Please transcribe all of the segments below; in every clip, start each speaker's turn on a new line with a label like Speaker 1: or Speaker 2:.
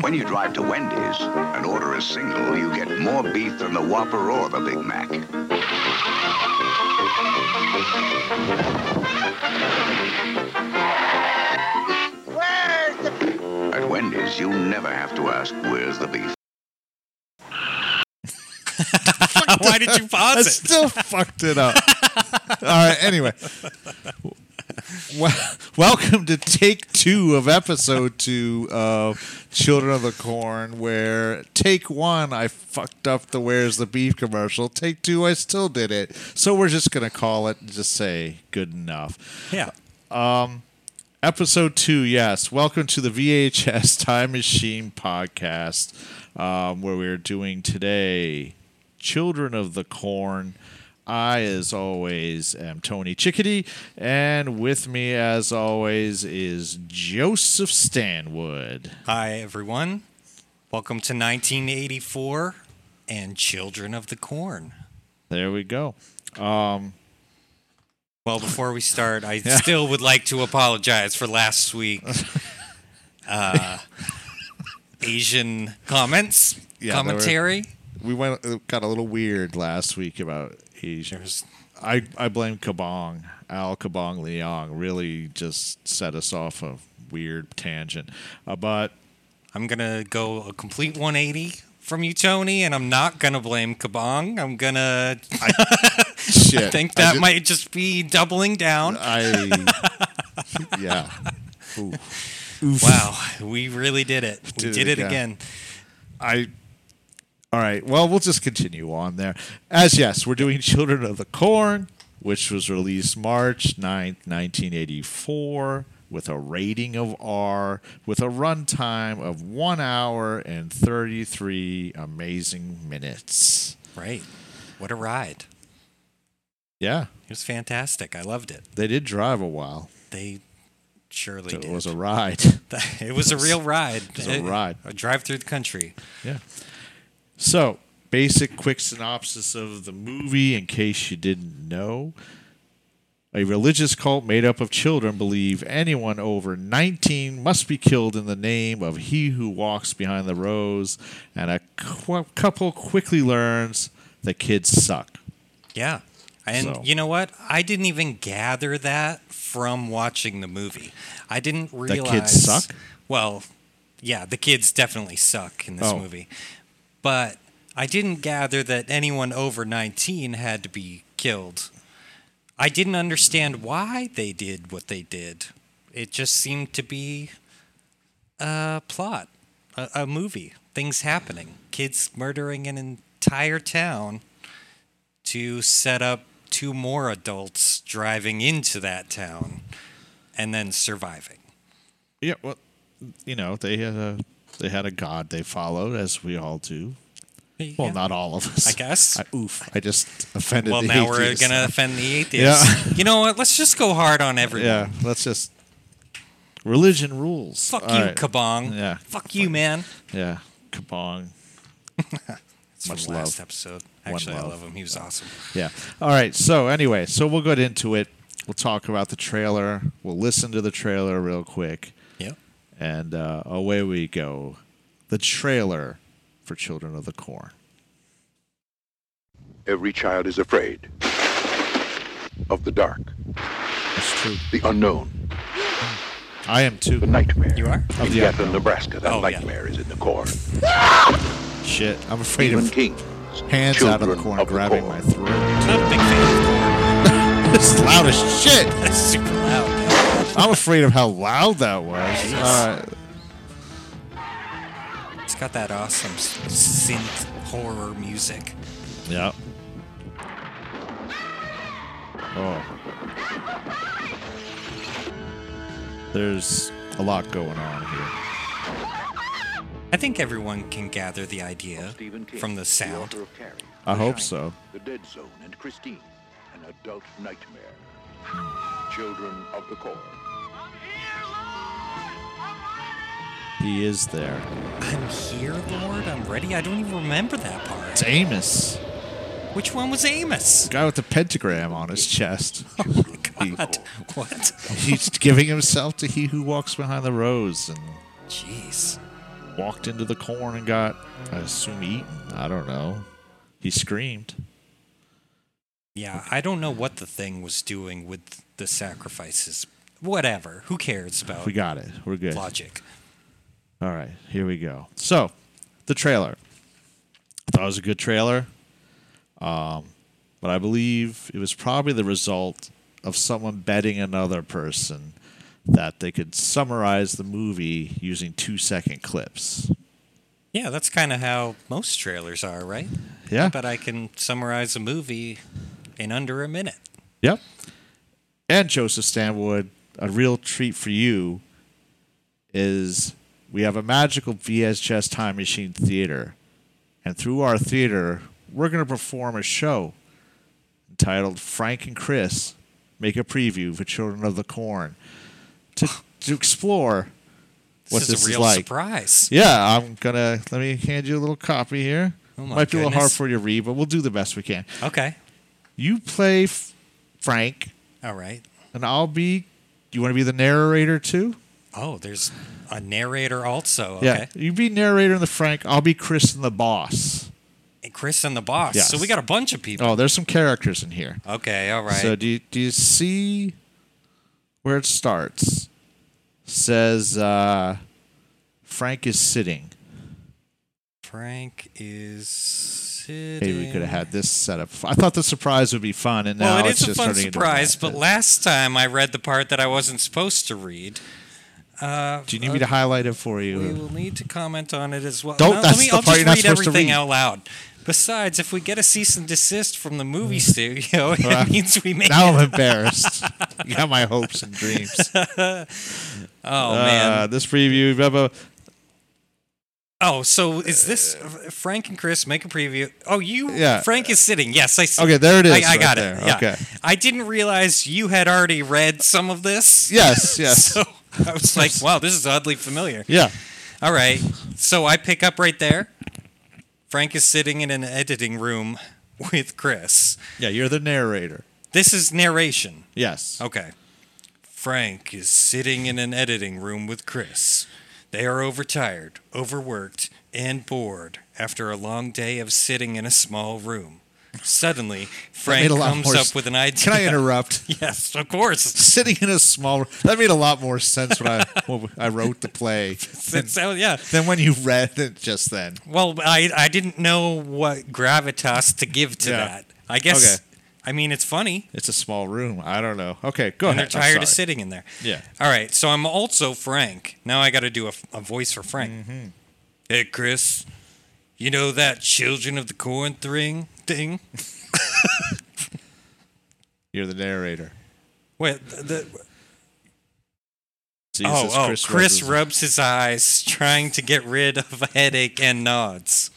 Speaker 1: When you drive to Wendy's and order a single, you get more beef than the Whopper or the Big Mac.
Speaker 2: Where's the
Speaker 1: At Wendy's, you never have to ask, where's the beef?
Speaker 3: Why did you
Speaker 4: I
Speaker 3: pause it?
Speaker 4: still fucked it up. All right. Anyway, well, welcome to take two of episode two of Children of the Corn, where take one I fucked up the "Where's the Beef" commercial. Take two, I still did it. So we're just gonna call it and just say good enough.
Speaker 3: Yeah.
Speaker 4: Episode two, yes. Welcome to the VHS Time Machine podcast, um, where we're doing today Children of the Corn. I, as always, am Tony Chickadee, and with me, as always, is Joseph Stanwood.
Speaker 3: Hi, everyone. Welcome to 1984 and Children of the Corn.
Speaker 4: There we go.
Speaker 3: Well, before we start, I still would like to apologize for last week. Uh, Asian comments,
Speaker 4: Yeah, they were-
Speaker 3: commentary.
Speaker 4: We went it got a little weird last week about Asia.
Speaker 3: There's-
Speaker 4: I, I blame Kabong. Al Kabong Leong really just set us off a weird tangent. Uh, but
Speaker 3: I'm gonna go a complete 180 from you, Tony, and I'm not gonna blame Kabong. I'm gonna
Speaker 4: shit.
Speaker 3: think
Speaker 4: I
Speaker 3: that
Speaker 4: did-
Speaker 3: might just be doubling down.
Speaker 4: I yeah. Ooh.
Speaker 3: Wow, we really did it. We
Speaker 4: Did it
Speaker 3: did it
Speaker 4: again.
Speaker 3: again.
Speaker 4: I all right. Well, we'll just continue on there. As yes, we're doing Children of the Corn, which was released March 9th, 1984, with a rating of R, with a runtime of one hour and 33 amazing minutes.
Speaker 3: Right. What a ride.
Speaker 4: Yeah,
Speaker 3: It was fantastic. I loved it.
Speaker 4: they did drive a while.
Speaker 3: They surely
Speaker 4: It
Speaker 3: did.
Speaker 4: was a ride.
Speaker 3: it was a real ride. It
Speaker 4: was a ride.
Speaker 3: A drive through the country.
Speaker 4: Yeah. So, basic quick synopsis of the movie, in case you didn't know. A religious cult made up of children believe anyone over 19 must be killed in the name of he who walks behind the rose, and a qu- couple quickly learns the kids suck.
Speaker 3: Yeah. And
Speaker 4: So-
Speaker 3: you know what? I didn't even gather that from watching the movie. I didn't
Speaker 4: kids
Speaker 3: realize
Speaker 4: suck?
Speaker 3: Well, yeah, the kids definitely suck in this
Speaker 4: Oh.
Speaker 3: movie. But I didn't gather that anyone over 19 had to be killed. I didn't understand why they did what they did. It just seemed to be a plot, a, a movie, things happening, kids murdering an entire town to set up two more adults driving into that town and then surviving.
Speaker 4: Yeah, well, you know, they had a they had a god they followed as we all do. Well,
Speaker 3: Yeah.
Speaker 4: not all of us.
Speaker 3: I guess.
Speaker 4: I, oof, I just offended
Speaker 3: Well,
Speaker 4: the
Speaker 3: now we're
Speaker 4: atheists.
Speaker 3: going to offend the atheists. You know what? Let's just go hard on everyone.
Speaker 4: Yeah, let's just religion rules.
Speaker 3: Fuck
Speaker 4: All
Speaker 3: you,
Speaker 4: right.
Speaker 3: Kabong.
Speaker 4: Yeah.
Speaker 3: Fuck you, man.
Speaker 4: Yeah, kabong.
Speaker 3: It's
Speaker 4: Much
Speaker 3: from last
Speaker 4: love.
Speaker 3: episode.
Speaker 4: One
Speaker 3: Actually, I
Speaker 4: love.
Speaker 3: love him. He was awesome.
Speaker 4: Yeah. All right. So anyway, so we'll get into it. We'll talk about the trailer. We'll listen to the trailer real quick,
Speaker 3: Yep.
Speaker 4: and uh, away we go. The trailer for Children of the Corn.
Speaker 5: Every child is afraid of the dark,
Speaker 4: That's true.
Speaker 5: the unknown,
Speaker 4: I am
Speaker 5: the
Speaker 4: too.
Speaker 5: nightmare.
Speaker 3: You are?
Speaker 4: Of
Speaker 5: In
Speaker 4: the
Speaker 5: Gatlin,
Speaker 4: unknown.
Speaker 5: Nebraska, that
Speaker 3: Oh, yeah.
Speaker 5: nightmare is in the corn.
Speaker 4: Shit. I'm afraid
Speaker 5: Stephen
Speaker 4: of
Speaker 5: King.
Speaker 4: hands out of the
Speaker 5: Children
Speaker 4: corn
Speaker 5: of the
Speaker 4: grabbing
Speaker 5: Corn.
Speaker 4: my throat.
Speaker 3: Not a big fan of corn.
Speaker 4: it's loud as Oh, shit.
Speaker 3: That's super loud.
Speaker 4: I'm afraid of how loud that was. All right.
Speaker 3: It's got that awesome s- synth horror music.
Speaker 4: Yeah. Oh. There's a lot going on here.
Speaker 3: I think everyone can gather the idea
Speaker 5: Stephen King,
Speaker 3: from the sound.
Speaker 5: author of Carrie,
Speaker 4: I
Speaker 5: The
Speaker 4: hope
Speaker 5: Shining,
Speaker 4: so.
Speaker 5: The Dead Zone and Christine, an adult nightmare. Children of the corn.
Speaker 4: He is there.
Speaker 3: I'm here, Lord. I'm ready. I don't even remember that
Speaker 4: It's
Speaker 3: part.
Speaker 4: Amos,
Speaker 3: Which one was Amos?
Speaker 4: the guy with the pentagram on his chest. Oh He-
Speaker 3: God, what?
Speaker 4: he's giving himself to he who walks behind the rose and
Speaker 3: Jeez.
Speaker 4: walked into the corn and got, I assume, eaten. I don't know. He screamed.
Speaker 3: Yeah, I don't know what the thing was doing with the sacrifices. Whatever. Who cares about
Speaker 4: We got it. We're good.
Speaker 3: logic?
Speaker 4: All right, here we go. So, the trailer. I thought it was a good trailer, um, but I believe it was probably the result of someone betting another person that they could summarize the movie using two second clips.
Speaker 3: Yeah, that's kind of how most trailers are, right?
Speaker 4: Yeah.
Speaker 3: But I can summarize a movie in under a minute.
Speaker 4: Yep. And Joseph Stanwood, a real treat for you is we have a magical VHS time machine theater. And through our theater, we're going to perform a show entitled Frank and Chris Make a Preview for Children of the Corn to, to explore what
Speaker 3: This
Speaker 4: this,
Speaker 3: is a real
Speaker 4: like.
Speaker 3: surprise.
Speaker 4: Yeah, I'm gonna let me hand you a little copy here.
Speaker 3: Oh my
Speaker 4: Might be a little hard
Speaker 3: goodness.
Speaker 4: for you to read, but we'll do the best we can.
Speaker 3: Okay.
Speaker 4: You play F- Frank,
Speaker 3: All right.
Speaker 4: and I'll be. You want to be the narrator too?
Speaker 3: Oh, there's a narrator also. Okay.
Speaker 4: You be narrator in the Frank. I'll be Chris and the boss.
Speaker 3: And Chris and the boss.
Speaker 4: Yes.
Speaker 3: So we got a bunch of people.
Speaker 4: Oh, there's some characters in here.
Speaker 3: Okay. All right.
Speaker 4: So do you, do you see where it starts? Says uh, Frank is sitting.
Speaker 3: Frank is sitting.
Speaker 4: Maybe we could have had this set up. I thought the surprise would be fun, and now
Speaker 3: well, it
Speaker 4: it's
Speaker 3: is a
Speaker 4: just
Speaker 3: fun
Speaker 4: turning into
Speaker 3: surprise, but
Speaker 4: madness.
Speaker 3: last time I read the part that I wasn't supposed to read. Uh,
Speaker 4: do you need me to highlight it for you?
Speaker 3: We will need to comment on it as well.
Speaker 4: Mm-hmm. Don't-
Speaker 3: No,
Speaker 4: that's
Speaker 3: let me,
Speaker 4: the
Speaker 3: I'll
Speaker 4: part
Speaker 3: just
Speaker 4: you're not
Speaker 3: read
Speaker 4: supposed to
Speaker 3: everything
Speaker 4: read.
Speaker 3: out loud. Besides, if we get a cease and desist from the movie studio, it
Speaker 4: Mm-hmm. Well,
Speaker 3: means we may.
Speaker 4: now I'm embarrassed. you got my hopes and dreams.
Speaker 3: oh
Speaker 4: Uh,
Speaker 3: man!
Speaker 4: this preview, blah, blah.
Speaker 3: Oh, so is this Frank and Chris make a preview? Oh, you,
Speaker 4: uh, Yeah.
Speaker 3: Frank is sitting. Yes, I see.
Speaker 4: Okay, there it is
Speaker 3: I, I
Speaker 4: right
Speaker 3: got it.
Speaker 4: there.
Speaker 3: Yeah.
Speaker 4: Okay.
Speaker 3: I didn't realize you had already read some of this.
Speaker 4: Yes, yes.
Speaker 3: So I was like, wow, this is oddly familiar.
Speaker 4: yeah.
Speaker 3: All right. So I pick up right there. Frank is sitting in an editing room with Chris.
Speaker 4: Yeah, you're the narrator.
Speaker 3: This is narration.
Speaker 4: Yes.
Speaker 3: Okay. Frank is sitting in an editing room with Chris. They are overtired, overworked, and bored after a long day of sitting in a small room. Suddenly, Frank
Speaker 4: made a lot
Speaker 3: comes
Speaker 4: more s-
Speaker 3: up with an idea.
Speaker 4: Can I interrupt?
Speaker 3: Yes, of course.
Speaker 4: Sitting in a small that made a lot more sense when I when I wrote the play than,
Speaker 3: It's- oh, yeah.
Speaker 4: than when you read it just then.
Speaker 3: Well, I, I didn't know what gravitas to give to
Speaker 4: Yeah.
Speaker 3: that. I guess.
Speaker 4: Okay.
Speaker 3: I mean, it's funny.
Speaker 4: It's a small room. I don't know. Okay, go
Speaker 3: and
Speaker 4: ahead.
Speaker 3: they're
Speaker 4: I'm
Speaker 3: tired of
Speaker 4: sorry.
Speaker 3: sitting in there.
Speaker 4: Yeah.
Speaker 3: All right. So I'm also Frank. Now I got to do a, a voice for Frank.
Speaker 4: Mm-hmm.
Speaker 3: Hey, Chris. You know that Children of the Corn thing? Thing.
Speaker 4: You're the narrator.
Speaker 3: Wait. The, the,
Speaker 4: So
Speaker 3: oh,
Speaker 4: this is
Speaker 3: oh. Chris,
Speaker 4: Rhodes'
Speaker 3: rubs his eyes, trying to get rid of a headache, and nods.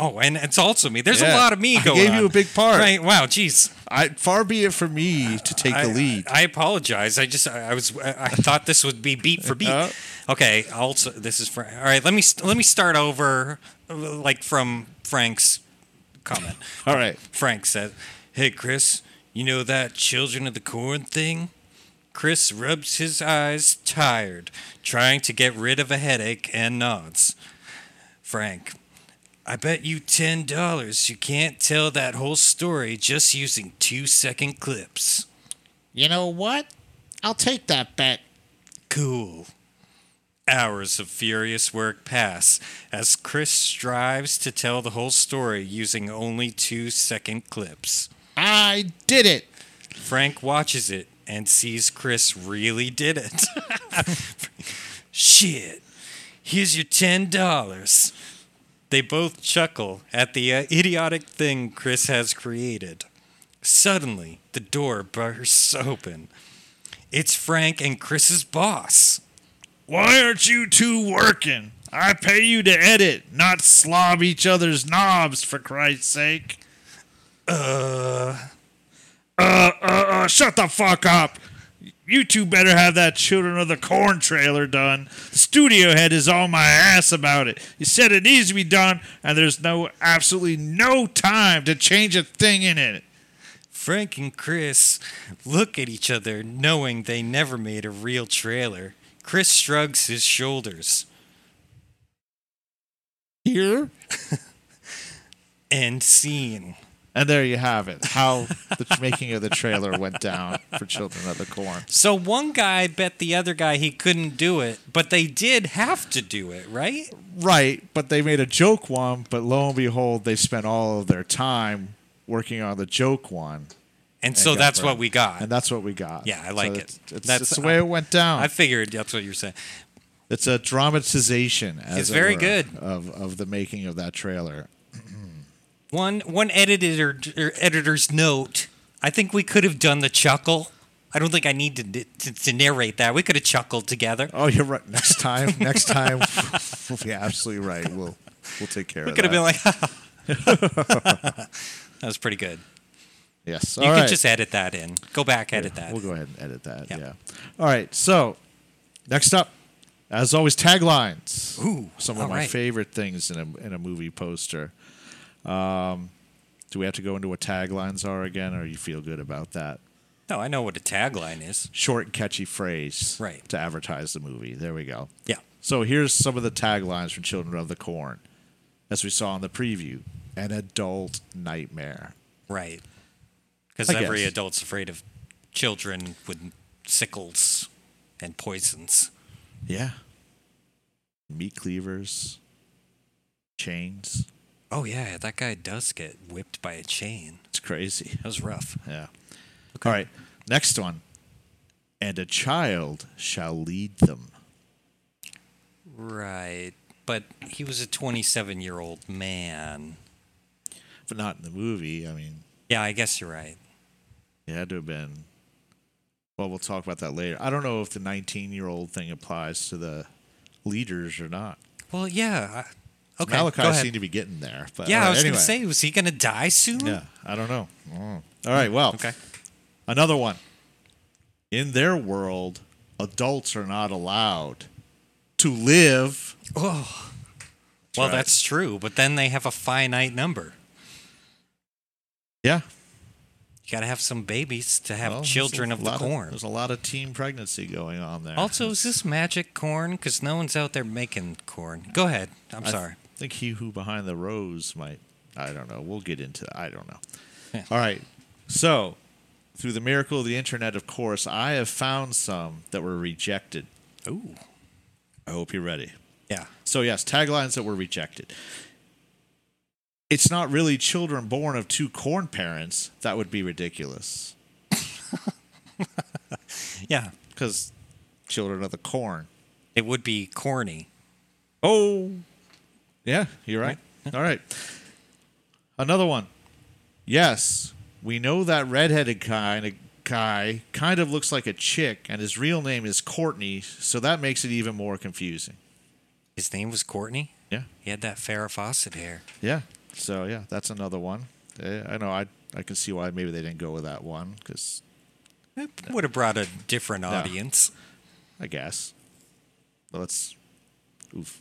Speaker 3: Oh, and it's also me. There's
Speaker 4: Yeah.
Speaker 3: a lot of me
Speaker 4: I
Speaker 3: going.
Speaker 4: gave you
Speaker 3: on.
Speaker 4: a big part.
Speaker 3: Right. Wow. Jeez.
Speaker 4: I, far be it from me to take
Speaker 3: I,
Speaker 4: the lead.
Speaker 3: I apologize. I just I, I was I, I thought this would be beat for beat.
Speaker 4: Uh.
Speaker 3: Okay, also this is Frank. All right, let me st- let me start over uh, like from Frank's comment.
Speaker 4: All right.
Speaker 3: Frank said, "Hey Chris, you know that Children of the Corn thing?" Chris rubs his eyes, tired, trying to get rid of a headache, and nods. Frank, I bet you ten dollars you can't tell that whole story just using two second clips.
Speaker 6: You know what? I'll take that bet.
Speaker 3: Cool. Hours of furious work pass as Chris strives to tell the whole story using only two second clips.
Speaker 6: I did it.
Speaker 3: Frank watches it and sees Chris really did it. Shit. Here's your $10. They both chuckle at the uh, idiotic thing Chris has created. Suddenly, the door bursts open. It's Frank and Chris's boss.
Speaker 4: Why aren't you two working? I pay you to edit, not slob each other's knobs, for Christ's sake. Uh. Uh, uh, uh, shut the fuck up. You two better have that Children of the Corn trailer done. The studio head is on my ass about it. You said it needs to be done, and there's no, absolutely no time to change a thing in it.
Speaker 3: Frank and Chris look at each other, knowing they never made a real trailer. Chris shrugs his shoulders.
Speaker 6: Here?
Speaker 3: End scene.
Speaker 4: And there you have it. How the making of the trailer went down for Children of the Corn.
Speaker 3: So one guy bet the other guy he couldn't do it, but they did have to do it, right?
Speaker 4: Right, but they made a joke one, but lo and behold, they spent all of their time working on the joke one.
Speaker 3: And so
Speaker 4: got
Speaker 3: that's
Speaker 4: burned.
Speaker 3: what we got.
Speaker 4: And that's what we got.
Speaker 3: Yeah, I like it.
Speaker 4: It's, it's,
Speaker 3: That's-
Speaker 4: it's the way it went down.
Speaker 3: I figured that's what you're saying.
Speaker 4: it's a dramatization. As
Speaker 3: It's
Speaker 4: it
Speaker 3: very
Speaker 4: were,
Speaker 3: good.
Speaker 4: of of the making of that trailer.
Speaker 3: One one editor er, editor's note. I think we could have done the chuckle. I don't think I need to, to, to narrate that. We could have chuckled together.
Speaker 4: Oh, you're right. Next time, next time, we'll be absolutely right. We'll we'll take care
Speaker 3: We
Speaker 4: of
Speaker 3: could
Speaker 4: that.
Speaker 3: have been like, that was pretty good.
Speaker 4: yes,
Speaker 3: you
Speaker 4: all
Speaker 3: can
Speaker 4: right.
Speaker 3: just edit that in. Go back, edit that.
Speaker 4: We'll go ahead and edit that.
Speaker 3: Yeah.
Speaker 4: Yeah. All right. So, next up, as always, taglines.
Speaker 3: Ooh,
Speaker 4: Some of
Speaker 3: all
Speaker 4: my
Speaker 3: right.
Speaker 4: favorite things in a in a movie poster. Um, do we have to go into what taglines are again, or you feel good about that?
Speaker 3: No, I know what a tagline is.
Speaker 4: Short and catchy phrase,
Speaker 3: Right.
Speaker 4: to advertise the movie. There we go.
Speaker 3: Yeah.
Speaker 4: So here's some of the taglines from Children of the Corn, as we saw in the preview: "An adult nightmare."
Speaker 3: Right. Because
Speaker 4: I
Speaker 3: every
Speaker 4: guess.
Speaker 3: adult's afraid of children with sickles and poisons.
Speaker 4: Yeah. Meat cleavers, chains.
Speaker 3: Oh, yeah, that guy does get whipped by a chain.
Speaker 4: It's crazy.
Speaker 3: That was rough.
Speaker 4: Yeah. All right. Next one. And a child shall lead them.
Speaker 3: Right. But he was a 27 year old man.
Speaker 4: But not in the movie. I mean,
Speaker 3: Yeah, I guess you're right.
Speaker 4: it had to have been. Well, we'll talk about that later. I don't know if the 19 year old thing applies to the leaders or not.
Speaker 3: Well, yeah. I, okay. go
Speaker 4: Malachi
Speaker 3: ahead.
Speaker 4: seemed to be getting there. But
Speaker 3: yeah,
Speaker 4: all
Speaker 3: I was
Speaker 4: right,
Speaker 3: going to
Speaker 4: anyway.
Speaker 3: say, was he going to die soon?
Speaker 4: Yeah, I don't know. Mm. All right. Well,
Speaker 3: Okay.
Speaker 4: Another one. In their world, adults are not allowed to live.
Speaker 3: Oh. Well,
Speaker 4: right.
Speaker 3: that's true, but then they have a finite number.
Speaker 4: Yeah.
Speaker 3: You got to have some babies to have
Speaker 4: well, there's
Speaker 3: children
Speaker 4: a
Speaker 3: of the
Speaker 4: lot
Speaker 3: corn.
Speaker 4: there's a lot of teen pregnancy going on there.
Speaker 3: Also, is this magic corn? Because no one's out there making corn. Go ahead. I'm
Speaker 4: I
Speaker 3: sorry.
Speaker 4: think he who behind the rose might. I don't know. We'll get into. I don't know. All right. So, through the miracle of the internet, of course, I have found some that were rejected.
Speaker 3: Ooh.
Speaker 4: I hope you're ready.
Speaker 3: Yeah.
Speaker 4: So yes, taglines that were rejected. It's not really children born of two corn parents. That would be ridiculous
Speaker 3: Yeah.
Speaker 4: because children of the corn.
Speaker 3: It would be corny.
Speaker 4: Oh, yeah, you're right. All right, another one. Yes, we know that redheaded kind of guy kind of looks like a chick, and his real name is Courtney, so that makes it even more confusing.
Speaker 3: His name was Courtney.
Speaker 4: Yeah,
Speaker 3: He had that Farrah Fawcett hair.
Speaker 4: Yeah. So yeah, that's another one. Eh, I know. I I can see why maybe they didn't go with that one because
Speaker 3: It would have brought a different audience.
Speaker 4: I guess. But let's. Oof.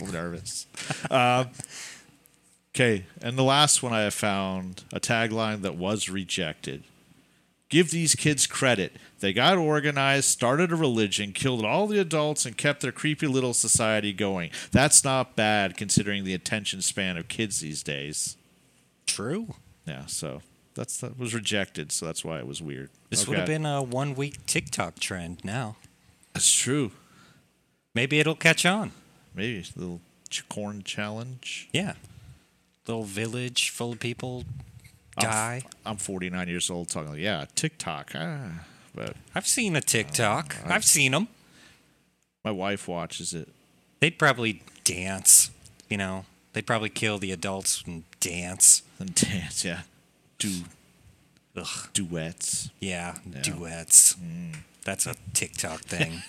Speaker 4: I'm nervous. Um, Okay, and the last one I have found a tagline that was rejected. Give these kids credit. They got organized, started a religion, killed all the adults, and kept their creepy little society going. That's not bad considering the attention span of kids these days.
Speaker 3: True.
Speaker 4: Yeah, so that's that was rejected, so that's why it was weird.
Speaker 3: This
Speaker 4: Okay.
Speaker 3: would have been a one week TikTok trend now.
Speaker 4: That's true.
Speaker 3: Maybe it'll catch on.
Speaker 4: Maybe it's a little ch- corn challenge.
Speaker 3: Yeah. Little village full of people
Speaker 4: I'm f-
Speaker 3: die.
Speaker 4: I'm 49 years old talking like, yeah, TikTok. Ah. But
Speaker 3: I've seen a TikTok.
Speaker 4: Oh,
Speaker 3: I've seen them.
Speaker 4: my wife watches it.
Speaker 3: They'd probably dance, you know. They'd probably kill the adults and dance.
Speaker 4: and dance. Yeah, do
Speaker 3: Ugh.
Speaker 4: duets.
Speaker 3: Yeah, duets.
Speaker 4: Mm.
Speaker 3: That's a TikTok thing.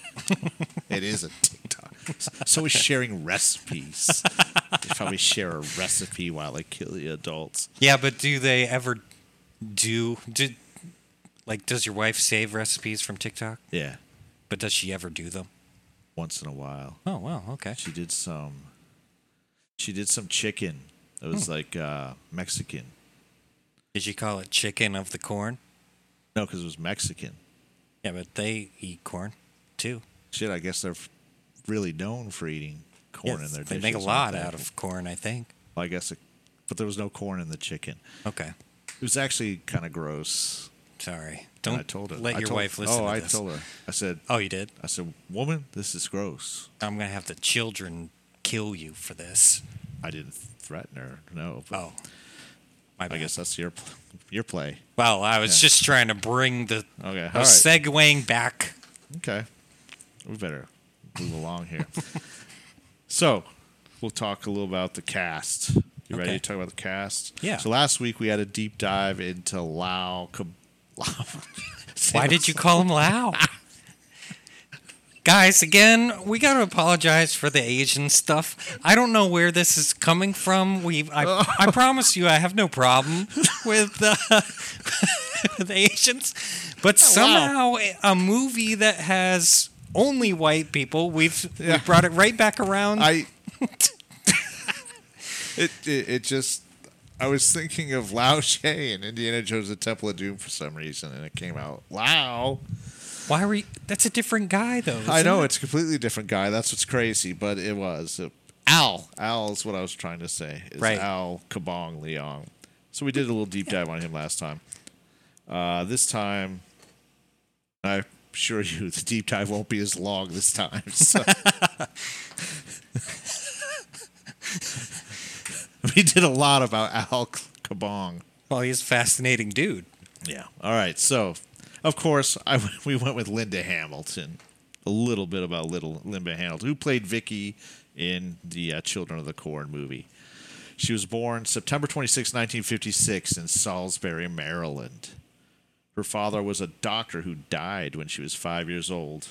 Speaker 4: It is a TikTok. so is sharing recipes. they probably share a recipe while they kill the adults.
Speaker 3: yeah, but do they ever do, do like does your wife save recipes from TikTok?
Speaker 4: Yeah,
Speaker 3: But does she ever do them?
Speaker 4: once in a while
Speaker 3: Oh, wow, okay.
Speaker 4: she did some. She did some chicken. It was like uh, Mexican.
Speaker 3: Did she call it chicken of the corn?
Speaker 4: No, because it was Mexican.
Speaker 3: Yeah, but they eat corn too.
Speaker 4: Shit, I guess they're f- really known for eating corn
Speaker 3: Yes,
Speaker 4: in their
Speaker 3: they
Speaker 4: dishes.
Speaker 3: make a
Speaker 4: aren't
Speaker 3: lot
Speaker 4: they?
Speaker 3: out of corn, I think.
Speaker 4: Well, I guess, it, but there was no corn in the chicken.
Speaker 3: Okay,
Speaker 4: It was actually kind of gross.
Speaker 3: sorry.
Speaker 4: and
Speaker 3: Don't
Speaker 4: I told her.
Speaker 3: let
Speaker 4: I
Speaker 3: your
Speaker 4: told-
Speaker 3: wife listen.
Speaker 4: Oh,
Speaker 3: to
Speaker 4: I
Speaker 3: this.
Speaker 4: told her. I said,
Speaker 3: Oh, you did.
Speaker 4: I said, woman, this is gross.
Speaker 3: I'm gonna have the children kill you for this.
Speaker 4: I didn't threaten her. No, but
Speaker 3: Oh, my
Speaker 4: I
Speaker 3: bad.
Speaker 4: guess that's your your play.
Speaker 3: Well, I was
Speaker 4: Yeah.
Speaker 3: just trying to bring the.
Speaker 4: Okay,
Speaker 3: I was
Speaker 4: all
Speaker 3: segueing back.
Speaker 4: Okay, we better move along here. so, we'll talk a little about the cast. You ready
Speaker 3: Okay.
Speaker 4: to talk about the cast?
Speaker 3: Yeah.
Speaker 4: So last week we had a deep dive into Lao. Kab- Lao.
Speaker 3: Why did you call him Lao? Guys, again, we got to apologize for the Asian stuff. I don't know where this is coming from. We, I, I promise you, I have no problem with uh, the Asians, but somehow a movie that has only white people, we've
Speaker 4: Yeah.
Speaker 3: we brought it right back around.
Speaker 4: I. it, it it just. I was thinking of Lao She and Indiana Jones: The Temple of Doom for some reason, and it came out Lao.
Speaker 3: Why were you? That's a different guy, though.
Speaker 4: I
Speaker 3: isn't
Speaker 4: know
Speaker 3: it?
Speaker 4: it's a completely different guy. That's what's crazy, but it was it, Al. Al is what I was trying to say. Is
Speaker 3: Right.
Speaker 4: Al Kabong Leong. So we did a little deep dive on him last time. Uh, this time, I assure you, the deep dive won't be as long this time. So. we did a lot about Al Kabong.
Speaker 3: Well, he's a fascinating dude.
Speaker 4: Yeah. All right. So, of course, I we went with Linda Hamilton. A little bit about little Linda Hamilton, who played Vicky in the uh, Children of the Corn movie. She was born September 26, 1956, in Salisbury, Maryland. Her father was a doctor who died when she was five years old.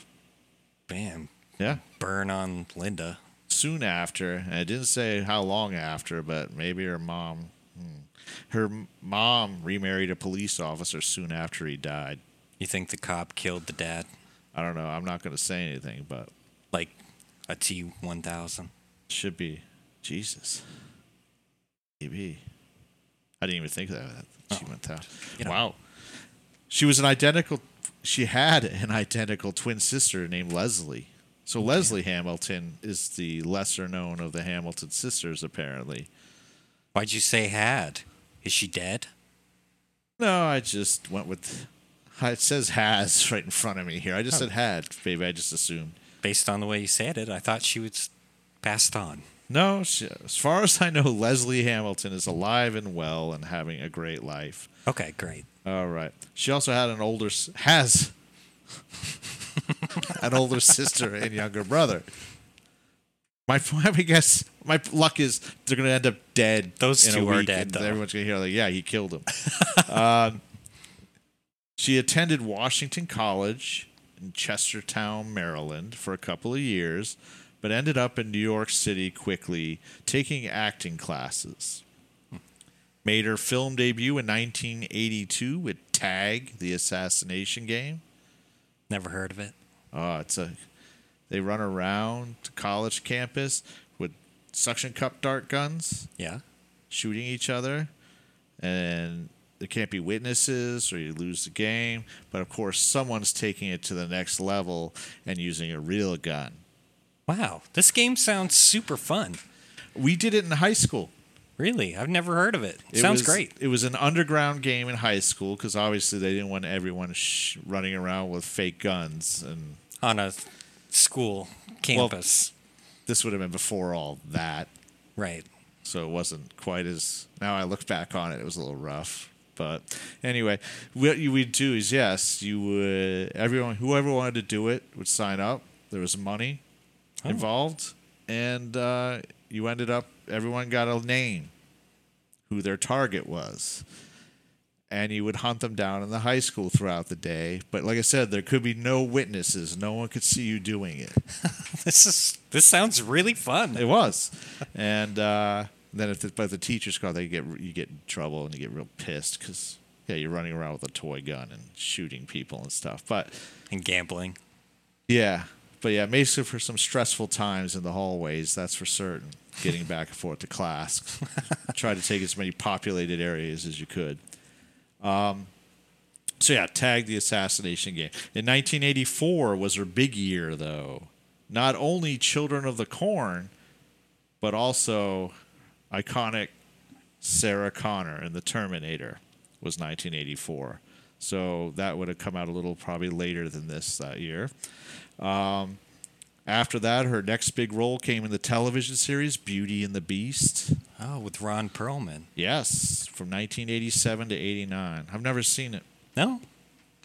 Speaker 3: Bam.
Speaker 4: Yeah.
Speaker 3: Burn on Linda.
Speaker 4: Soon after, and it didn't say how long after, but maybe her mom. hmm. Her m- mom remarried a police officer soon after he died.
Speaker 3: You think the cop killed the dad?
Speaker 4: I don't know. I'm not going to say anything, but
Speaker 3: Like a T 1000.
Speaker 4: should be Jesus. EB. I didn't even think of that. She went down.
Speaker 3: Oh. you know.
Speaker 4: Wow. She was an identical. She had an identical twin sister named Leslie. So Leslie Hamilton is the lesser known of the Hamilton sisters, apparently.
Speaker 3: Why'd you say had? Is she dead?
Speaker 4: No, I just went with. It says has right in front of me here. I just
Speaker 3: Oh.
Speaker 4: said had, baby. I just assumed.
Speaker 3: Based on the way you said it, I thought she was passed on.
Speaker 4: No, she, as far as I know, Leslie Hamilton is alive and well and having a great life.
Speaker 3: Okay, great.
Speaker 4: All right. She also had an older s- has an older sister and younger brother. My, my guess, my luck is they're going to end up dead.
Speaker 3: Those
Speaker 4: in a
Speaker 3: two are
Speaker 4: week,
Speaker 3: dead,
Speaker 4: and
Speaker 3: though.
Speaker 4: Everyone's going to hear like, yeah, he killed him. um, she attended Washington College in Chestertown, Maryland, for a couple of years, but ended up in New York City quickly, taking acting classes made her film debut in 1982 with Tag, the assassination game.
Speaker 3: Never heard of it.
Speaker 4: Oh, it's a they run around college campus with suction cup dart guns,
Speaker 3: Yeah.
Speaker 4: shooting each other, and there can't be witnesses or you lose the game. But of course, someone's taking it to the next level and using a real gun.
Speaker 3: Wow. This game sounds super fun.
Speaker 4: We did it in high school.
Speaker 3: Really? I've never heard of it.
Speaker 4: It
Speaker 3: sounds
Speaker 4: was-
Speaker 3: great.
Speaker 4: It was an underground game in high school because obviously they didn't want everyone sh- running around with fake guns, and
Speaker 3: On a school campus.
Speaker 4: this would have been before all that,
Speaker 3: right.
Speaker 4: so it wasn't quite as. Now I look back on it, it was a little rough, but anyway, what you would do is yes, you would everyone whoever wanted to do it would sign up. There was money involved, and uh, you ended up everyone got a name, who their target was. and you would hunt them down in the high school throughout the day. But like I said, there could be no witnesses. No one could see you doing it.
Speaker 3: This is this sounds really fun.
Speaker 4: It was, and uh, then if the, but if the teachers call, they get you get in trouble and you get real pissed because yeah, you're running around with a toy gun and shooting people and stuff. But
Speaker 3: And gambling.
Speaker 4: yeah, but yeah, basically for some stressful times in the hallways, that's for certain. Getting back and forth to class, try to take as many populated areas as you could. Um, so yeah, tag the assassination game. In 1984 was her big year, though. Not only Children of the Corn, but also iconic Sarah Connor in The Terminator was 1984. So that would have come out a little probably later than this that year. Um, after that, her next big role came in the television series Beauty and the Beast.
Speaker 3: Oh, with Ron Perlman.
Speaker 4: Yes, from 1987 to 89. I've never seen it.
Speaker 3: No,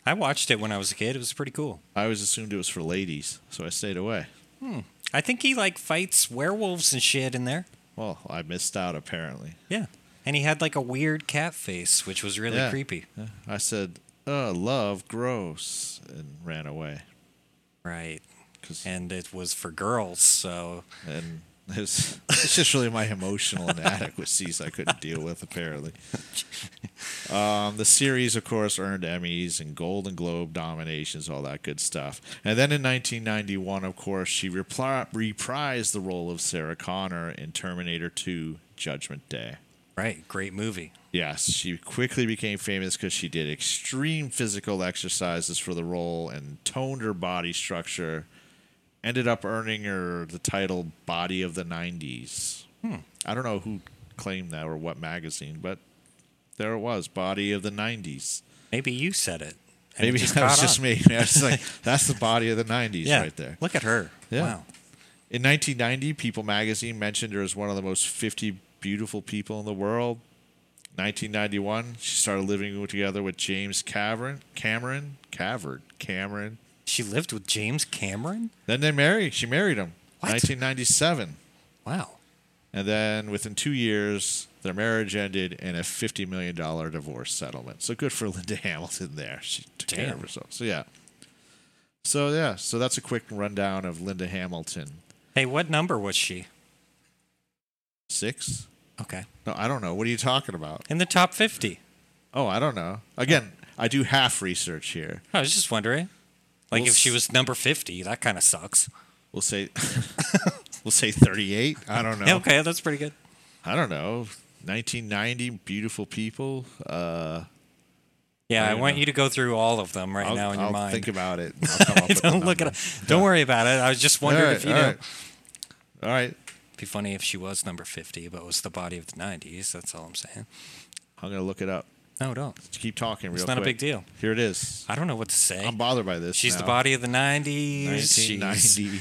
Speaker 3: I watched it when I was a kid. It was pretty cool.
Speaker 4: I always assumed it was for ladies, so I stayed away.
Speaker 3: I think he like fights werewolves and shit in there.
Speaker 4: Well, I missed out apparently.
Speaker 3: Yeah. And he had like a weird cat face, which was really
Speaker 4: Yeah.
Speaker 3: creepy.
Speaker 4: Yeah. I said, "Uh, love, gross," and ran away.
Speaker 3: Right.
Speaker 4: 'Cause-
Speaker 3: And it was for girls, so
Speaker 4: and it's, it's just really my emotional inadequacies I couldn't deal with, apparently. Um, the series, of course, earned Emmys and Golden Globe nominations, all that good stuff. And then in 1991, of course, she repli- reprised the role of Sarah Connor in Terminator 2 Judgment Day.
Speaker 3: right, great movie.
Speaker 4: Yes, she quickly became famous because she did extreme physical exercises for the role and toned her body structure. Ended up earning her the title Body of the 90s. I don't know who claimed that or what magazine, but there it was Body of the 90s.
Speaker 3: Maybe you said it. and it
Speaker 4: Maybe
Speaker 3: just
Speaker 4: that was
Speaker 3: caught
Speaker 4: just
Speaker 3: on.
Speaker 4: me. I was like, that's the body of the 90s
Speaker 3: Yeah.
Speaker 4: right there.
Speaker 3: Look at her.
Speaker 4: Yeah.
Speaker 3: Wow.
Speaker 4: In 1990, People magazine mentioned her as one of the most 50 beautiful people in the world. 1991, she started living together with James Cameron. Cameron? Cavern. Cameron.
Speaker 3: She lived with James Cameron?
Speaker 4: Then they married. She married him.
Speaker 3: What?
Speaker 4: 1997.
Speaker 3: Wow.
Speaker 4: And then within two years, their marriage ended in a $50 million divorce settlement. So good for Linda Hamilton there. She took care
Speaker 3: Damn.
Speaker 4: of herself. So, yeah. So, yeah. So that's a quick rundown of Linda Hamilton.
Speaker 3: Hey, what number was she?
Speaker 4: Six?
Speaker 3: Okay.
Speaker 4: No, I don't know. What are you talking about?
Speaker 3: In the top 50.
Speaker 4: Oh, I don't know. Again, I do half research here.
Speaker 3: I was just wondering. Like,
Speaker 4: Well,
Speaker 3: if she
Speaker 4: s-
Speaker 3: was number 50, that kind of sucks.
Speaker 4: We'll say we'll say 38. I don't know.
Speaker 3: Yeah, okay, that's pretty good.
Speaker 4: I don't know. 1990 beautiful people. Uh
Speaker 3: Yeah,
Speaker 4: I
Speaker 3: I,
Speaker 4: don't
Speaker 3: want
Speaker 4: know.
Speaker 3: you to go through all of them right
Speaker 4: I'll,
Speaker 3: now in your
Speaker 4: I'll
Speaker 3: mind.
Speaker 4: think about it. and I'll come up with the
Speaker 3: don't look at
Speaker 4: number.
Speaker 3: it. Don't worry about it. I was just wondering if you
Speaker 4: all
Speaker 3: know.
Speaker 4: right. All right.
Speaker 3: It'd be funny if she was number 50, but was the body of the 90s. That's all I'm saying.
Speaker 4: I'm going to look it up.
Speaker 3: No, don't.
Speaker 4: Just keep talking real
Speaker 3: It's not a
Speaker 4: quick.
Speaker 3: big deal.
Speaker 4: Here it is.
Speaker 3: I don't know what to say.
Speaker 4: I'm bothered by this.
Speaker 3: she's the
Speaker 4: now.
Speaker 3: body of the 90s. She's
Speaker 4: 1990.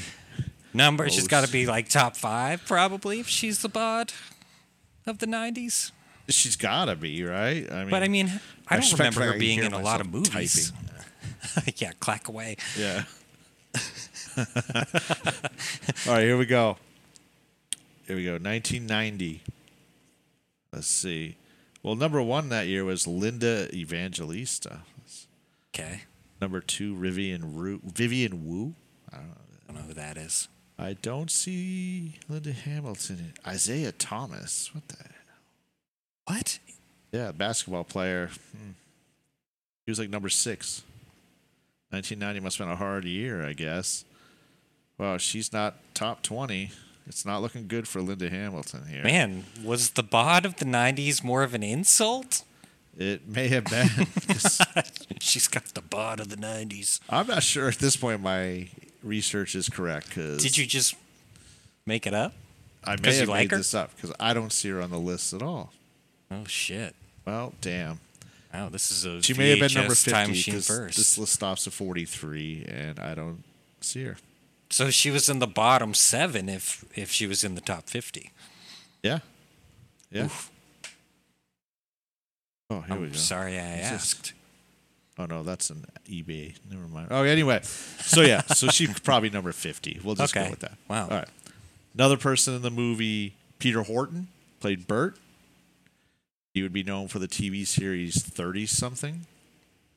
Speaker 3: number. She's
Speaker 4: Oh,
Speaker 3: got to
Speaker 4: s-
Speaker 3: be like top five, probably, if she's the bod of the 90s.
Speaker 4: She's got to be, right? I mean
Speaker 3: But I mean, I don't
Speaker 4: respect
Speaker 3: remember
Speaker 4: that I
Speaker 3: her
Speaker 4: can
Speaker 3: being
Speaker 4: hear
Speaker 3: in a lot of
Speaker 4: myself
Speaker 3: movies.
Speaker 4: typing.
Speaker 3: yeah, clack away.
Speaker 4: Yeah. All right, here we go. Here we go. 1990. Let's see. Well, number one that year was Linda Evangelista.
Speaker 3: Okay.
Speaker 4: Number two, Vivian Ru- Vivian Wu.
Speaker 3: I don't know who that is.
Speaker 4: I don't see Linda Hamilton. in- Isaiah Thomas. What the?
Speaker 3: What?
Speaker 4: Yeah, basketball player. Hmm. He was like number six. 1990 must have been a hard year, I guess. Wow, she's not top 20. It's not looking good for Linda Hamilton here.
Speaker 3: Man, was the bod of the 90s more of an insult?
Speaker 4: It may have been. 'cause
Speaker 3: She's got the bod of the 90s.
Speaker 4: I'm not sure at this point my research is correct because
Speaker 3: Did you just make it up?
Speaker 4: I may
Speaker 3: because you
Speaker 4: have
Speaker 3: like
Speaker 4: made
Speaker 3: her?
Speaker 4: this up because I don't see her on the list at all.
Speaker 3: Oh, shit.
Speaker 4: Well, damn.
Speaker 3: Wow, this is a
Speaker 4: She may have been number
Speaker 3: VHS
Speaker 4: 50
Speaker 3: time machine
Speaker 4: 'cause
Speaker 3: first.
Speaker 4: this list stops at 43 and I don't see her.
Speaker 3: So she was in the bottom seven if if she was in the top 50.
Speaker 4: Yeah. Yeah. Oh, here we
Speaker 3: I'm
Speaker 4: go.
Speaker 3: sorry I
Speaker 4: It's just-
Speaker 3: asked.
Speaker 4: Oh no, that's an eBay. Never mind. Oh, anyway. So yeah, so she's probably number fifty. We'll just
Speaker 3: Okay. Oh.
Speaker 4: go with that.
Speaker 3: Wow.
Speaker 4: All right. Another person in the movie, Peter Horton, played Bert. He would be known for the TV series Thirty Something.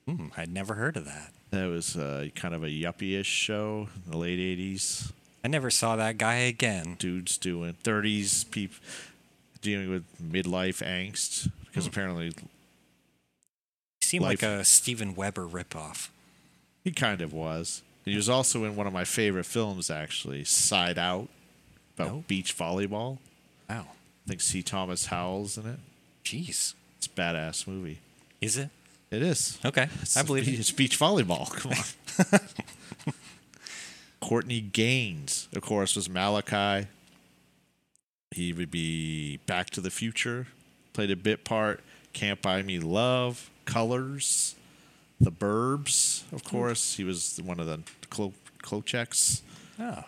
Speaker 3: Hmm, I'd never heard of that.
Speaker 4: That was uh, kind of a yuppie-ish show in the late '80s.
Speaker 3: I never saw that guy again.
Speaker 4: Dudes doing thirties, peep dealing with midlife angst because
Speaker 3: Hmm.
Speaker 4: apparently
Speaker 3: He seemed like
Speaker 4: Life.
Speaker 3: a Steven Weber ripoff.
Speaker 4: He kind of was. He was also in one of my favorite films, actually, Side Out, about
Speaker 3: Oh.
Speaker 4: beach volleyball.
Speaker 3: Wow.
Speaker 4: I think C. Thomas Howell's in it.
Speaker 3: Jeez.
Speaker 4: It's a badass movie.
Speaker 3: Is it?
Speaker 4: It is.
Speaker 3: Okay.
Speaker 4: It's
Speaker 3: I believe
Speaker 4: be-
Speaker 3: it.
Speaker 4: It's beach volleyball. Come on. Courtney Gaines, of course, was Malachi. He would be Back to the Future, played a bit part. Can't Buy Me Love, Colors, The Burbs,
Speaker 3: Hmm.
Speaker 4: of course. He was one of the Klo- Klocheks.
Speaker 3: Oh,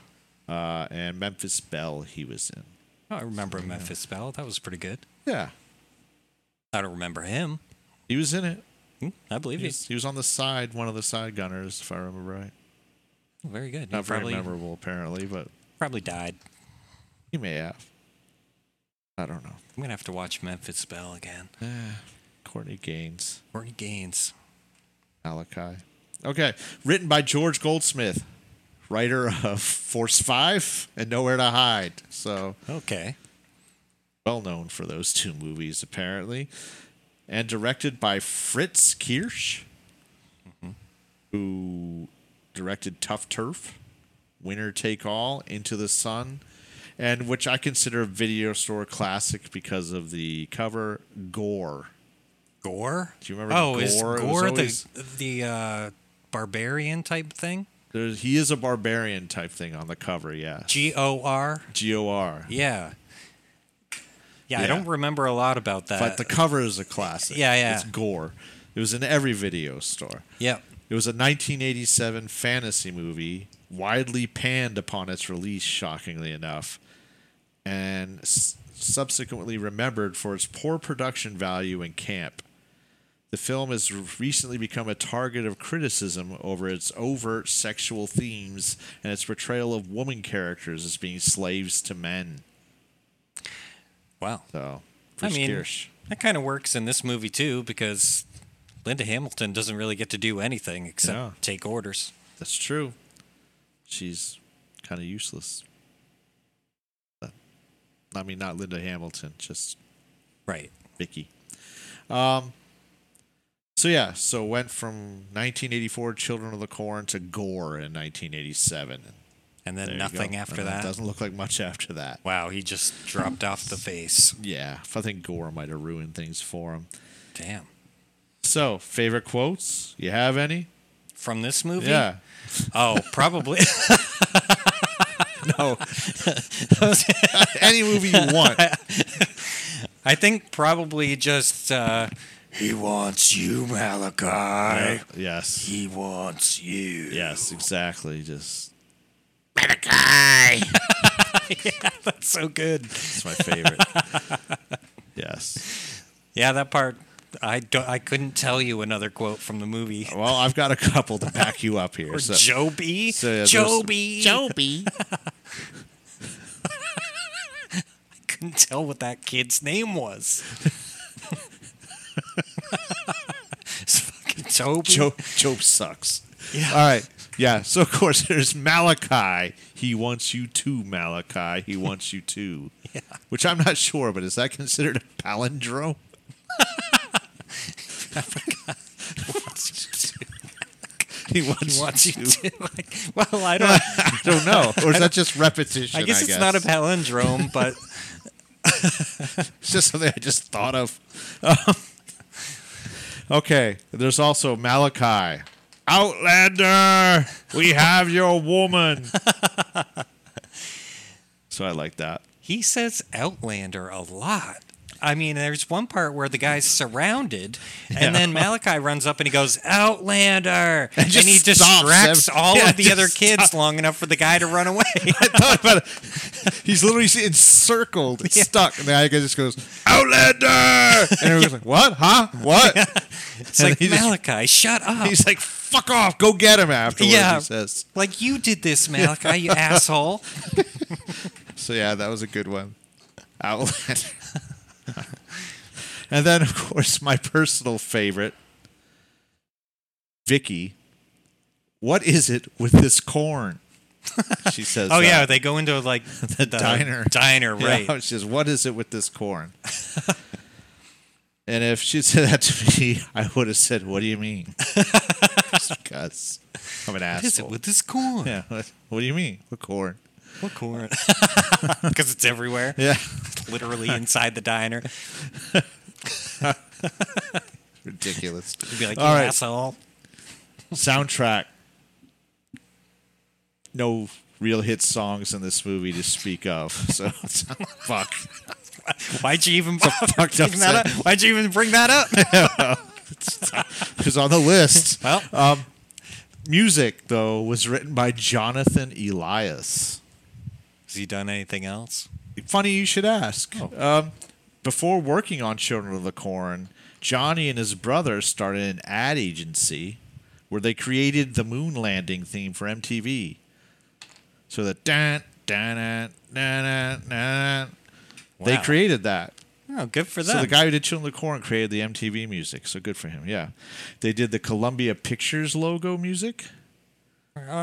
Speaker 4: Uh, and Memphis Belle, he was in.
Speaker 3: Oh, I remember Memphis Bell. That was pretty good.
Speaker 4: Yeah,
Speaker 3: I don't remember him.
Speaker 4: he was in it.
Speaker 3: Hmm, I believe
Speaker 4: He
Speaker 3: you.
Speaker 4: was, he was on the side, one of the side gunners, if I remember right.
Speaker 3: Oh, Very good. He
Speaker 4: Not very
Speaker 3: probably,
Speaker 4: memorable, apparently, but
Speaker 3: probably died.
Speaker 4: he may have. I don't know.
Speaker 3: I'm gonna have to watch Memphis Bell again.
Speaker 4: Courtney Gaines,
Speaker 3: Courtney Gaines.
Speaker 4: Malachi. Okay, written by George Goldsmith, writer of Force Five and Nowhere to Hide. So
Speaker 3: Okay.
Speaker 4: well known for those two movies, apparently, and directed by Fritz Kirsch, who directed Tough Turf, Winner Take All, Into the Sun, and which I consider a video store classic because of the cover gore.
Speaker 3: Gore.
Speaker 4: Do you remember
Speaker 3: Oh,
Speaker 4: Gore?
Speaker 3: is
Speaker 4: It was
Speaker 3: Gore
Speaker 4: always-
Speaker 3: the the uh, barbarian type thing?
Speaker 4: There's, he is a barbarian type thing on the cover, yeah.
Speaker 3: G O R.
Speaker 4: G O R.
Speaker 3: Yeah. Yeah,
Speaker 4: Yeah.
Speaker 3: I don't remember a lot about that.
Speaker 4: But the cover is a classic.
Speaker 3: Yeah, yeah.
Speaker 4: It's gore. It was in every video store.
Speaker 3: yep.
Speaker 4: It was a 1987 fantasy movie, widely panned upon its release, shockingly enough, and s- subsequently remembered for its poor production value in camp. The film has recently become a target of criticism over its overt sexual themes and its portrayal of woman characters as being slaves to men.
Speaker 3: Wow.
Speaker 4: So,
Speaker 3: I mean,
Speaker 4: Kirsch.
Speaker 3: that kind of works in this movie too because Linda Hamilton doesn't really get to do anything except
Speaker 4: Yeah.
Speaker 3: take orders.
Speaker 4: That's true. She's kind of useless. But- I mean, not Linda Hamilton, just
Speaker 3: Right.
Speaker 4: Vicky. Um, so yeah, so went from 1984 Children of the Corn to Gore in 1987.
Speaker 3: And then
Speaker 4: There you
Speaker 3: nothing
Speaker 4: go.
Speaker 3: after
Speaker 4: And it
Speaker 3: that.
Speaker 4: Doesn't look like much after that.
Speaker 3: Wow, he just dropped off the face.
Speaker 4: Yeah, I think Gore might have ruined things for him.
Speaker 3: Damn.
Speaker 4: So, favorite quotes? You have any?
Speaker 3: From this movie?
Speaker 4: Yeah.
Speaker 3: Oh, probably.
Speaker 4: No. any movie you want.
Speaker 3: I think probably just uh, He wants you, Malachi.
Speaker 4: Yes.
Speaker 3: He wants you.
Speaker 4: Yes, exactly. Just
Speaker 3: That's so good.
Speaker 4: it's my favorite. yes.
Speaker 3: Yeah, that part I don't, I couldn't tell you another quote from the movie.
Speaker 4: Well, I've got a couple to back you up here.
Speaker 3: Or
Speaker 4: So.
Speaker 3: Joby.
Speaker 4: so, yeah, there's-
Speaker 3: Joby.
Speaker 6: Joby.
Speaker 3: couldn't tell what that kid's name was. it's fucking Toby.
Speaker 4: Job, Job sucks.
Speaker 3: Yeah.
Speaker 4: All right. Yeah. So of course there's Malachi. He wants you to Malachi. He wants you to. yeah. Which I'm not sure, but is that considered a palindrome? He wants,
Speaker 3: He wants you
Speaker 4: you to.
Speaker 3: to. Like, well, I don't.
Speaker 4: I don't know. Or is that just repetition?
Speaker 3: I guess it's not a palindrome, but
Speaker 4: It's just something I just thought of. Um, okay, there's also Malachi. Outlander, we have your woman. so I like that.
Speaker 3: he says Outlander a lot. I mean, there's one part where the guy's surrounded, and then Malachi runs up and he goes, Outlander! And,
Speaker 4: just
Speaker 3: he
Speaker 4: stops
Speaker 3: distracts
Speaker 4: him.
Speaker 3: all
Speaker 4: Yeah,
Speaker 3: of the
Speaker 4: just
Speaker 3: other kids long enough for the guy to run away.
Speaker 4: I thought about it. He's literally encircled,
Speaker 3: Yeah.
Speaker 4: stuck, and the guy just goes, Outlander! And everyone's like, What? Huh? What?
Speaker 3: It's
Speaker 4: And
Speaker 3: like,
Speaker 4: he just-
Speaker 3: Malachi, shut up.
Speaker 4: He's like, Fuck off, go get him afterwards,
Speaker 3: Yeah.
Speaker 4: he says.
Speaker 3: Like, you did this, Malachi, you asshole.
Speaker 4: So yeah, that was a good one. Outlander. and then of course my personal favorite, Vicky. What is it with this corn? She says.
Speaker 3: Oh yeah,
Speaker 4: that.
Speaker 3: they go into like the,
Speaker 4: diner.
Speaker 3: Diner,
Speaker 4: Yeah, Oh,
Speaker 3: right?
Speaker 4: she says, "What is it with this corn?" and if she said that to me, I would have said, "What do you mean?" Just because I'm an
Speaker 3: What is
Speaker 4: asshole.
Speaker 3: it with this corn?
Speaker 4: yeah. What, what do you mean? What corn?
Speaker 3: What corn? Because it's everywhere,
Speaker 4: Yeah.
Speaker 3: literally inside the diner.
Speaker 4: Ridiculous.
Speaker 3: You'd be like, you
Speaker 4: All right.
Speaker 3: asshole.
Speaker 4: soundtrack. No real hit songs in this movie to speak of. So fuck.
Speaker 3: Why'd you even fuck
Speaker 4: up
Speaker 3: that up? Why'd you even bring that up?
Speaker 4: It was on the list. Um,
Speaker 3: well,
Speaker 4: Music though was written by Jonathan Elias.
Speaker 3: has he done anything else?
Speaker 4: Funny you should ask.
Speaker 3: Oh.
Speaker 4: Um, before working on Children of the Corn, Johnny and his brother started an ad agency where they created the moon landing theme for MTV. So the dan dan dan dan they
Speaker 3: Wow.
Speaker 4: created that.
Speaker 3: Oh, good for them.
Speaker 4: So the guy who did Children of the Corn created the MTV music. So good for him. Yeah, they did the Columbia Pictures logo music. I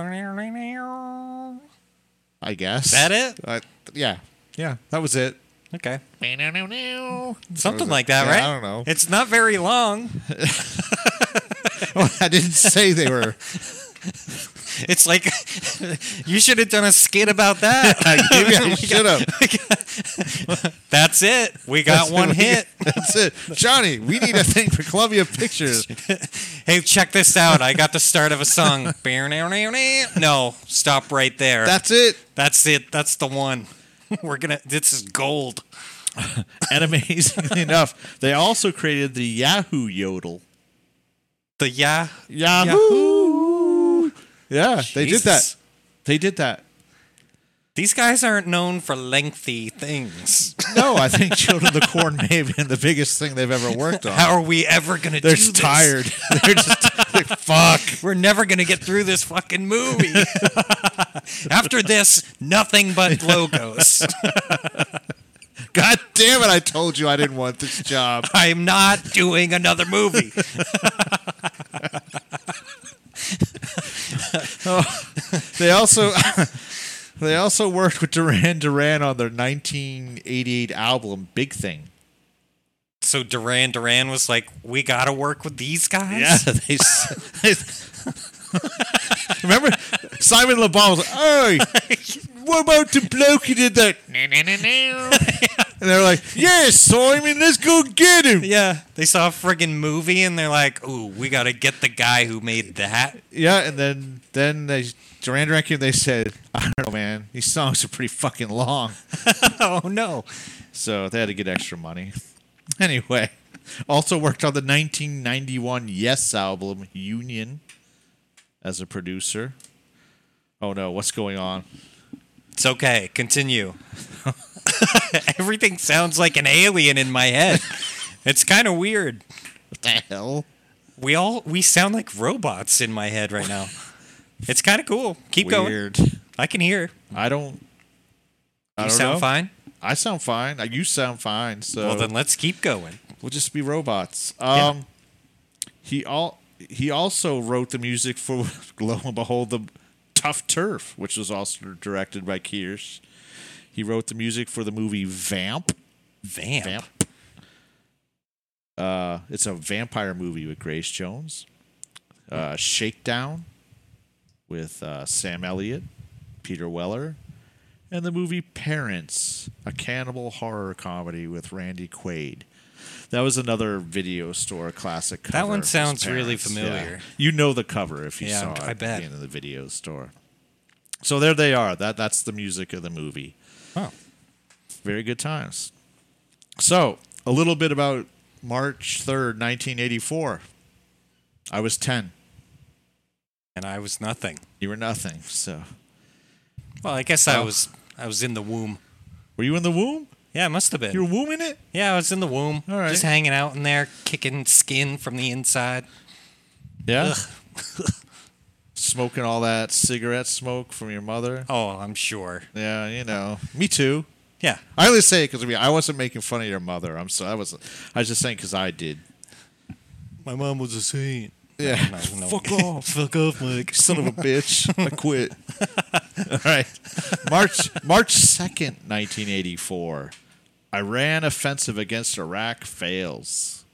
Speaker 4: guess
Speaker 3: That it?
Speaker 4: Uh, yeah, yeah, that was it.
Speaker 3: okay.
Speaker 4: was
Speaker 3: Something
Speaker 4: it?
Speaker 3: like that,
Speaker 4: Yeah,
Speaker 3: right?
Speaker 4: I don't know.
Speaker 3: It's not very long.
Speaker 4: Well, I didn't say they were.
Speaker 3: It's like you should have done a skit about that.
Speaker 4: Maybe I should have.
Speaker 3: That's it. We got one hit.
Speaker 4: That's it, Johnny. We need a thing for Columbia Pictures.
Speaker 3: Hey, check this out. I got the start of a song. no, stop right there.
Speaker 4: That's it.
Speaker 3: That's it. That's the one. We're gonna. This is gold.
Speaker 4: And amazingly enough, they also created the Yahoo Yodel.
Speaker 3: The yeah.
Speaker 4: Yahoo. Yeah, they did that.
Speaker 3: Jesus.
Speaker 4: They did that.
Speaker 3: These guys aren't known for lengthy things.
Speaker 4: No, I think Children of the Corn may have been the biggest thing they've ever worked on.
Speaker 3: How are we ever gonna?
Speaker 4: They're
Speaker 3: do
Speaker 4: just
Speaker 3: this?
Speaker 4: tired. They're just like, fuck.
Speaker 3: We're never gonna get through this fucking movie. After this, nothing but logos.
Speaker 4: God damn it! I told you I didn't want this job.
Speaker 3: I'm not doing another movie.
Speaker 4: They also they also worked with Duran Duran on their 1988 album Big Thing.
Speaker 3: So Duran Duran was like, "We gotta work with these guys."
Speaker 4: they. s- they- Remember, Simon Le Bon was like, "Hey, what about the bloke who did that?" And they're like, "Yeah, Simon, let's go get him."
Speaker 3: Yeah, they saw a friggin' movie and they're like, "Ooh, we gotta get the guy who made that."
Speaker 4: Yeah, and then then they Duran Duran came. They said, "I don't know, man. These songs are pretty fucking long."
Speaker 3: Oh no!
Speaker 4: So they had to get extra money. Anyway, also worked on the 1991 Yes album Union as a producer. Oh no, what's going on?
Speaker 3: It's okay. Continue. Everything sounds like an alien in my head. It's kind of weird.
Speaker 4: What the hell?
Speaker 3: We all we sound like robots in my head right now. It's kind of cool. Keep going.
Speaker 4: Weird.
Speaker 3: I can hear.
Speaker 4: I don't. I
Speaker 3: You
Speaker 4: don't
Speaker 3: sound
Speaker 4: know. Uh,
Speaker 3: fine.
Speaker 4: I sound fine. Uh, You sound fine. So
Speaker 3: Well, then let's keep going.
Speaker 4: we'll just be robots. Um, he all he also wrote the music for lo and behold the Tough Turf, which was also directed by Kears. He wrote the music for the movie Vamp.
Speaker 3: Vamp.
Speaker 4: Vamp. Uh, it's a vampire movie with Grace Jones. Uh, Shakedown with uh, Sam Elliott, Peter Weller, and the movie Parents, a cannibal horror comedy with Randy Quaid. That was another video store classic. Cover
Speaker 3: one
Speaker 4: of his
Speaker 3: sounds really
Speaker 4: Parents,
Speaker 3: familiar.
Speaker 4: You know the cover if you
Speaker 3: Yeah,
Speaker 4: saw
Speaker 3: I
Speaker 4: it
Speaker 3: bet.
Speaker 4: in the video store. So there they are. That that's the music of the movie
Speaker 3: Oh,
Speaker 4: very good times. So, a little bit about March 3rd, 1984. I was 10.
Speaker 3: and I was nothing.
Speaker 4: You were nothing. So,
Speaker 3: Well, I guess I
Speaker 4: Oh.
Speaker 3: was I was in the womb.
Speaker 4: were you in the womb?
Speaker 3: Yeah, it must have been.
Speaker 4: You were wombing it?
Speaker 3: Yeah, I was in the womb.
Speaker 4: All right.
Speaker 3: Just hanging out in there, kicking skin from the inside.
Speaker 4: Yeah. Smoking all that cigarette smoke from your mother.
Speaker 3: Oh, I'm sure.
Speaker 4: Yeah, you know. Me too.
Speaker 3: Yeah.
Speaker 4: I only say it because I, mean, I wasn't making fun of your mother. I'm so I was I was just saying because I did.
Speaker 3: My mom was a saint.
Speaker 4: Yeah.
Speaker 3: No, no.
Speaker 4: Fuck off.
Speaker 3: Fuck off, Mike.
Speaker 4: son of a bitch. I quit. All right. March March 2nd, 1984. Iran offensive against Iraq fails.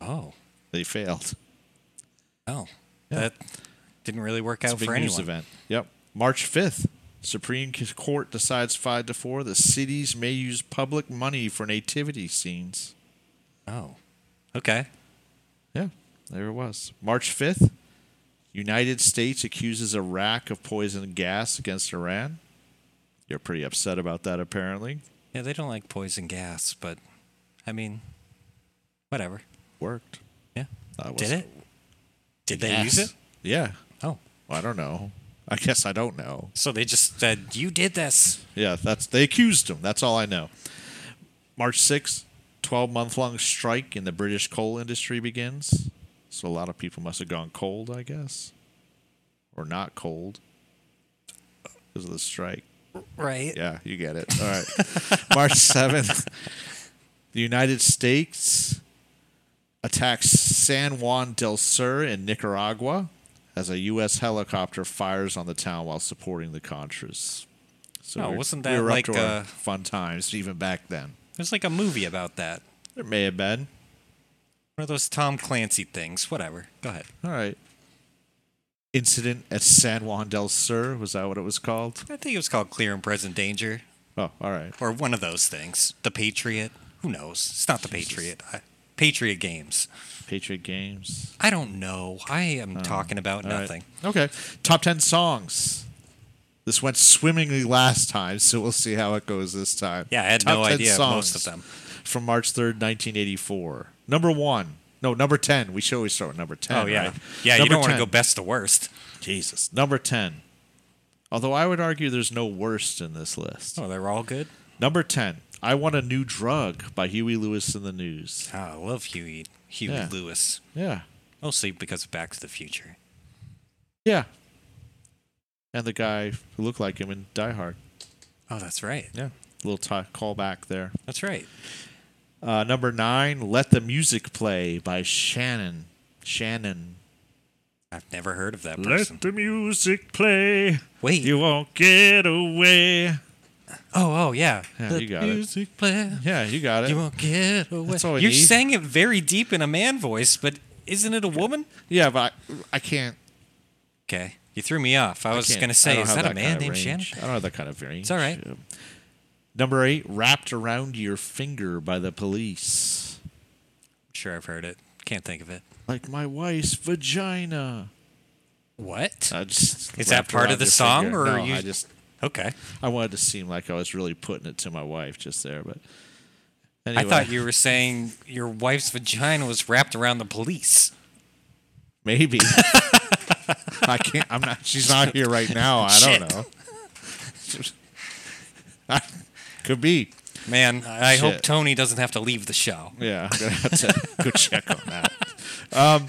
Speaker 3: Oh.
Speaker 4: They failed.
Speaker 3: Oh. That didn't really work
Speaker 4: It's a
Speaker 3: out
Speaker 4: big
Speaker 3: for
Speaker 4: news
Speaker 3: anyone.
Speaker 4: event. Yep. March 5th. Supreme Court decides 5 to 4 the cities may use public money for nativity scenes.
Speaker 3: Oh. Okay.
Speaker 4: Yeah, there it was. March 5th. United States accuses Iraq of poison gas against Iran. You're pretty upset about that, apparently.
Speaker 3: Yeah, they don't like poison gas, but I mean, whatever.
Speaker 4: Worked.
Speaker 3: Yeah.
Speaker 4: That
Speaker 3: Did it? Did they
Speaker 6: gas?
Speaker 3: use it?
Speaker 4: Yeah.
Speaker 3: Oh,
Speaker 4: I don't know. I guess I don't know.
Speaker 3: so they just said you did this.
Speaker 4: Yeah, that's they accused him. That's all I know. March 6th, 12 month long strike in the British coal industry begins. So a lot of people must have gone cold, I guess. Or not cold because of the strike.
Speaker 3: Right.
Speaker 4: Yeah, you get it. All right. March 7th, the United States attacks San Juan del Sur in Nicaragua as a U.S. helicopter fires on the town while supporting the Contras. So
Speaker 3: Oh,
Speaker 4: we're-
Speaker 3: wasn't
Speaker 4: we
Speaker 3: that
Speaker 4: were
Speaker 3: like,
Speaker 4: up to our
Speaker 3: uh,
Speaker 4: fun times even back then?
Speaker 3: There's like a movie about that.
Speaker 4: There may have been.
Speaker 3: One of those Tom Clancy things. Whatever. Go ahead.
Speaker 4: All right. Incident at San Juan del Sur was that what it was called?
Speaker 3: I think it was called Clear and Present Danger
Speaker 4: Oh, all right.
Speaker 3: or one of those things. The Patriot. Who knows? It's not the Patriot. I, Patriot Games.
Speaker 4: Patriot Games.
Speaker 3: I don't know. I am talking about
Speaker 4: All right.
Speaker 3: nothing.
Speaker 4: Okay. Top 10 songs. This went swimmingly last time, so we'll see how it goes this time.
Speaker 3: Yeah, I had
Speaker 4: Top
Speaker 3: no
Speaker 4: 10
Speaker 3: idea most of
Speaker 4: songs
Speaker 3: them.
Speaker 4: From March 3rd, 1984. Number one. No, number 10. We should always start with number 10.
Speaker 3: oh yeah,
Speaker 4: right?
Speaker 3: yeah. you
Speaker 4: Number
Speaker 3: don't want to
Speaker 4: 10.
Speaker 3: go best to worst.
Speaker 4: Jesus. Number 10. Although I would argue there's no worst in this list.
Speaker 3: Oh, they were all good.
Speaker 4: Number 10. I Want a New Drug by Huey Lewis in the News.
Speaker 3: Oh, I love Huey Huey
Speaker 4: Yeah.
Speaker 3: Lewis
Speaker 4: Yeah.
Speaker 3: mostly because of Back to the Future.
Speaker 4: Yeah. And the guy who looked like him in Die Hard.
Speaker 3: Oh, that's right.
Speaker 4: Yeah. Little t- callback there.
Speaker 3: That's right.
Speaker 4: Uh, number nine, "Let the Music Play" by Shannon. Shannon.
Speaker 3: I've never heard of that person.
Speaker 4: the music play.
Speaker 3: Wait.
Speaker 4: won't get away.
Speaker 3: oh, oh yeah.
Speaker 4: Yeah,
Speaker 3: Let
Speaker 4: you got it.
Speaker 3: music play.
Speaker 4: Yeah, you got it.
Speaker 3: You won't get away.
Speaker 4: That's all we
Speaker 3: You're
Speaker 4: need.
Speaker 3: saying it very deep in a man voice, but isn't it a woman?
Speaker 4: yeah, but I, I can't.
Speaker 3: Okay, you threw me off. I was
Speaker 4: can't-
Speaker 3: going to
Speaker 4: I
Speaker 3: say,
Speaker 4: don't
Speaker 3: is
Speaker 4: have
Speaker 3: that, a
Speaker 4: kind
Speaker 3: man
Speaker 4: of
Speaker 3: named
Speaker 4: range.
Speaker 3: Shannon?
Speaker 4: I don't have that kind of range.
Speaker 3: all right.
Speaker 4: Um, Number eight, "Wrapped Around Your Finger" by the Police.
Speaker 3: Sure, I've heard it. Can't think of it.
Speaker 4: Like my wife's vagina.
Speaker 3: What?
Speaker 4: I just
Speaker 3: Is that
Speaker 4: wrapped
Speaker 3: part of
Speaker 4: around
Speaker 3: the
Speaker 4: your
Speaker 3: song,
Speaker 4: finger.
Speaker 3: or
Speaker 4: No,
Speaker 3: are you-
Speaker 4: I just
Speaker 3: Okay.
Speaker 4: I wanted to seem like I was really putting it to my wife just there, but
Speaker 3: I
Speaker 4: anyway.
Speaker 3: thought you were saying your wife's vagina was wrapped around the police.
Speaker 4: Maybe. I can't. I'm not. She's not here right now. I
Speaker 3: Shit.
Speaker 4: don't know. Could be.
Speaker 3: Man, I I hope
Speaker 4: Ah, Shit.
Speaker 3: Tony doesn't have to leave the show.
Speaker 4: Yeah, I'm gonna have to go check on that. Um,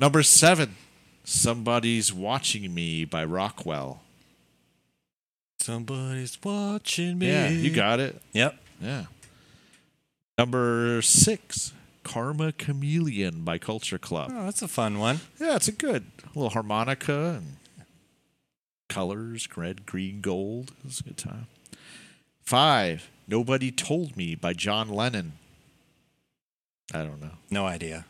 Speaker 4: number seven, "Somebody's Watching Me" by Rockwell.
Speaker 3: Somebody's watching me.
Speaker 4: Yeah, you got it.
Speaker 3: Yep.
Speaker 4: Yeah. Number six, "Karma Chameleon" by Culture Club.
Speaker 3: Oh, that's a fun one.
Speaker 4: Yeah, it's a good little harmonica and colors, red, green, gold. It was a good time. Five, Nobody Told Me by John Lennon. I don't know.
Speaker 3: No idea.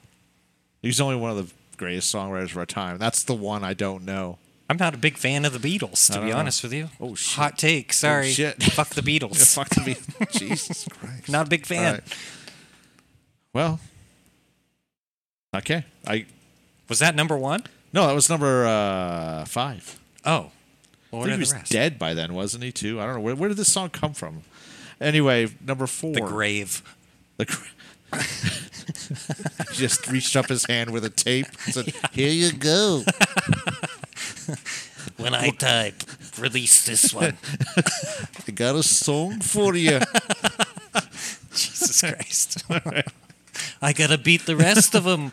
Speaker 4: He's only one of the greatest songwriters of our time. That's the one I don't know.
Speaker 3: I'm not a big fan of the Beatles, to
Speaker 4: I don't
Speaker 3: be
Speaker 4: know.
Speaker 3: honest with you.
Speaker 4: Oh, shit.
Speaker 3: Hot take. Sorry.
Speaker 4: shit.
Speaker 3: Fuck the Beatles.
Speaker 4: Yeah, fuck me. Jesus Christ.
Speaker 3: Not a big fan.
Speaker 4: All right. Well, okay. I
Speaker 3: Was that number one?
Speaker 4: no, that was number uh, five.
Speaker 3: Oh. Well, what
Speaker 4: I think
Speaker 3: are
Speaker 4: he was
Speaker 3: the rest?
Speaker 4: dead by then, wasn't he? Too. I don't know. Where, where did this song come from? Anyway, number four.
Speaker 3: The grave.
Speaker 4: The cr- just reached up his hand with a tape. and Said, "Here you go."
Speaker 3: When I type, release this one.
Speaker 4: I got a song for you.
Speaker 3: Jesus Christ. I gotta beat the rest of them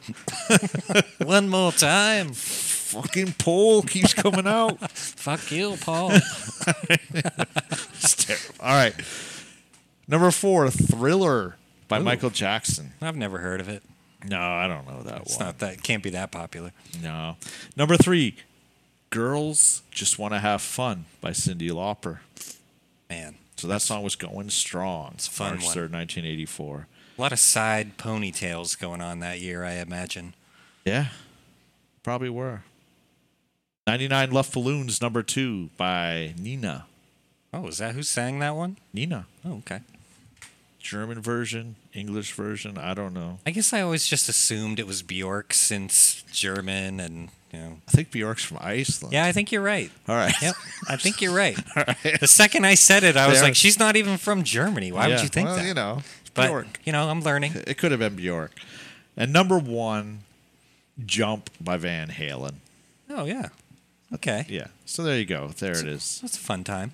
Speaker 3: one more time.
Speaker 4: Fucking Paul keeps coming out.
Speaker 3: Fuck you, Paul.
Speaker 4: It's terrible. All right. Number four, Thriller by Michael Jackson.
Speaker 3: I've never heard of it.
Speaker 4: No, I don't know that
Speaker 3: It's
Speaker 4: one.
Speaker 3: not that. Can't be that popular.
Speaker 4: No. Number three, Girls Just Want to Have Fun by Cindy Lauper.
Speaker 3: Man,
Speaker 4: So that song was going strong.
Speaker 3: a fun
Speaker 4: March
Speaker 3: one.
Speaker 4: 3rd, 1984.
Speaker 3: a lot of side ponytails going on that year, I imagine.
Speaker 4: Yeah, probably were. 99 Left Balloons, number two by Nina.
Speaker 3: Oh, is that who sang that one?
Speaker 4: Nina.
Speaker 3: Oh, okay.
Speaker 4: German version, English version, I don't know.
Speaker 3: I guess I always just assumed it was Bjork since German and know.
Speaker 4: I think Bjork's from Iceland.
Speaker 3: Yeah, I think you're right.
Speaker 4: All right.
Speaker 3: Yep, I think you're right. The second I said it, I was
Speaker 4: There.
Speaker 3: like, she's not even from Germany. Why
Speaker 4: Yeah.
Speaker 3: would you think
Speaker 4: well,
Speaker 3: that?
Speaker 4: You know,
Speaker 3: but,
Speaker 4: Bjork.
Speaker 3: you know, I'm learning.
Speaker 4: It could have been Bjork. And number one, Jump by Van Halen.
Speaker 3: Oh, yeah. Okay.
Speaker 4: Yeah. So there you go. There it is.
Speaker 3: That's a fun time.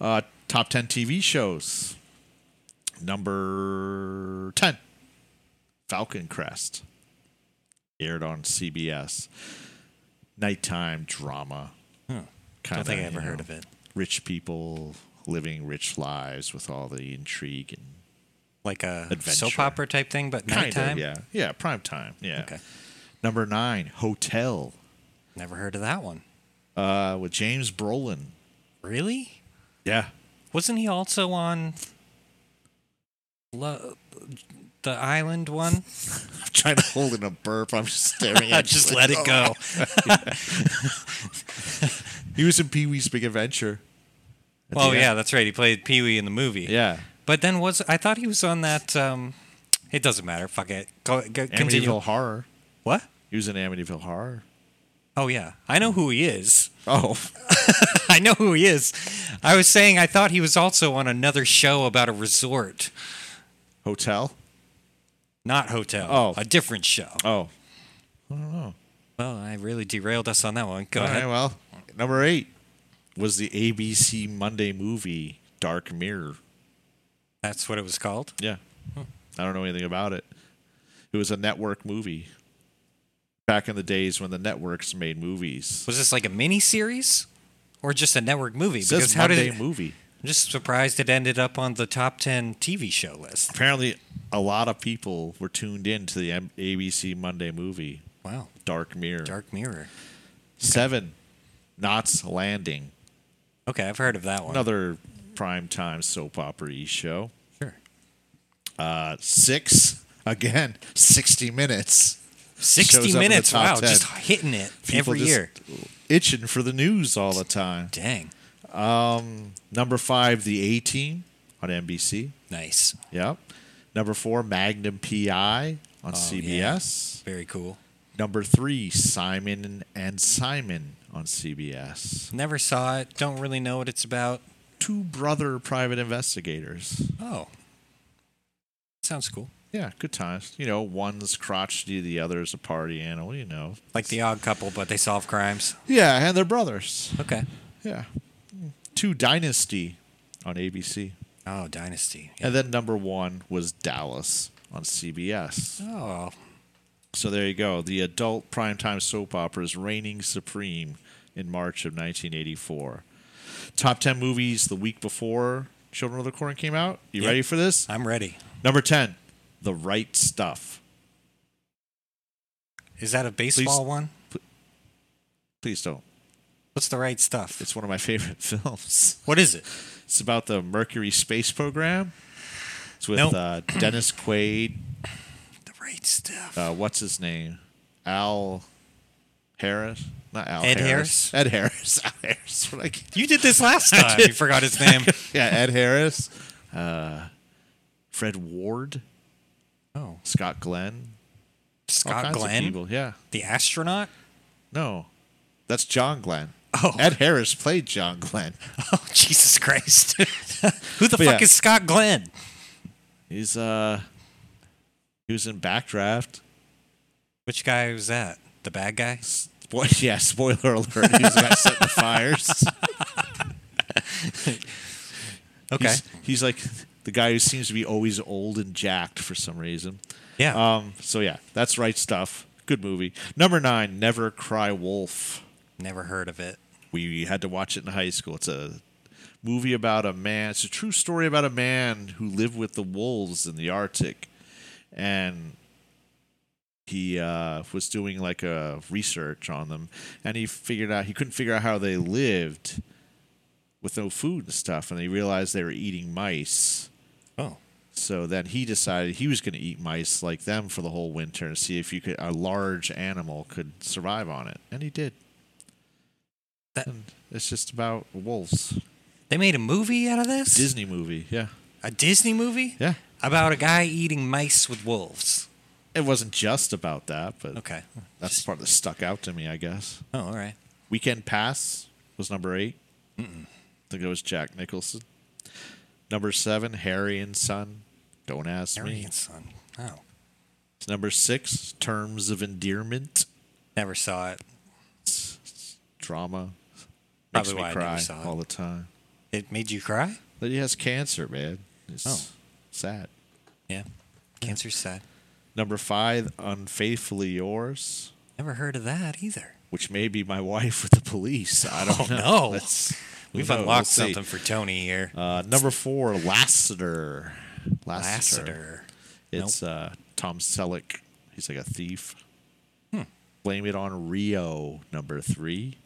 Speaker 4: Uh, top 10 TV shows. Number 10, Falcon Crest. Aired on CBS. Nighttime drama.
Speaker 3: I
Speaker 4: Kinda,
Speaker 3: don't think I
Speaker 4: you
Speaker 3: ever heard
Speaker 4: know,
Speaker 3: of it.
Speaker 4: Rich people living rich lives with all the intrigue and
Speaker 3: Like a soap
Speaker 4: Adventure.
Speaker 3: opera type thing, but
Speaker 4: Kinda,
Speaker 3: nighttime?
Speaker 4: yeah. Yeah, prime time. Yeah.
Speaker 3: Okay.
Speaker 4: Number nine, Hotel,
Speaker 3: Never heard of that one.
Speaker 4: uh, with James Brolin.
Speaker 3: Really?
Speaker 4: Yeah.
Speaker 3: Wasn't he also on Lo- the island one?
Speaker 4: I'm trying to hold in a burp. I'm just staring at
Speaker 3: Just
Speaker 4: you.
Speaker 3: let it go.
Speaker 4: He was in Pee Wee's Big Adventure. At
Speaker 3: Oh,
Speaker 4: the
Speaker 3: yeah,
Speaker 4: end.
Speaker 3: that's right. He played Pee Wee in the movie.
Speaker 4: Yeah.
Speaker 3: But then was I thought he was on that? Um, it doesn't matter. Fuck it. Go, go continue.
Speaker 4: Amityville Horror.
Speaker 3: What?
Speaker 4: He was in Amityville Horror.
Speaker 3: Oh yeah, I know who he is.
Speaker 4: Oh.
Speaker 3: I know who he is. I was saying I thought he was also on another show about a resort,
Speaker 4: Hotel?
Speaker 3: not hotel.
Speaker 4: Oh.
Speaker 3: a different show.
Speaker 4: Oh.
Speaker 3: Well, I really derailed us on that one. Go
Speaker 4: All
Speaker 3: ahead.
Speaker 4: right, well, number eight was the ABC Monday movie, Dark Mirror.
Speaker 3: That's what it was called.
Speaker 4: Yeah. I don't know anything about it. It was a network movie. Back in the days when the networks made movies.
Speaker 3: Was this like a mini series, or just a network movie?
Speaker 4: It says
Speaker 3: how did
Speaker 4: Monday
Speaker 3: it,
Speaker 4: movie.
Speaker 3: I'm just surprised it ended up on the top ten TV show list.
Speaker 4: Apparently, a lot of people were tuned in to the M- ABC Monday movie,
Speaker 3: Wow,
Speaker 4: Dark Mirror.
Speaker 3: Dark Mirror.
Speaker 4: Seven, Knots Landing.
Speaker 3: Okay, I've heard of that one.
Speaker 4: Another primetime soap opera show.
Speaker 3: Sure.
Speaker 4: Uh, six, again, 60 Minutes. shows up in
Speaker 3: 60
Speaker 4: the
Speaker 3: minutes.
Speaker 4: top
Speaker 3: Wow,
Speaker 4: 10.
Speaker 3: just hitting it
Speaker 4: People
Speaker 3: every
Speaker 4: just
Speaker 3: year.
Speaker 4: Itching for the news all the time.
Speaker 3: Dang.
Speaker 4: Number five, The A Team on NBC.
Speaker 3: Nice.
Speaker 4: Yep. Number four, Magnum PI
Speaker 3: Oh,
Speaker 4: on
Speaker 3: yeah.
Speaker 4: CBS.
Speaker 3: Very cool.
Speaker 4: Number three, Simon and Simon on CBS.
Speaker 3: Never saw it. Don't really know what it's about.
Speaker 4: Two brother private investigators.
Speaker 3: Oh. Sounds cool.
Speaker 4: Yeah, good times. You know, one's crotchety, the other's a party animal, you know.
Speaker 3: Like the odd couple, but they solve crimes.
Speaker 4: Yeah, and they're brothers.
Speaker 3: Okay.
Speaker 4: Yeah. Two Dynasty on ABC.
Speaker 3: Oh, Dynasty.
Speaker 4: And then number one was Dallas on CBS.
Speaker 3: Oh,
Speaker 4: So there you go. The adult primetime soap operas reigning supreme in March of 1984. Top 10 movies the week before Children of the Corn came out. You
Speaker 3: Yep.
Speaker 4: ready for this?
Speaker 3: I'm ready.
Speaker 4: Number 10, The Right Stuff.
Speaker 3: Is that a baseball one?
Speaker 4: Please don't.
Speaker 3: What's the right stuff?
Speaker 4: It's one of my favorite films.
Speaker 3: what is it?
Speaker 4: It's about the Mercury space program. It's with
Speaker 3: Nope.
Speaker 4: uh, Dennis Quaid.
Speaker 3: The right stuff.
Speaker 4: Uh, what's his name? Al Harris? Not Al
Speaker 3: Ed
Speaker 4: Harris.
Speaker 3: Harris?
Speaker 4: Ed Harris. Al Harris. What I can't-
Speaker 3: you did this last time. you forgot his name.
Speaker 4: yeah, Ed Harris, uh, Fred Ward,
Speaker 3: Oh,
Speaker 4: Scott Glenn, all
Speaker 3: Scott
Speaker 4: kinds of
Speaker 3: Glenn,
Speaker 4: people. Yeah,
Speaker 3: the astronaut.
Speaker 4: no, that's John Glenn.
Speaker 3: Oh.
Speaker 4: Ed Harris played John Glenn.
Speaker 3: Oh, Jesus Christ. Who the
Speaker 4: But
Speaker 3: fuck
Speaker 4: yeah.
Speaker 3: is Scott Glenn?
Speaker 4: He's uh, he was in Backdraft.
Speaker 3: Which guy was that? The bad guy?
Speaker 4: Boy, yeah, spoiler alert. He's the guy setting the fires.
Speaker 3: Okay.
Speaker 4: He's, he's like the guy who seems to be always old and jacked for some reason.
Speaker 3: yeah.
Speaker 4: Um, so yeah, that's right stuff. Good movie. Number nine, Never Cry Wolf.
Speaker 3: Never heard of it.
Speaker 4: We had to watch it in high school. It's a movie about a man. It's a true story about a man who lived with the wolves in the Arctic, and he uh, was doing like a research on them, and he figured out he couldn't figure out how they lived with no food and stuff, and he realized they were eating mice.
Speaker 3: Oh.
Speaker 4: So then he decided he was going to eat mice like them for the whole winter and see if you could a large animal could survive on it, and he did.
Speaker 3: That-
Speaker 4: and it's just about wolves.
Speaker 3: They made a movie out of this?
Speaker 4: Disney movie, yeah,
Speaker 3: a Disney movie?
Speaker 4: yeah,
Speaker 3: About a guy eating mice with wolves.
Speaker 4: It wasn't just about that, but
Speaker 3: Okay.
Speaker 4: that's the part that stuck out to me, I guess.
Speaker 3: Oh, all right.
Speaker 4: Weekend Pass was number 8 I think it was Jack Nicholson. Number seven, Harry and Son. Don't ask me.
Speaker 3: Marion Son. Oh,
Speaker 4: Number six, Terms of Endearment.
Speaker 3: never saw it.
Speaker 4: Drama. Makes
Speaker 3: Probably
Speaker 4: me
Speaker 3: why I never
Speaker 4: cry
Speaker 3: saw it.
Speaker 4: all the time.
Speaker 3: It made you cry?
Speaker 4: But he has cancer, man. It's
Speaker 3: Oh.
Speaker 4: sad.
Speaker 3: Yeah. Cancer's sad.
Speaker 4: Number five, Unfaithfully Yours,
Speaker 3: Never heard of that either.
Speaker 4: which may be my wife with the police. I don't
Speaker 3: Oh,
Speaker 4: know.
Speaker 3: no.
Speaker 4: That's- who
Speaker 3: We've
Speaker 4: knows?
Speaker 3: unlocked
Speaker 4: We'll see.
Speaker 3: something for Tony here.
Speaker 4: Uh, number four, Lassiter.
Speaker 3: Lassiter.
Speaker 4: It's uh, Tom Selleck. He's like a thief.
Speaker 3: Hmm.
Speaker 4: Blame It on Rio, number three.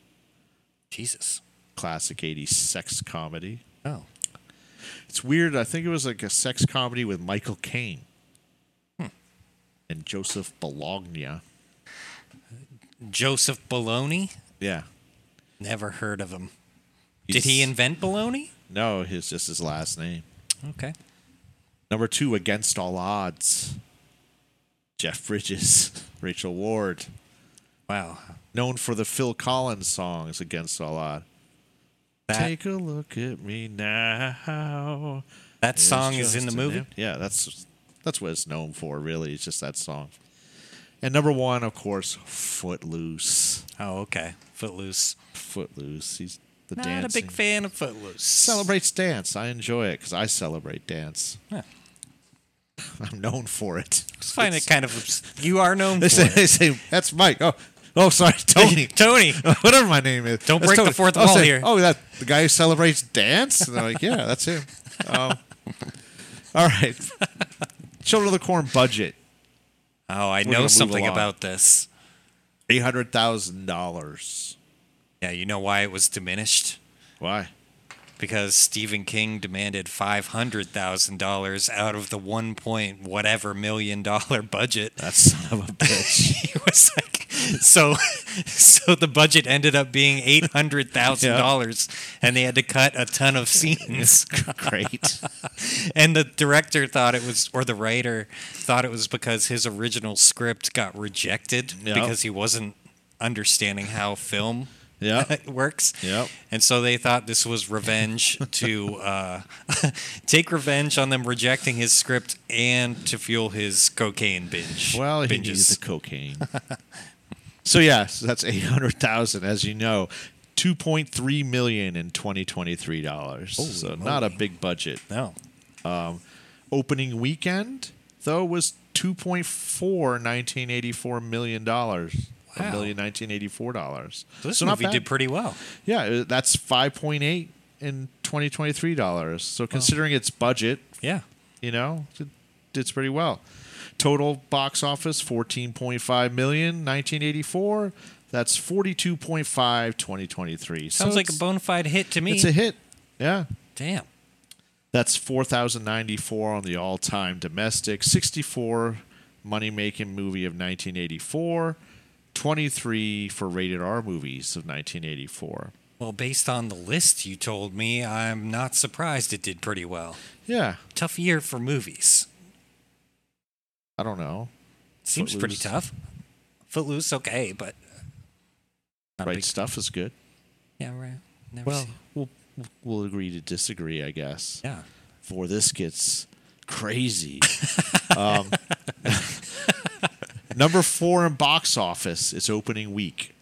Speaker 3: Jesus.
Speaker 4: Classic 80s sex comedy.
Speaker 3: Oh.
Speaker 4: It's weird. I think it was like a sex comedy with Michael Caine
Speaker 3: Hmm.
Speaker 4: and Joseph Bologna.
Speaker 3: Joseph Baloney?
Speaker 4: Yeah.
Speaker 3: Never heard of him.
Speaker 4: He's-
Speaker 3: Did he invent baloney?
Speaker 4: No, his just his last name.
Speaker 3: Okay.
Speaker 4: Number two, Against All Odds. Jeff Bridges, Rachel Ward,
Speaker 3: Wow.
Speaker 4: known for the Phil Collins songs Against All Odds.
Speaker 3: That
Speaker 4: Take a look at me now.
Speaker 3: that
Speaker 4: It's
Speaker 3: song is in
Speaker 4: just
Speaker 3: the
Speaker 4: an
Speaker 3: movie.
Speaker 4: imp- Yeah, that's that's what it's known for. Really, it's just that song. And number one, of course, Footloose.
Speaker 3: Oh, okay. Footloose.
Speaker 4: Footloose. He's the
Speaker 3: Not
Speaker 4: dancing.
Speaker 3: a big fan of Footloose.
Speaker 4: Celebrates dance. I enjoy it because I celebrate dance.
Speaker 3: Yeah.
Speaker 4: I'm known for it.
Speaker 3: Just find it kind of. You are known
Speaker 4: They
Speaker 3: for
Speaker 4: say, they
Speaker 3: it.
Speaker 4: say that's Mike. Oh, oh, sorry, Tony.
Speaker 3: Tony.
Speaker 4: Whatever my name is.
Speaker 3: Don't
Speaker 4: That's
Speaker 3: break the
Speaker 4: Tony.
Speaker 3: fourth
Speaker 4: I'll
Speaker 3: wall
Speaker 4: say,
Speaker 3: here.
Speaker 4: Oh, that the guy who celebrates dance. And they're like, yeah, that's him. Um, all right. Children of the Corn budget
Speaker 3: Oh, I
Speaker 4: gonna
Speaker 3: know
Speaker 4: move
Speaker 3: something
Speaker 4: along.
Speaker 3: about this.
Speaker 4: eight hundred thousand dollars.
Speaker 3: Yeah, you know why it was diminished?
Speaker 4: Why?
Speaker 3: Because Stephen King demanded five hundred thousand dollars out of the one point whatever million dollar budget.
Speaker 4: That son of a bitch.
Speaker 3: He was like, so, so the budget ended up being eight hundred thousand dollars, and they had to cut a ton of scenes.
Speaker 4: Great.
Speaker 3: and the director thought it was or the writer thought it was because his original script got rejected
Speaker 4: Yeah.
Speaker 3: because he wasn't understanding how film
Speaker 4: Yeah.
Speaker 3: works
Speaker 4: Yep.
Speaker 3: and so they thought this was revenge to uh, take revenge on them rejecting his script and to fuel his cocaine binge
Speaker 4: Well, he needs
Speaker 3: binges
Speaker 4: the cocaine. so yeah, so that's eight hundred thousand, as you know. Two point three million in twenty twenty three dollars. So not a big budget.
Speaker 3: no
Speaker 4: Opening weekend though was two point four nineteen eighty four million dollars.
Speaker 3: Wow.
Speaker 4: A million nineteen eighty four dollars.
Speaker 3: so this
Speaker 4: so not
Speaker 3: movie
Speaker 4: bad.
Speaker 3: did pretty well
Speaker 4: Yeah, uh, that's five point eight in twenty twenty three dollars. So considering its budget,
Speaker 3: yeah
Speaker 4: you know, it did pretty well. Total box office 14.5 million 1984. That's 42.5 2023. So
Speaker 3: sounds like a
Speaker 4: it's-
Speaker 3: bona fide hit to me
Speaker 4: It's a hit. Yeah.
Speaker 3: damn
Speaker 4: That's 4,094 on the all time domestic, 64 money making movie of 1984, 23 for rated R movies of 1984.
Speaker 3: well based on the list you told me i'm not surprised it did pretty well
Speaker 4: Yeah.
Speaker 3: tough year for movies
Speaker 4: I don't know.
Speaker 3: Seems pretty
Speaker 4: Footloose.
Speaker 3: tough. Footloose, okay, but not a
Speaker 4: right
Speaker 3: big-
Speaker 4: stuff is good.
Speaker 3: yeah, right. Never
Speaker 4: Well,
Speaker 3: seen-
Speaker 4: we'll we'll agree to disagree, I guess.
Speaker 3: yeah.
Speaker 4: Before this gets crazy. um, number four in box office. It's opening week,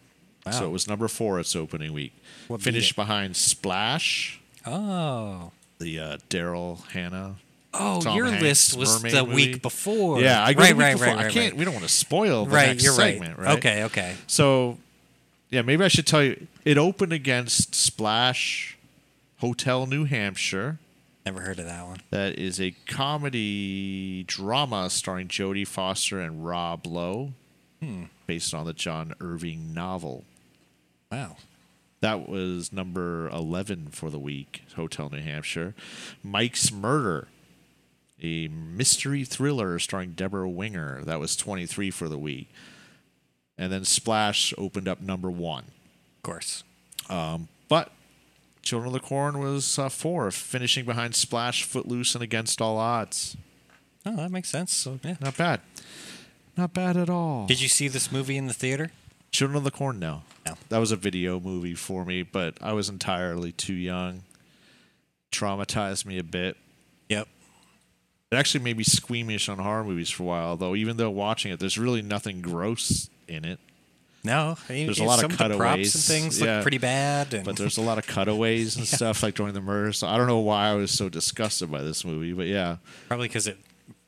Speaker 4: so
Speaker 3: Wow.
Speaker 4: it was number four. Its opening week.
Speaker 3: What beat
Speaker 4: Finished
Speaker 3: it?
Speaker 4: behind Splash,
Speaker 3: Oh,
Speaker 4: the uh, Daryl Hannah.
Speaker 3: oh,
Speaker 4: Tom
Speaker 3: your
Speaker 4: Hanks
Speaker 3: list was
Speaker 4: mermaid
Speaker 3: the
Speaker 4: movie.
Speaker 3: week before.
Speaker 4: Yeah, I go
Speaker 3: right,
Speaker 4: the week
Speaker 3: right,
Speaker 4: before.
Speaker 3: right, right,
Speaker 4: I can't. We don't want to spoil the
Speaker 3: Right,
Speaker 4: next
Speaker 3: you're
Speaker 4: segment,
Speaker 3: right.
Speaker 4: right?
Speaker 3: Okay, okay.
Speaker 4: So, yeah, maybe I should tell you. It opened against Splash Hotel New Hampshire.
Speaker 3: Never heard of that one.
Speaker 4: That is a comedy drama starring Jodie Foster and Rob Lowe, hmm, based on the John Irving novel.
Speaker 3: Wow.
Speaker 4: That was number 11 for the week, Hotel New Hampshire. Mike's Murder, a mystery thriller starring Deborah Winger. That was 23 for the week. And then Splash opened up number one.
Speaker 3: Of course.
Speaker 4: But Children of the Corn was uh, four, finishing behind Splash, Footloose, and Against All Odds.
Speaker 3: Oh, that makes sense. So yeah.
Speaker 4: Not bad. Not bad at all.
Speaker 3: Did you see this movie in the theater?
Speaker 4: Children of the Corn? No.
Speaker 3: No.
Speaker 4: That was a video movie for me, but I was entirely too young. Traumatized me a bit.
Speaker 3: Yep.
Speaker 4: It actually made me squeamish on horror movies for a while, though, even though watching it, there's really nothing gross in it.
Speaker 3: No, I mean,
Speaker 4: There's a lot of
Speaker 3: some the props
Speaker 4: cutaways,
Speaker 3: and things
Speaker 4: yeah.
Speaker 3: look pretty bad. And
Speaker 4: But there's a lot of cutaways and stuff like during the murder. So I don't know why I was so disgusted by this movie, but yeah.
Speaker 3: Probably because it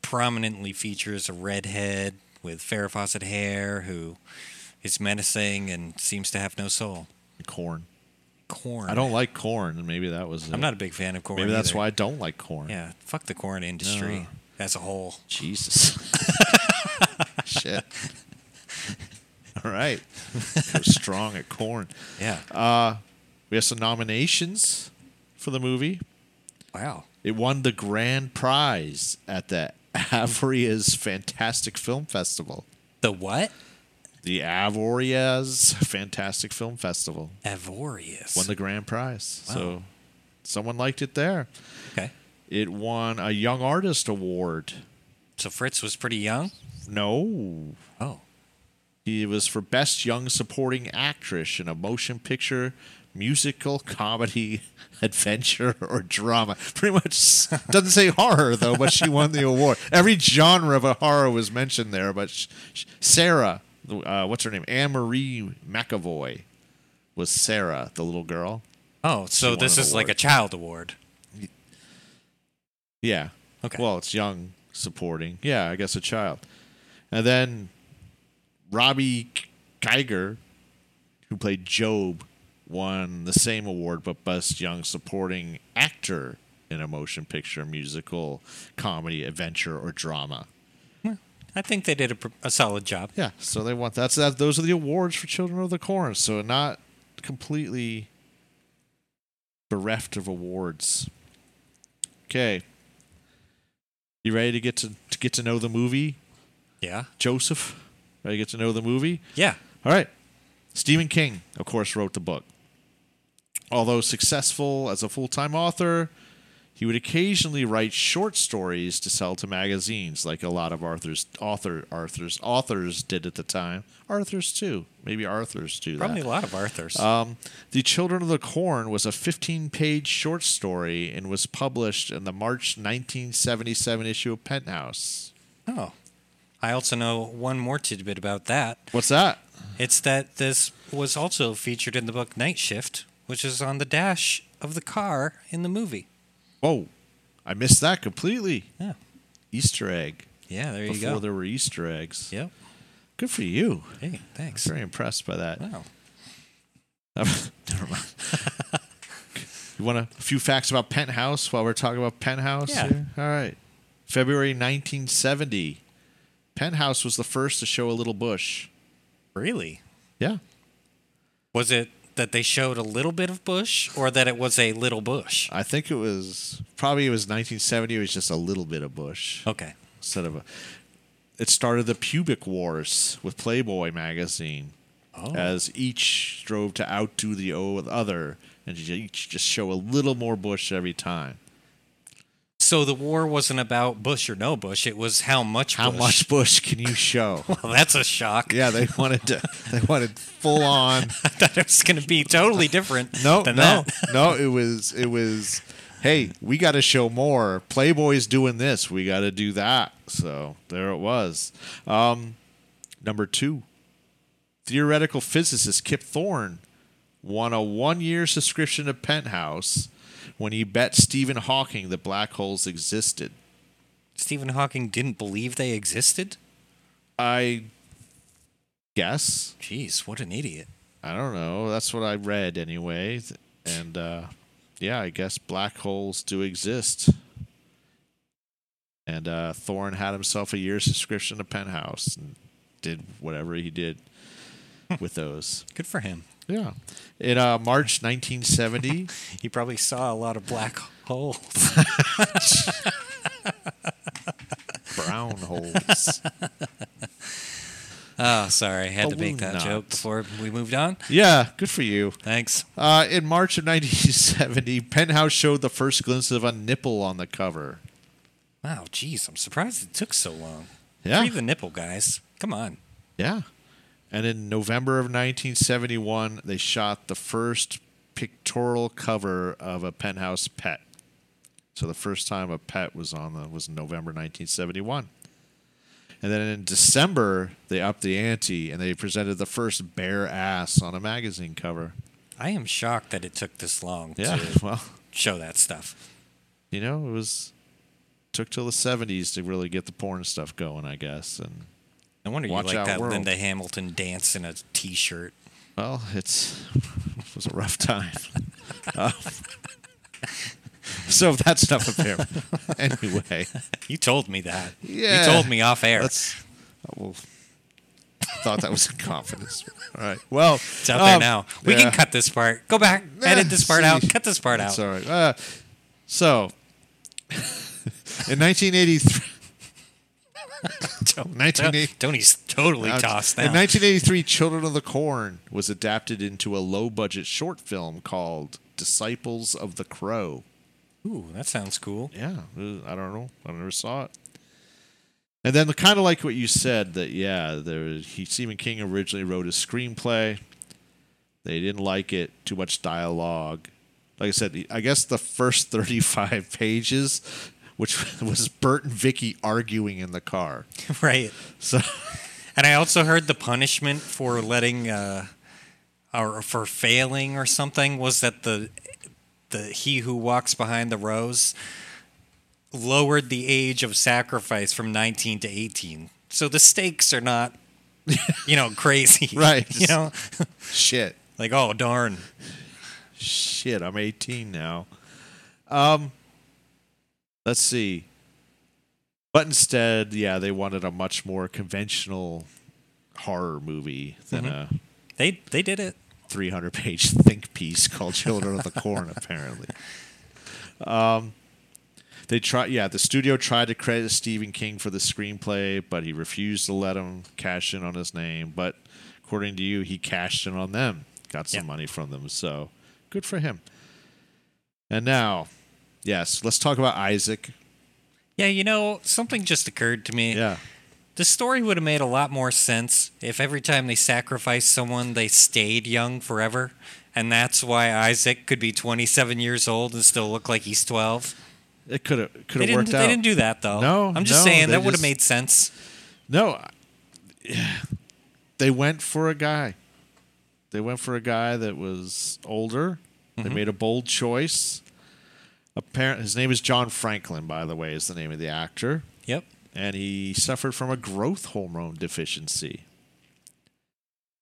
Speaker 3: prominently features a redhead with Farrah Fawcett hair who is menacing and seems to have no soul.
Speaker 4: Corn.
Speaker 3: Corn.
Speaker 4: I don't like corn, and maybe that was it.
Speaker 3: I'm not a big fan of corn.
Speaker 4: Maybe that's
Speaker 3: either.
Speaker 4: why I don't like corn.
Speaker 3: Yeah, fuck the corn industry
Speaker 4: No.
Speaker 3: as a whole.
Speaker 4: Jesus. Shit. All right. Go strong at corn.
Speaker 3: Yeah.
Speaker 4: Uh, We have some nominations for the movie.
Speaker 3: wow.
Speaker 4: It won the grand prize at the Avoria's Fantastic Film Festival.
Speaker 3: The what?
Speaker 4: The Avoria's Fantastic Film Festival
Speaker 3: Avorius.
Speaker 4: won the grand prize.
Speaker 3: Wow.
Speaker 4: So someone liked it there.
Speaker 3: okay.
Speaker 4: It won a Young Artist Award.
Speaker 3: So Fritz was pretty young.
Speaker 4: No.
Speaker 3: Oh.
Speaker 4: He was for Best Young Supporting Actress in a Motion Picture, Musical, Comedy, Adventure, or Drama. Pretty much s- doesn't say horror, though, but she won the award. Every genre of a horror was mentioned there, but sh- sh- Sarah, the- uh, what's her name? Anne Marie McAvoy was Sarah, the little girl.
Speaker 3: Oh, so
Speaker 4: won
Speaker 3: this
Speaker 4: an
Speaker 3: is like
Speaker 4: award.
Speaker 3: a child award.
Speaker 4: Yeah.
Speaker 3: Okay.
Speaker 4: Well, it's young supporting. Yeah, I guess a child. And then Robbie Geiger, who played Job, won the same award but Best Young Supporting Actor in a Motion Picture, Musical, Comedy, Adventure, or Drama.
Speaker 3: I think they did a, pr- a solid job.
Speaker 4: Yeah, so they want that's that. Those are the awards for Children of the Corn. So not completely bereft of awards. Okay, you ready to get to, to get to know the movie,
Speaker 3: Yeah.
Speaker 4: Joseph? Ready to get to know the movie?
Speaker 3: Yeah.
Speaker 4: All right. Stephen King, of course, wrote the book. Although successful as a full time author, he would occasionally write short stories to sell to magazines, like a lot of Arthur's author Arthur's authors did at the time. Arthur's too, maybe Arthur's too.
Speaker 3: Probably a lot of Arthurs.
Speaker 4: Um, the Children of the Corn was a 15 page short story and was published in the March 1977 issue of Penthouse.
Speaker 3: oh. I also know one more tidbit about that.
Speaker 4: What's that?
Speaker 3: It's that this was also featured in the book Night Shift, which is on the dash of the car in the movie.
Speaker 4: Whoa, Oh, I missed that completely.
Speaker 3: Yeah.
Speaker 4: Easter egg.
Speaker 3: Yeah, there you
Speaker 4: before
Speaker 3: go.
Speaker 4: there were Easter eggs.
Speaker 3: yep.
Speaker 4: Good for you.
Speaker 3: Hey, thanks.
Speaker 4: Very impressed by that.
Speaker 3: Wow.
Speaker 4: Never mind. you want a few facts about Penthouse while we're talking about Penthouse?
Speaker 3: Yeah.
Speaker 4: here? All right. February 1970, Penthouse was the first to show a little bush.
Speaker 3: Really?
Speaker 4: Yeah.
Speaker 3: Was it that they showed a little bit of bush or that it was a little bush?
Speaker 4: I think it was probably it was 1970. It was just a little bit of bush
Speaker 3: Okay.
Speaker 4: instead of a. It started the pubic wars with Playboy magazine.
Speaker 3: Oh.
Speaker 4: as each strove to outdo the o- other and ju- each just show a little more bush every time.
Speaker 3: so the war wasn't about bush or no bush, it was how much
Speaker 4: How
Speaker 3: bush.
Speaker 4: much bush can you show?
Speaker 3: Well, that's a shock.
Speaker 4: yeah, they wanted to, they wanted full on.
Speaker 3: I thought it was going to be totally different
Speaker 4: No,
Speaker 3: than
Speaker 4: no,
Speaker 3: that.
Speaker 4: no. It was it was. Hey, we got to show more. Playboy's doing this. We got to do that. So there it was. Um, number two, theoretical physicist Kip Thorne won a one-year subscription to Penthouse when he bet Stephen Hawking that black holes existed.
Speaker 3: Stephen Hawking didn't believe they existed?
Speaker 4: I guess
Speaker 3: Jeez, what an idiot.
Speaker 4: I don't know. That's what I read anyway. Th- And uh, yeah, I guess black holes do exist. And uh, Thorne had himself a year's subscription to Penthouse and did whatever he did with those.
Speaker 3: Good for him.
Speaker 4: Yeah. In uh, March 1970,
Speaker 3: He probably saw a lot of black holes.
Speaker 4: brown holes.
Speaker 3: Oh, sorry. I had to
Speaker 4: Oh,
Speaker 3: make that
Speaker 4: not.
Speaker 3: joke before we moved on.
Speaker 4: Yeah, good for you.
Speaker 3: Thanks.
Speaker 4: Uh, in March of 1970, Penthouse showed the first glimpse of a nipple on the cover.
Speaker 3: Wow, jeez, I'm surprised it took so long.
Speaker 4: Yeah.
Speaker 3: Free the nipple, guys. Come on.
Speaker 4: Yeah. And in November of 1971, they shot the first pictorial cover of a penthouse pet. So the first time a pet was on the was in November 1971. And then in December, they upped the ante and they presented the first bare ass on a magazine cover.
Speaker 3: I am shocked that it took this long
Speaker 4: Yeah,
Speaker 3: to
Speaker 4: well,
Speaker 3: show that stuff.
Speaker 4: you know, it was took till the 70s to really get the porn stuff going, I guess. And
Speaker 3: No wonder you
Speaker 4: Watch
Speaker 3: like
Speaker 4: Out
Speaker 3: that
Speaker 4: World.
Speaker 3: Linda Hamilton dance in a t shirt.
Speaker 4: Well, it's it was a rough time. Uh, so that's enough of him. Anyway,
Speaker 3: You told me that.
Speaker 4: Yeah.
Speaker 3: You told me off air.
Speaker 4: that's well. Thought that was in confidence. All right. Well,
Speaker 3: it's out there
Speaker 4: um,
Speaker 3: now. We
Speaker 4: yeah.
Speaker 3: can cut this part. Go back, edit this part out, cut this part out.
Speaker 4: That's all right. Uh, so, in 1983.
Speaker 3: Don't-
Speaker 4: 1980
Speaker 3: Tony's totally
Speaker 4: Uh,
Speaker 3: tossed
Speaker 4: In
Speaker 3: now.
Speaker 4: 1983, Children of the Corn was adapted into a low budget short film called Disciples of the Crow.
Speaker 3: Ooh, that sounds cool.
Speaker 4: Yeah, uh, I don't know. I never saw it. And then, kind of like what you said, that yeah, there he Stephen King originally wrote a screenplay. They didn't like it. Too much dialogue. Like I said, I guess the first thirty-five pages, which was Bert and Vicky arguing in the car.
Speaker 3: right.
Speaker 4: So
Speaker 3: And I also heard the punishment for letting uh, or for failing or something was that the the he who walks behind the rose lowered the age of sacrifice from 19 to 18. So the stakes are not you know crazy.
Speaker 4: Right.
Speaker 3: You know,
Speaker 4: shit.
Speaker 3: like oh darn.
Speaker 4: shit, I'm 18 now. Um, let's see. But instead, yeah, they wanted a much more conventional horror movie than a
Speaker 3: They they did it.
Speaker 4: 300 page think piece called Children of the Corn, apparently. Um, they try, yeah, the studio tried to credit Stephen King for the screenplay, but he refused to let him cash in on his name. But according to you, he cashed in on them, got some
Speaker 3: Yeah.
Speaker 4: money from them. So good for him. And now, yes, let's talk about Isaac.
Speaker 3: Yeah, you know, something just occurred to me.
Speaker 4: Yeah.
Speaker 3: The story would have made a lot more sense if every time they sacrificed someone, they stayed young forever. And that's why Isaac could be 27 years old and still look like he's 12.
Speaker 4: It could have
Speaker 3: They
Speaker 4: could have
Speaker 3: didn't,
Speaker 4: worked
Speaker 3: they
Speaker 4: out.
Speaker 3: didn't do that, though.
Speaker 4: No,
Speaker 3: I'm just
Speaker 4: no,
Speaker 3: saying
Speaker 4: they
Speaker 3: that would have
Speaker 4: just-
Speaker 3: made sense.
Speaker 4: No, I- they went for a guy. They went for a guy that was older. They made a bold choice. Apparent, his name is John Franklin, by the way, is the name of the actor,
Speaker 3: Yep.
Speaker 4: and he suffered from a growth hormone deficiency.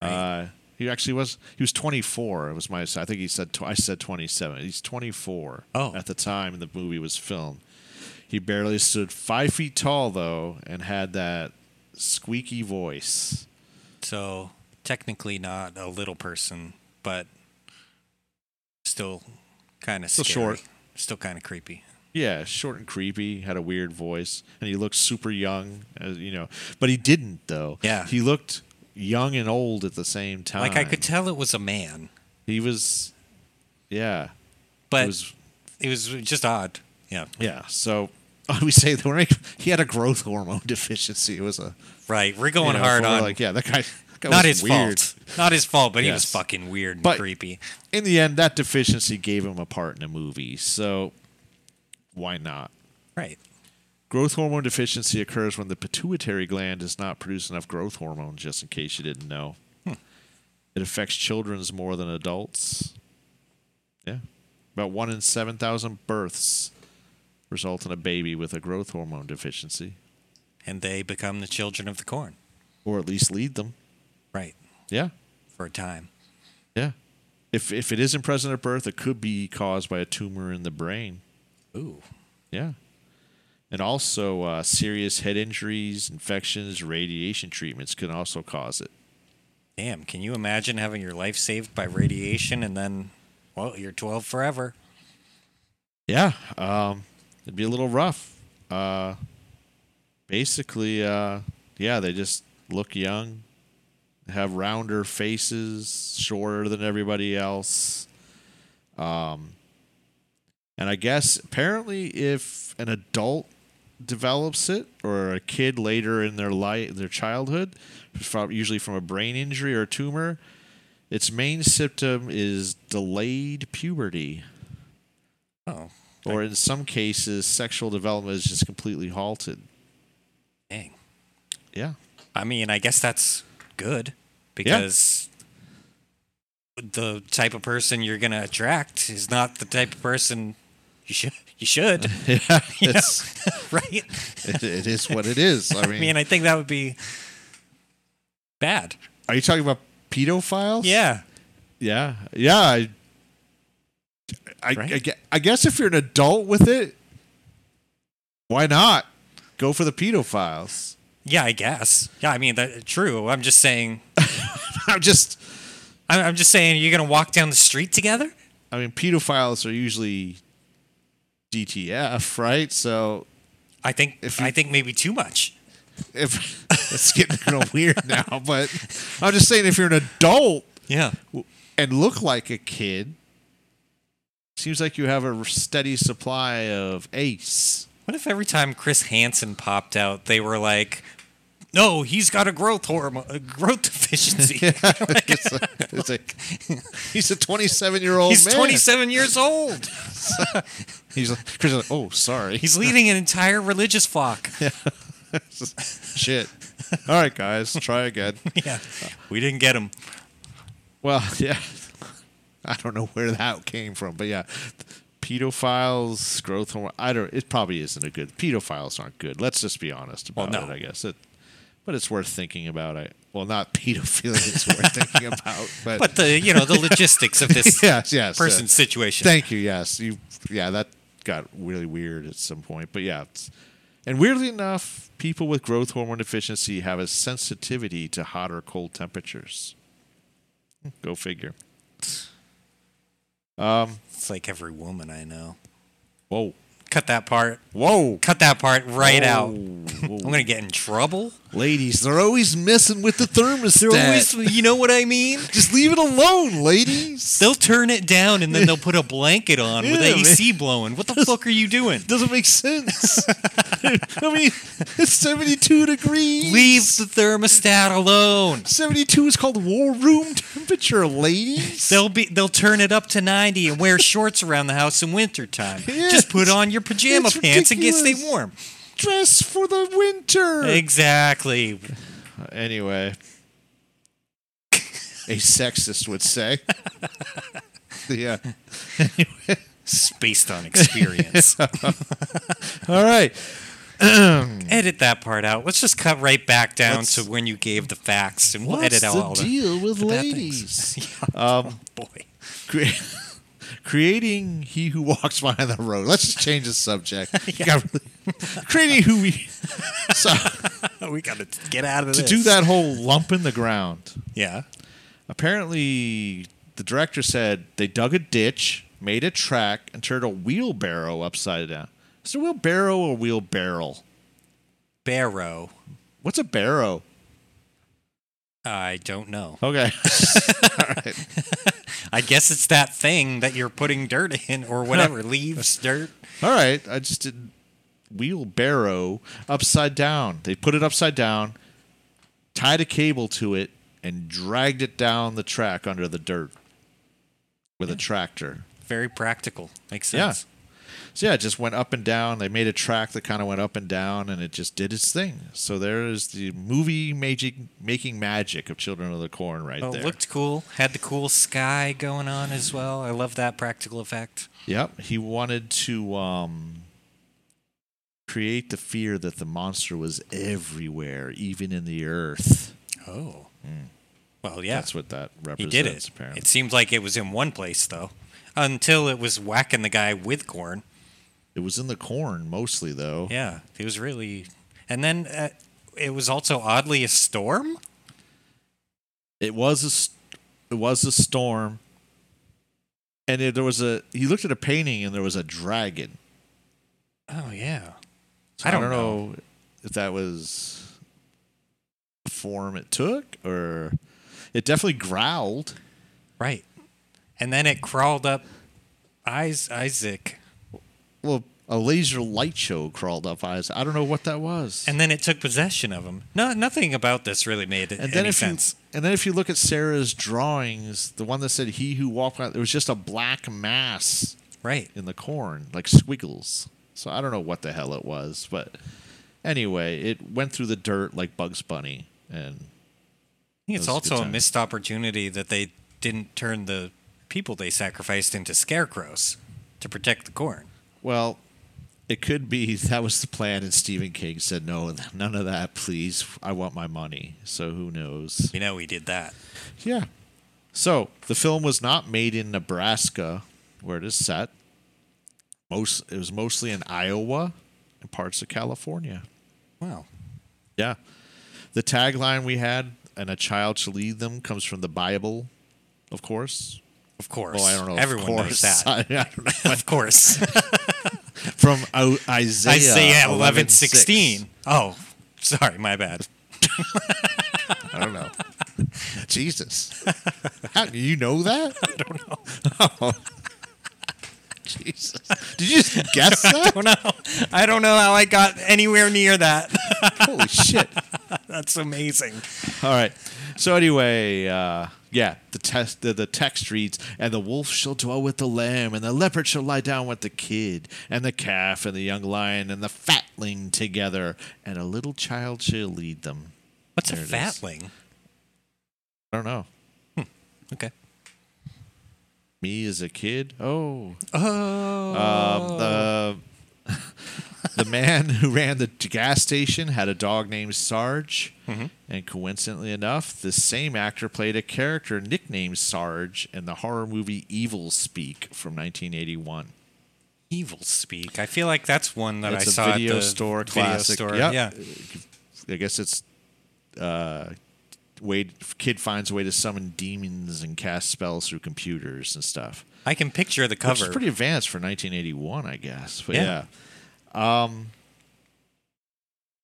Speaker 4: Uh, he actually was he was 24. It was my I think he said tw- I said 27. He's 24
Speaker 3: Oh.
Speaker 4: at the time the movie was filmed. He barely stood five feet tall though, and had that squeaky voice.
Speaker 3: So technically not a little person, but still kind of
Speaker 4: Still
Speaker 3: scary.
Speaker 4: short.
Speaker 3: Still kind of creepy.
Speaker 4: Yeah, short and creepy, had a weird voice, and he looked super young, as you know. But he didn't though.
Speaker 3: Yeah.
Speaker 4: he looked young and old at the same time.
Speaker 3: Like I could tell it was a man,
Speaker 4: He was, yeah, he
Speaker 3: but
Speaker 4: was
Speaker 3: it was just odd. Yeah.
Speaker 4: Yeah. So we say that we're- he had a growth hormone deficiency. It was a
Speaker 3: Right. We're going
Speaker 4: you know,
Speaker 3: hard
Speaker 4: so we're
Speaker 3: on
Speaker 4: Like yeah, that guy. That guy
Speaker 3: not
Speaker 4: was
Speaker 3: his
Speaker 4: weird.
Speaker 3: fault. Not his fault, but he was
Speaker 4: Yes.
Speaker 3: fucking weird and
Speaker 4: But-
Speaker 3: creepy.
Speaker 4: In the end, that deficiency gave him a part in a movie. So why not?
Speaker 3: Right.
Speaker 4: Growth hormone deficiency occurs when the pituitary gland does not produce enough growth hormone. Just in case you didn't know, it affects childrens more than adults. Yeah, about one in seven thousand births result in a baby with a growth hormone deficiency,
Speaker 3: And they become the children of the corn.
Speaker 4: or at least lead them.
Speaker 3: Right.
Speaker 4: Yeah.
Speaker 3: For a time.
Speaker 4: Yeah. If if it isn't present at birth, it could be caused by a tumor in the brain.
Speaker 3: Ooh.
Speaker 4: Yeah. And also, uh, serious head injuries, infections, radiation treatments can also cause it.
Speaker 3: Damn, can you imagine having your life saved by radiation and then well, you're twelve forever.
Speaker 4: Yeah. Um, it'd be a little rough. Uh, basically, uh, yeah, they just look young, have rounder faces, shorter than everybody else. Um, and I guess apparently, if an adult develops it or a kid later in their life, their childhood, from, usually from a brain injury or tumor, its main symptom is delayed puberty.
Speaker 3: Oh,
Speaker 4: Or in some cases, sexual development is just completely halted.
Speaker 3: dang.
Speaker 4: Yeah.
Speaker 3: I mean, I guess that's good because the type of person you're gonna attract is not the type of person you should. You should,
Speaker 4: Yeah.
Speaker 3: you know?
Speaker 4: It's,
Speaker 3: right?
Speaker 4: it, it is what it is. I
Speaker 3: I
Speaker 4: mean,
Speaker 3: mean, I think that would be bad.
Speaker 4: are you talking about pedophiles?
Speaker 3: Yeah,
Speaker 4: Yeah. Yeah. I, I,
Speaker 3: Right?
Speaker 4: I, gue- I guess if you're an adult with it, why not go for the pedophiles?
Speaker 3: yeah, I guess. Yeah, I mean, that true. I'm just saying.
Speaker 4: I'm just,
Speaker 3: I'm, I'm just saying. You're gonna walk down the street together?
Speaker 4: I mean, pedophiles are usually DTF, right? So
Speaker 3: I think.
Speaker 4: If you-
Speaker 3: I think maybe too much.
Speaker 4: if it's getting real weird now, but I'm just saying if you're an adult
Speaker 3: Yeah.
Speaker 4: and look like a kid, seems like you have a steady supply of ace.
Speaker 3: What if every time Chris Hansen popped out, they were like, "No, he's got a growth hormone, a growth deficiency.
Speaker 4: It's like, it's like- he's a 27 year old
Speaker 3: he's
Speaker 4: Oh, man.
Speaker 3: 27 years old.
Speaker 4: He's like, Chris is like, oh, sorry.
Speaker 3: He's leading an entire religious flock."
Speaker 4: shit. All right, guys, try again.
Speaker 3: Yeah, we didn't get him.
Speaker 4: Well, yeah. I don't know where that came from, but yeah. Pedophiles, growth hormone. I don't. It probably isn't a good. Pedophiles aren't good. Let's just be honest
Speaker 3: Well,
Speaker 4: about
Speaker 3: no.
Speaker 4: it. I guess it, but it's worth thinking about. I well, not pedophilia. It's worth thinking about. But,
Speaker 3: But the you know the logistics of this
Speaker 4: Uh, yes, yes. uh,
Speaker 3: person's situation.
Speaker 4: Thank you. Yes, you. Yeah, that got really weird at some point. But yeah, it's, and weirdly enough, people with growth hormone deficiency have a sensitivity to hot or cold temperatures. Go figure.
Speaker 3: it's like every woman I know.
Speaker 4: Whoa,
Speaker 3: Cut that part.
Speaker 4: whoa,
Speaker 3: Cut that part right
Speaker 4: Whoa.
Speaker 3: out.
Speaker 4: Whoa.
Speaker 3: I'm gonna get in trouble.
Speaker 4: ladies, they're always messing with the thermostat.
Speaker 3: They're always, you know what I mean.
Speaker 4: Just leave it alone, ladies.
Speaker 3: They'll turn it down and then they'll put a blanket on with
Speaker 4: Yeah,
Speaker 3: AC blowing. What the fuck are you doing?
Speaker 4: Doesn't make sense. I mean, it's seventy-two degrees.
Speaker 3: Leave the thermostat alone.
Speaker 4: 72 is called war room temperature, ladies.
Speaker 3: They'll be they'll turn it up to 90 and wear shorts around the house in wintertime.
Speaker 4: Yeah,
Speaker 3: Just put on your pajama
Speaker 4: it's
Speaker 3: pants and get stay
Speaker 4: ridiculous.
Speaker 3: warm.
Speaker 4: dress for the winter.
Speaker 3: Exactly.
Speaker 4: Anyway, a sexist would say. yeah.
Speaker 3: Based on experience.
Speaker 4: All right.
Speaker 3: edit that part out. Let's just cut right back down
Speaker 4: Let's-
Speaker 3: to when you gave the facts and we'll
Speaker 4: What's
Speaker 3: edit out
Speaker 4: the
Speaker 3: all the
Speaker 4: deal with
Speaker 3: the bad
Speaker 4: ladies?
Speaker 3: things. yeah, boy.
Speaker 4: Cre- creating he who walks behind the road. Let's just change the subject. Got really- creating who we. So,
Speaker 3: We got to get out of
Speaker 4: to
Speaker 3: this.
Speaker 4: do that whole lump in the ground.
Speaker 3: Yeah.
Speaker 4: Apparently, the director said they dug a ditch, made a track, and turned a wheelbarrow upside down. Is it a wheelbarrow or wheelbarrow?
Speaker 3: Barrow.
Speaker 4: What's a barrow?
Speaker 3: I don't know.
Speaker 4: Okay.
Speaker 3: I guess it's that thing that you're putting dirt in or whatever, leaves, dirt.
Speaker 4: All right. I just did wheelbarrow upside down. They put it upside down, tied a cable to it, and dragged it down the track under the dirt with a tractor.
Speaker 3: Very practical. Makes
Speaker 4: Yeah.
Speaker 3: sense.
Speaker 4: So yeah, it just went up and down. They made a track that kind of went up and down, and it just did its thing. So there is the movie magic, making magic of Children of the Corn right
Speaker 3: Oh,
Speaker 4: there.
Speaker 3: it looked cool. Had the cool sky going on as well. I love that practical effect.
Speaker 4: Yep, he wanted to um, create the fear that the monster was everywhere, even in the earth.
Speaker 3: Oh. Well, yeah.
Speaker 4: That's what that
Speaker 3: he
Speaker 4: represents.
Speaker 3: did it.
Speaker 4: Apparently,
Speaker 3: It seemed like it was in one place, though, until it was whacking the guy with corn.
Speaker 4: it was in the corn mostly, though.
Speaker 3: Yeah. It was really. And then uh, it was also oddly a storm.
Speaker 4: It was a st- it was a storm, and it, there was a. He looked at a painting, and there was a dragon.
Speaker 3: Oh, yeah.
Speaker 4: So
Speaker 3: I don't
Speaker 4: know. if that was the form it took or it definitely growled.
Speaker 3: Right. And then it crawled up Is- Isaac.
Speaker 4: Well, a laser light show crawled up eyes. I don't know what that was.
Speaker 3: And then it took possession of him. No, nothing about this really made
Speaker 4: And then
Speaker 3: any
Speaker 4: if
Speaker 3: sense.
Speaker 4: you and then if you look at Sarah's drawings, the one that said "He who walked," by- it was just a black mass
Speaker 3: right.
Speaker 4: in the corn, like squiggles. So I don't know what the hell it was, but anyway, it went through the dirt like Bugs Bunny, and
Speaker 3: I think it's
Speaker 4: That was a good
Speaker 3: also a
Speaker 4: time.
Speaker 3: missed opportunity that they didn't turn the people they sacrificed into scarecrows to protect the corn.
Speaker 4: Well, it could be that was the plan, and Stephen King said, "No, none of that, please. I want my money." So who knows?
Speaker 3: We know he did that.
Speaker 4: Yeah. So the film was not made in Nebraska, where it is set. Most it was mostly in Iowa and parts of California.
Speaker 3: Wow.
Speaker 4: Yeah. The tagline we had, "And a child to lead them," comes from the Bible, of course.
Speaker 3: Of course.
Speaker 4: Well, I don't know. if
Speaker 3: Everyone
Speaker 4: course.
Speaker 3: knows that.
Speaker 4: I, don't know. uh,
Speaker 3: of course.
Speaker 4: From O- Isaiah,
Speaker 3: Isaiah
Speaker 4: 11,
Speaker 3: 11, 16. Oh, sorry, my bad.
Speaker 4: I don't know. Jesus. How do you know that? I don't know. Jesus. Did you just guess that?
Speaker 3: Oh, no. I don't know how I got anywhere near that.
Speaker 4: Holy shit.
Speaker 3: That's amazing.
Speaker 4: All right. So anyway, uh, yeah, the test the, the text reads, and the wolf shall dwell with the lamb, and the leopard shall lie down with the kid, and the calf and the young lion and the fatling together, and a little child shall lead them.
Speaker 3: What's
Speaker 4: There
Speaker 3: a
Speaker 4: it is.
Speaker 3: fatling?
Speaker 4: I don't know.
Speaker 3: Okay.
Speaker 4: Me as a kid? Oh.
Speaker 3: Oh.
Speaker 4: Um, the the man who ran the gas station had a dog named Sarge,
Speaker 3: Mm-hmm.
Speaker 4: and coincidentally enough, the same actor played a character nicknamed Sarge in the horror movie Evil Speak from 1981.
Speaker 3: Evil speak. I feel like that's one that
Speaker 4: It's
Speaker 3: I
Speaker 4: a
Speaker 3: saw
Speaker 4: video
Speaker 3: at the
Speaker 4: store
Speaker 3: video
Speaker 4: classic.
Speaker 3: store.
Speaker 4: Yep.
Speaker 3: Yeah.
Speaker 4: I guess it's uh, Wade kid finds a way to summon demons and cast spells through computers and stuff.
Speaker 3: I can picture the
Speaker 4: Which
Speaker 3: cover.
Speaker 4: is pretty advanced for 1981, I guess. But yeah.
Speaker 3: Yeah.
Speaker 4: Um,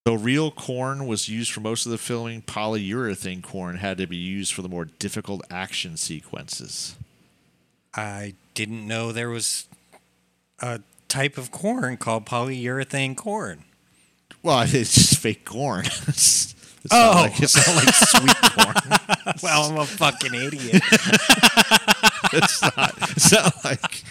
Speaker 4: the real corn was used for most of the filming. Polyurethane corn had to be used for the more difficult action sequences.
Speaker 3: I didn't know there was a type of corn called polyurethane corn.
Speaker 4: Well, it's just fake corn. it's, it's not
Speaker 3: Oh.
Speaker 4: like, it's not like sweet corn.
Speaker 3: Well, I'm a fucking idiot.
Speaker 4: It's not. It's not like.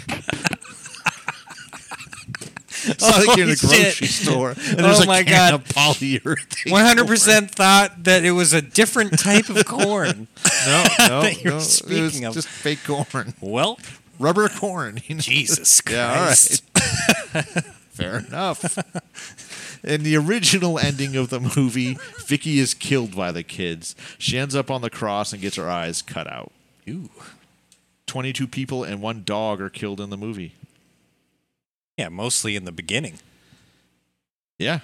Speaker 4: It's not like you're in a
Speaker 3: Holy shit.
Speaker 4: grocery store and there's
Speaker 3: Oh
Speaker 4: a
Speaker 3: my
Speaker 4: can
Speaker 3: God.
Speaker 4: of polyurethane.
Speaker 3: 100% thought that it was a different type of corn.
Speaker 4: No, no,
Speaker 3: that you're
Speaker 4: no. it was
Speaker 3: speaking of.
Speaker 4: just fake corn.
Speaker 3: Well,
Speaker 4: rubber corn. You know?
Speaker 3: Jesus Christ.
Speaker 4: Yeah, all right. Fair enough. In the original ending of the movie, Vicky is killed by the kids. She ends up on the cross and gets her eyes cut out.
Speaker 3: Ooh.
Speaker 4: 22 people and one dog are killed in the movie.
Speaker 3: Yeah, mostly in the beginning.
Speaker 4: Yeah.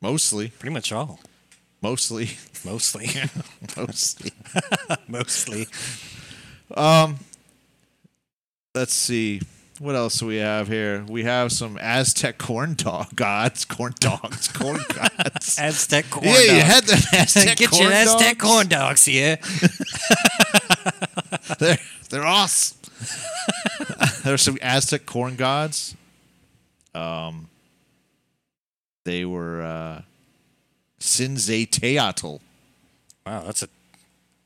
Speaker 4: Mostly.
Speaker 3: Pretty much all.
Speaker 4: Mostly.
Speaker 3: Mostly.
Speaker 4: Mostly. Um,
Speaker 3: mostly.
Speaker 4: Let's see. What else do we have here? We have some Aztec corn dog gods, corn dogs, corn gods.
Speaker 3: Aztec corn
Speaker 4: yeah, you
Speaker 3: dogs.
Speaker 4: had the Aztec
Speaker 3: Get
Speaker 4: corn
Speaker 3: your Aztec
Speaker 4: dogs?
Speaker 3: corn dogs here.
Speaker 4: They're, they're awesome. There's some Aztec corn gods. Um, they were uh, Sinze Teatl
Speaker 3: Wow, that's a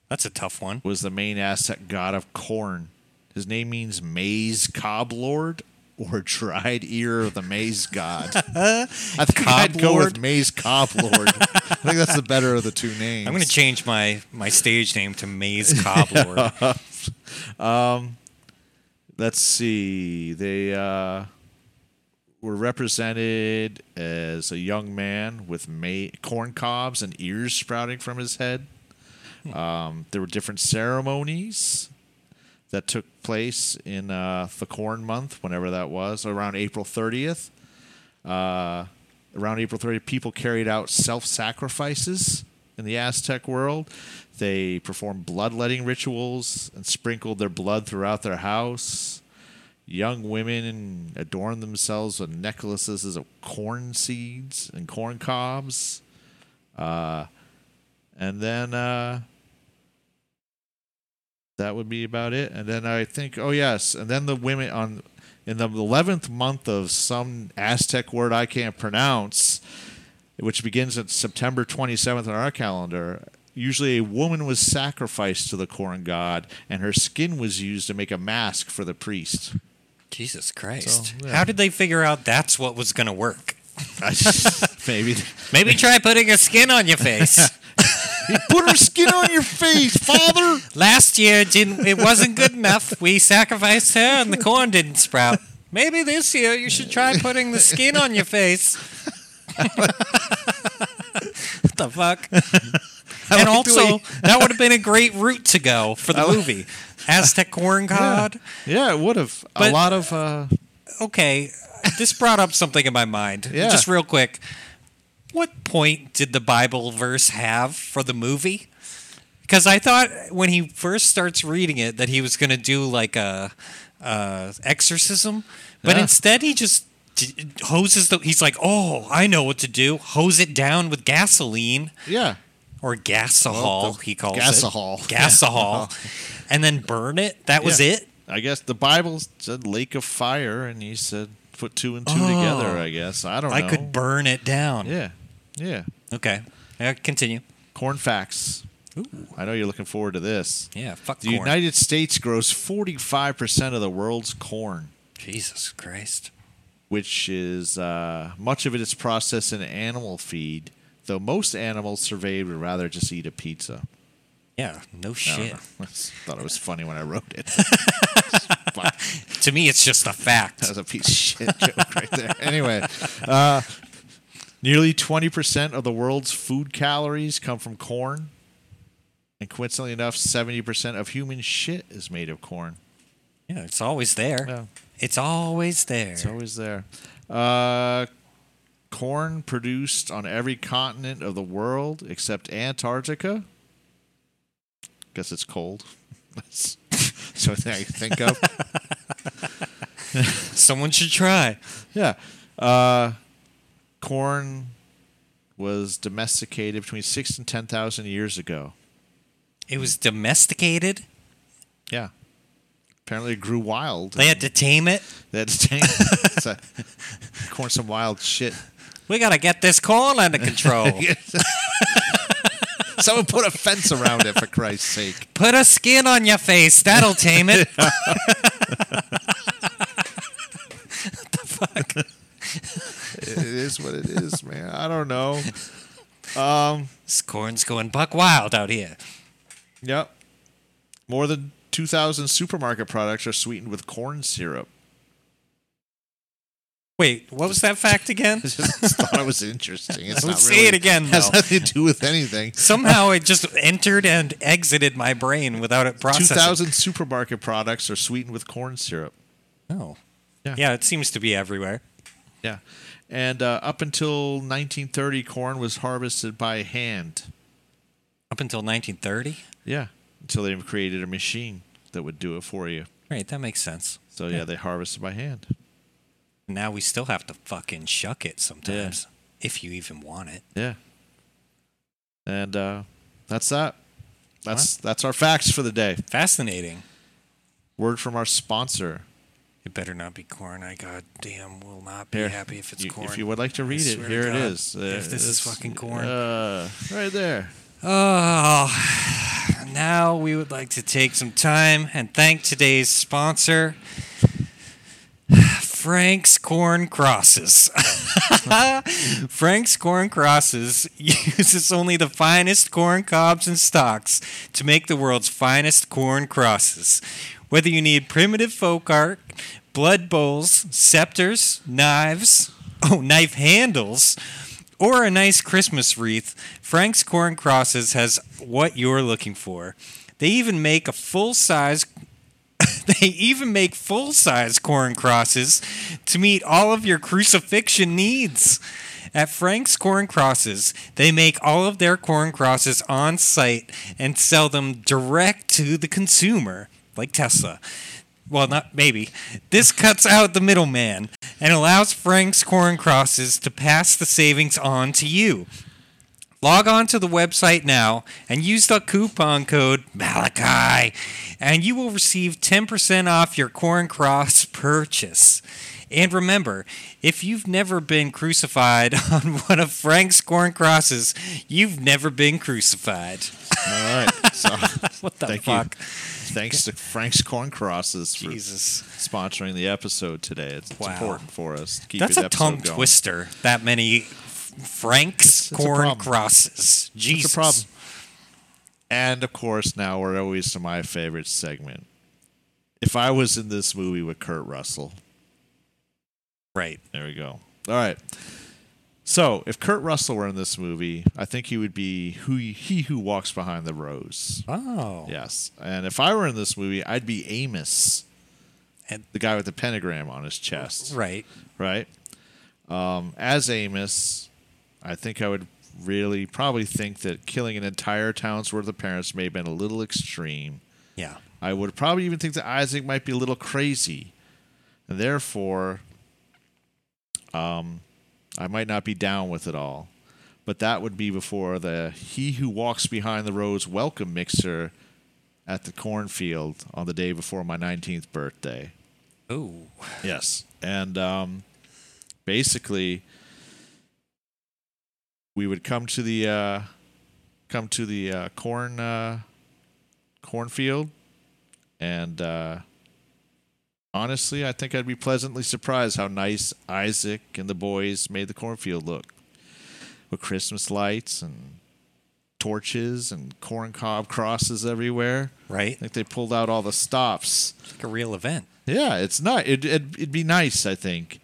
Speaker 3: that's a tough one.
Speaker 4: was the main Aztec god of corn. His name means maize cob lord or dried ear of the maize god. I think I'd go with
Speaker 3: Coblord?
Speaker 4: maize cob lord. I think that's the better of the two names.
Speaker 3: I'm going to change my my stage name to Maze Cobbler.
Speaker 4: let's see they uh, were represented as a young man with ma- corn cobs and ears sprouting from his head um, there were different ceremonies that took place in uh, the corn month whenever that was around april 30th uh, around April 30th, people carried out self sacrifices in the Aztec world. They performed bloodletting rituals and sprinkled their blood throughout their house. Young women adorned themselves with necklaces of corn seeds and corn cobs. Uh, and then uh, that would be about it. And then I think, oh, yes. And then the women on. in the 11th month of some Aztec word I can't pronounce, which begins at September 27th on our calendar, usually a woman was sacrificed to the corn god, and her skin was used to make a mask for the priest.
Speaker 3: Jesus Christ.
Speaker 4: yeah.
Speaker 3: How did they figure out that's what was going to work?
Speaker 4: Maybe
Speaker 3: Maybe try putting a skin on your face.
Speaker 4: put her skin on your face, father.
Speaker 3: Last year it didn't it wasn't good enough. We sacrificed her and the corn didn't sprout. Maybe this year you should try putting the skin on your face. what the fuck? and
Speaker 4: like the way
Speaker 3: also, that would have been a great route to go for the movie. Aztec corn god.
Speaker 4: Yeah, it would have a
Speaker 3: But-
Speaker 4: lot of. Uh,
Speaker 3: okay, this brought up something in my mind.
Speaker 4: Yeah.
Speaker 3: Just real quick. What point did the Bible verse have for the movie? Because I thought when he first starts reading it that he was going to do like a, uh exorcism, but
Speaker 4: Yeah.
Speaker 3: instead he just d- hoses the. He's like, "Oh, I know what to do. Hose it down with gasoline."
Speaker 4: yeah,
Speaker 3: or gasahol,
Speaker 4: the
Speaker 3: he calls
Speaker 4: gasahol.
Speaker 3: it. Gasahol. and then burn it. That was
Speaker 4: Yeah.
Speaker 3: it.
Speaker 4: I guess the Bible said lake of fire, and he said put two and two
Speaker 3: Oh.
Speaker 4: together. I guess I don't.
Speaker 3: I
Speaker 4: know.
Speaker 3: could burn it down.
Speaker 4: Yeah, yeah.
Speaker 3: Okay. Yeah, continue.
Speaker 4: Corn facts.
Speaker 3: Ooh.
Speaker 4: I know you're looking forward to this.
Speaker 3: Yeah, fuck
Speaker 4: The
Speaker 3: corn.
Speaker 4: United States grows 45% of the world's corn,
Speaker 3: Jesus Christ.
Speaker 4: which is uh, much of it is processed in animal feed, though most animals surveyed would rather just eat a pizza.
Speaker 3: Yeah, Uh-huh. no
Speaker 4: I don't
Speaker 3: shit.
Speaker 4: know. I thought it was funny when I wrote it.
Speaker 3: To me, it's just a fact.
Speaker 4: That was a piece of shit joke right there. Anyway, uh, nearly 20% of the world's food calories come from corn. And coincidentally enough, 70% of human shit is made of corn.
Speaker 3: Yeah, it's always there.
Speaker 4: Yeah.
Speaker 3: It's always there.
Speaker 4: It's always there. Uh, corn produced on every continent of the world except Antarctica. Guess it's cold. That's the only thing I can think of.
Speaker 3: Someone should try.
Speaker 4: Yeah. Uh, corn was domesticated between six and 10,000 years ago.
Speaker 3: It was domesticated.
Speaker 4: Yeah. Apparently it grew wild.
Speaker 3: They had to tame it.
Speaker 4: They had to tame it. It's like, corn some wild shit.
Speaker 3: We gotta get this corn under control.
Speaker 4: Someone put a fence around it, for Christ's sake.
Speaker 3: Put a skin on your face. That'll tame it. what the fuck?
Speaker 4: It is what it is, man. I don't know.
Speaker 3: This corn's going buck wild out here.
Speaker 4: Yep. More than 2,000 supermarket products are sweetened with corn syrup.
Speaker 3: Wait, what was that fact again?
Speaker 4: I just thought it was interesting. It's
Speaker 3: Don't
Speaker 4: not
Speaker 3: say
Speaker 4: really,
Speaker 3: it again,
Speaker 4: Has
Speaker 3: though.
Speaker 4: nothing to do with anything.
Speaker 3: Somehow it just entered and exited my brain without it processing.
Speaker 4: 2,000 supermarket products are sweetened with corn syrup.
Speaker 3: Oh.
Speaker 4: Yeah.
Speaker 3: Yeah. it seems to be everywhere.
Speaker 4: Yeah. And uh, up until 1930, corn was harvested by hand.
Speaker 3: Up until 1930?
Speaker 4: Yeah. Until they created a machine that would do it for you.
Speaker 3: Right, that makes sense.
Speaker 4: So, yeah, they harvested by hand.
Speaker 3: Now we still have to fucking shuck it sometimes, if you even want it.
Speaker 4: Yeah. And uh, that's that. That's that's our facts for the day.
Speaker 3: Fascinating.
Speaker 4: Word from our sponsor.
Speaker 3: It better not be corn. I goddamn will not be
Speaker 4: Here,
Speaker 3: happy if it's
Speaker 4: you-
Speaker 3: corn.
Speaker 4: If you would like to read it,
Speaker 3: swear to
Speaker 4: here it
Speaker 3: God,
Speaker 4: is. Uh,
Speaker 3: if this is
Speaker 4: it's-
Speaker 3: fucking corn.
Speaker 4: uh, right there.
Speaker 3: Oh, now we would like to take some time and thank today's sponsor, Frank's Corn Crosses. Frank's Corn Crosses uses only the finest corn cobs and stalks to make the world's finest corn crosses. Whether you need primitive folk art, blood bowls, scepters, knives, oh, knife handles, or a nice Christmas wreath, Frank's Corn Crosses has what you're looking for. They even make a full size they even make full size corn crosses to meet all of your crucifixion needs. At Frank's Corn Crosses, they make all of their corn crosses on site and sell them direct to the consumer, like Tesla. Well, not maybe. This cuts out the middleman and allows Frank's Corn Crosses to pass the savings on to you. Log on to the website now and use the coupon code Malachi, and you will receive 10% off your Corn Cross purchase. And remember, if you've never been crucified on one of Frank's Corn Crosses, you've never been crucified.
Speaker 4: All right. So
Speaker 3: What the
Speaker 4: Thank you.
Speaker 3: fuck?
Speaker 4: thanks to Frank's Corn Crosses for
Speaker 3: Jesus.
Speaker 4: sponsoring the episode today. It's, it's
Speaker 3: Wow.
Speaker 4: important for us. to Keep
Speaker 3: That's
Speaker 4: the
Speaker 3: a tongue
Speaker 4: episode going.
Speaker 3: twister, that many Frank's
Speaker 4: it's a
Speaker 3: Corn
Speaker 4: problem.
Speaker 3: Crosses. Jesus.
Speaker 4: It's a problem. And of course, now we're always to my favorite segment. If I was in this movie with Kurt Russell,
Speaker 3: Right.
Speaker 4: there we go. All right. So, if Kurt Russell were in this movie, I think he would be who he who walks behind the rose.
Speaker 3: Oh.
Speaker 4: Yes. And if I were in this movie, I'd be Amos,
Speaker 3: And-
Speaker 4: the guy with the pentagram on his chest.
Speaker 3: Right.
Speaker 4: right? Um, as Amos, I think I would really probably think that killing an entire town's worth of parents may have been a little extreme.
Speaker 3: Yeah.
Speaker 4: I would probably even think that Isaac might be a little crazy, and therefore, um, I might not be down with it all. But that would be before the "He Who Walks Behind the Rose" welcome mixer at the cornfield on the day before my 19th birthday.
Speaker 3: Ooh.
Speaker 4: Yes. And um, basically, we would come to the uh, come to the uh, corn uh, cornfield, and uh, honestly, I think I'd be pleasantly surprised how nice Isaac and the boys made the cornfield look with Christmas lights and torches and corn cob crosses everywhere. I
Speaker 3: Right.
Speaker 4: think they pulled out all the stops.
Speaker 3: Like a real event.
Speaker 4: Yeah, it's not. It, it, it'd be nice, I think.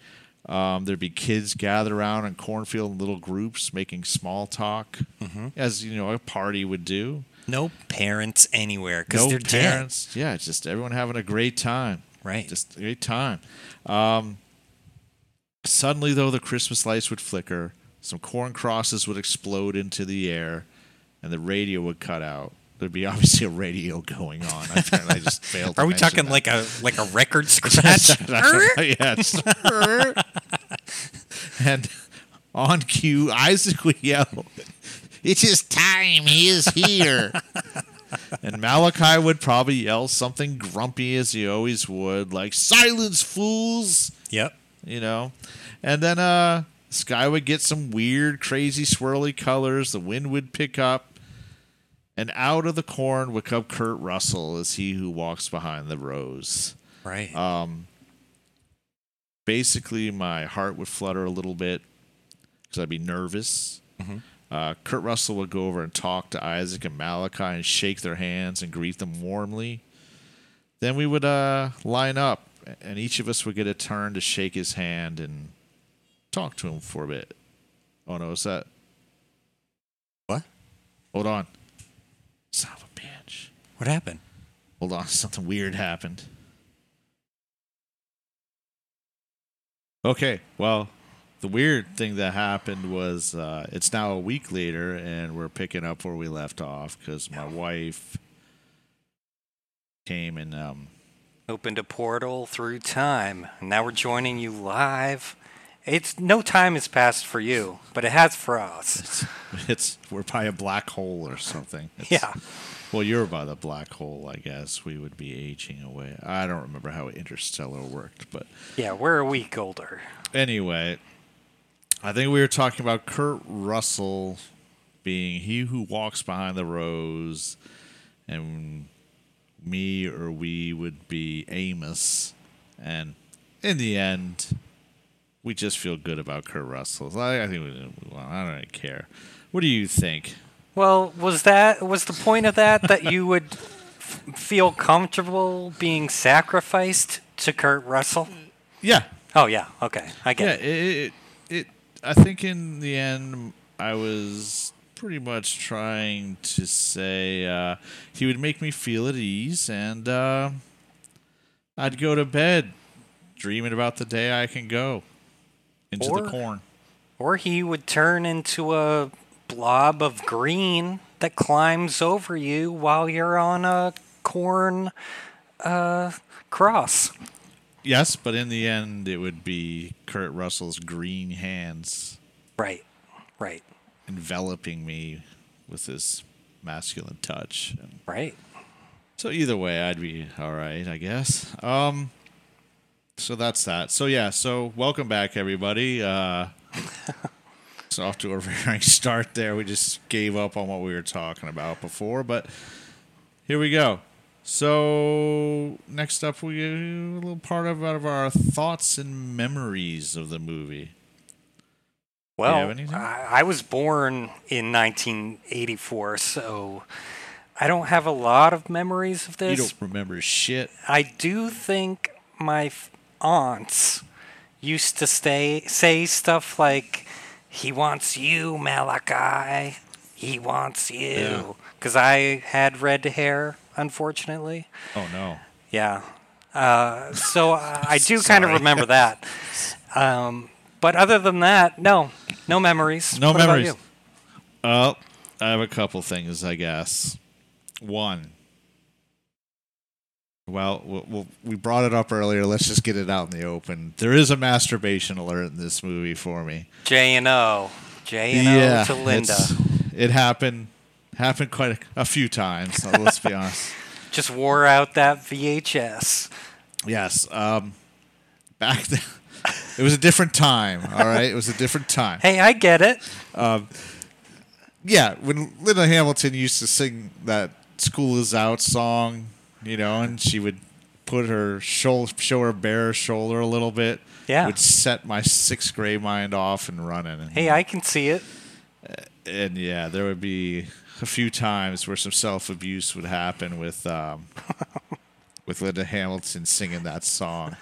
Speaker 4: Um, there'd be kids gathered around on cornfield in little groups making small talk,
Speaker 3: Mm-hmm.
Speaker 4: as you know, a party would do.
Speaker 3: No parents anywhere because
Speaker 4: No
Speaker 3: they're
Speaker 4: parents. Yeah, it's just everyone having a great time.
Speaker 3: Right.
Speaker 4: Just a great time. Um, suddenly, though, the Christmas lights would flicker, some corn crosses would explode into the air, and the radio would cut out. There'd be obviously a radio going on. Apparently, I just
Speaker 3: dead.
Speaker 4: failed. to
Speaker 3: Are we
Speaker 4: mention
Speaker 3: talking
Speaker 4: that.
Speaker 3: like a like a record scratch? Er?
Speaker 4: yes. and on cue, Isaac would yell,
Speaker 6: It's his time. He is here.
Speaker 4: and Malachi would probably yell something grumpy as he always would, like "Silence, fools!"
Speaker 3: yep.
Speaker 4: You know, and then uh, sky would get some weird, crazy, swirly colors. The wind would pick up, and out of the corn would come Kurt Russell as he who walks behind the rose.
Speaker 3: Right.
Speaker 4: Uh, Um, basically my heart would flutter a little bit because I'd be nervous. Uh, Kurt Russell would go over and talk to Isaac and Malachi and shake their hands and greet them warmly. Then we would uh, line up, and each of us would get a turn to shake his hand and talk to him for a bit. Oh no, is that?
Speaker 3: what?
Speaker 4: Hold on. Son of a bitch.
Speaker 3: What happened?
Speaker 4: Hold on, something weird happened. Okay, well, the weird thing that happened was uh, it's now a week later, and we're picking up where we left off because my wife came and um,
Speaker 3: Opened a portal through time. and Now we're joining you live. It's no time has passed for you, but it has for us.
Speaker 4: it's we're by a black hole or something. It's-
Speaker 3: Yeah.
Speaker 4: Well, you're by the black hole, I guess. We would be aging away. I don't remember how interstellar worked, but
Speaker 3: Yeah, we're a week older.
Speaker 4: anyway, I think we were talking about Kurt Russell being he who walks behind the rose, and me or we would be Amos. And in the end, we just feel good about Kurt Russell. So I, I think we didn't, well, I don't really care. What do you think?
Speaker 3: Well, was that was the point of that that you would f- feel comfortable being sacrificed to Kurt Russell?
Speaker 4: Yeah,
Speaker 3: Oh yeah, okay, I get
Speaker 4: yeah.
Speaker 3: it.
Speaker 4: It, it, it. I think in the end, I was pretty much trying to say uh, he would make me feel at ease, and uh, I'd go to bed dreaming about the day I can go into
Speaker 3: Or-
Speaker 4: the corn.
Speaker 3: Or he would turn into a blob of green that climbs over you while you're on a corn uh, cross.
Speaker 4: Yes, but in the end, it would be Kurt Russell's green hands.
Speaker 3: Right, right.
Speaker 4: enveloping me with his masculine touch. And
Speaker 3: Right.
Speaker 4: so either way, I'd be all right, I guess. Um, so that's that. So yeah, so welcome back, everybody. Uh, it's off to a roaring start there. We just gave up on what we were talking about before, but here we go. So next up, we a little part of, out of our thoughts and memories of the movie.
Speaker 3: Well,
Speaker 4: anything?
Speaker 3: I, I was born in 1984, so I don't have a lot of memories of
Speaker 4: You
Speaker 3: this.
Speaker 4: don't remember shit.
Speaker 3: I do think my f- aunts used to stay say stuff like, "He wants you, Malachi. He wants you." Because I had red hair, unfortunately.
Speaker 4: Oh no.
Speaker 3: Yeah. Uh, so I I do kind of remember that. Um, but other than that, no, no memories.
Speaker 4: No
Speaker 3: What about
Speaker 4: memories.
Speaker 3: you?
Speaker 4: Oh, I have a couple things, I guess. One. Well, we- we'll- we brought it up earlier. Let's just get it out in the open. There is a masturbation alert in this movie for me.
Speaker 3: J and O, J and O to Linda.
Speaker 4: it's- It happened happened quite a, a few times. so let's be honest.
Speaker 3: Just wore out that VHS.
Speaker 4: Yes. Um, back then, it was a different time. All right, it was a different time.
Speaker 3: Hey, I get it.
Speaker 4: yeah, when Linda Hamilton used to sing that "School Is Out" song, you know, and she would put her shoulder, show her bare shoulder a little bit,
Speaker 3: Yeah.
Speaker 4: would set my sixth grade mind off and running. And,
Speaker 3: Hey, I can see it.
Speaker 4: and yeah, there would be a few times where some self abuse would happen with um, with Linda Hamilton singing that song.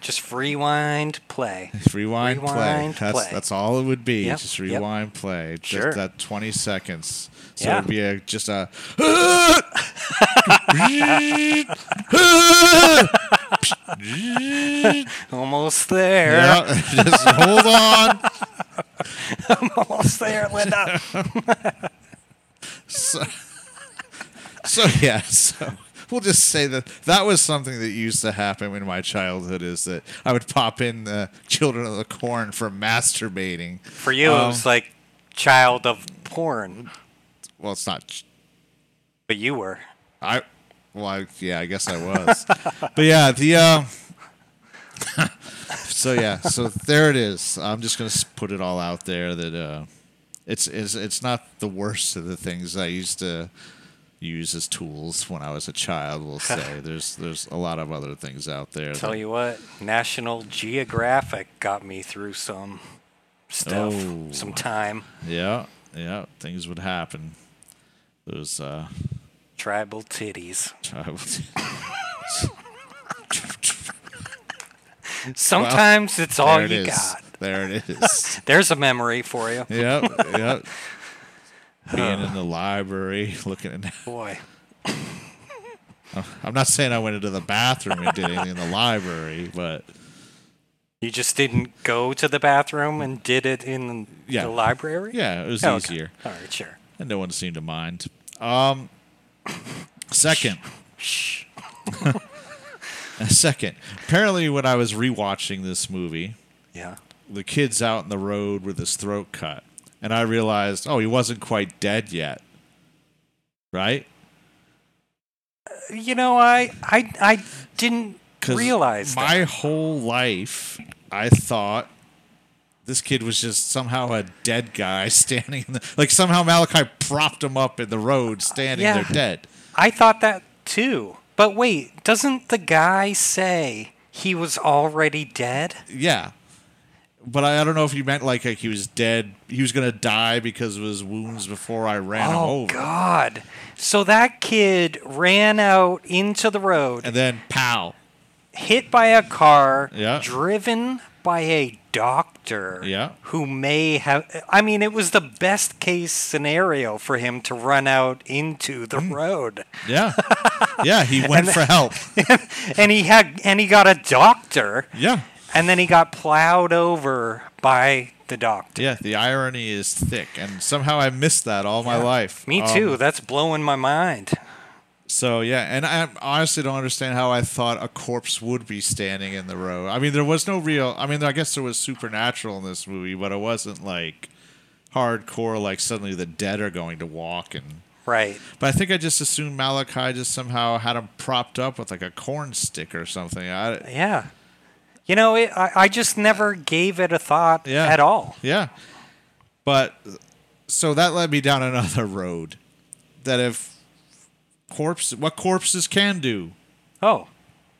Speaker 3: Just rewind, play.
Speaker 4: Just rewind, play.
Speaker 3: Rewind,
Speaker 4: That's
Speaker 3: play.
Speaker 4: that's all it would be.
Speaker 3: Yep,
Speaker 4: Just
Speaker 3: yep.
Speaker 4: rewind, play. Just
Speaker 3: Sure.
Speaker 4: that twenty seconds. So
Speaker 3: Yeah.
Speaker 4: it'd be a, just a
Speaker 3: Almost there.
Speaker 4: yeah, just hold on.
Speaker 3: Almost there, Linda.
Speaker 4: So, so yeah, so we'll just say that that was something that used to happen in my childhood. Is that I would pop in the Children of the Corn for masturbating.
Speaker 3: For you, it
Speaker 4: Um,
Speaker 3: was like child of porn,
Speaker 4: Well, it's not. ch-
Speaker 3: but you were.
Speaker 4: I. Well, I, yeah, I guess I was. but yeah, the. Um, so yeah, so there it is. I'm just gonna s- put it all out there that uh, it's it's it's not the worst of the things I used to use as tools when I was a child. We'll say there's there's a lot of other things out there.
Speaker 3: Tell
Speaker 4: that-
Speaker 3: you what, National Geographic got me through some stuff,
Speaker 4: Oh.
Speaker 3: some time.
Speaker 4: Yeah, yeah, things would happen. Those uh,
Speaker 3: Tribal titties.
Speaker 4: child.
Speaker 3: Sometimes it's all
Speaker 4: there it
Speaker 3: you
Speaker 4: is.
Speaker 3: got.
Speaker 4: There it is.
Speaker 3: There's a memory for you.
Speaker 4: yep, yep. Being in the library, looking at.
Speaker 3: Boy.
Speaker 4: I'm not saying I went into the bathroom and did anything in the library, but
Speaker 3: You just didn't go to the bathroom and did it in
Speaker 4: Yeah.
Speaker 3: the library?
Speaker 4: yeah, it was
Speaker 3: Oh, okay.
Speaker 4: easier,
Speaker 3: All right, sure.
Speaker 4: and no one seemed to mind. Um, second,
Speaker 3: Shh.
Speaker 4: second. Apparently, when I was rewatching this movie,
Speaker 3: Yeah.
Speaker 4: the kid's out in the road with his throat cut, and I realized, oh, he wasn't quite dead yet, right?
Speaker 3: You know, I I I didn't
Speaker 4: 'Cause
Speaker 3: realize that.
Speaker 4: my whole life I thought this kid was just somehow a dead guy standing in the, like somehow Malachi propped him up in the road standing
Speaker 3: Uh, Yeah.
Speaker 4: there dead.
Speaker 3: I thought that too. But wait, doesn't the guy say he was already dead?
Speaker 4: Yeah. But I, I don't know if you meant like, like he was dead. He was gonna die because of his wounds before I ran him
Speaker 3: Oh
Speaker 4: over,
Speaker 3: God! So that kid ran out into the road,
Speaker 4: and then pow.
Speaker 3: hit by a car,
Speaker 4: Yeah.
Speaker 3: driven by a doctor,
Speaker 4: Yeah.
Speaker 3: who may have. I mean, it was the best case scenario for him to run out into
Speaker 4: Mm.
Speaker 3: the road,
Speaker 4: Yeah, yeah. He went for help.
Speaker 3: and he had, and he got a doctor,
Speaker 4: Yeah,
Speaker 3: and then he got plowed over by the doctor.
Speaker 4: yeah. The irony is thick, and somehow I missed that all my life.
Speaker 3: Me
Speaker 4: Um,
Speaker 3: too. That's blowing my mind.
Speaker 4: So yeah, and I honestly don't understand how I thought a corpse would be standing in the road. I mean, there was no real. I mean, I guess there was supernatural in this movie, but it wasn't like hardcore like suddenly the dead are going to walk and
Speaker 3: Right.
Speaker 4: but I think I just assumed Malachi just somehow had him propped up with like a corn stick or something. I,
Speaker 3: Yeah. You know, it, I, I just never gave it a thought
Speaker 4: yeah.
Speaker 3: at all.
Speaker 4: Yeah. But so that led me down another road that if corpse what corpses can do.
Speaker 3: Oh.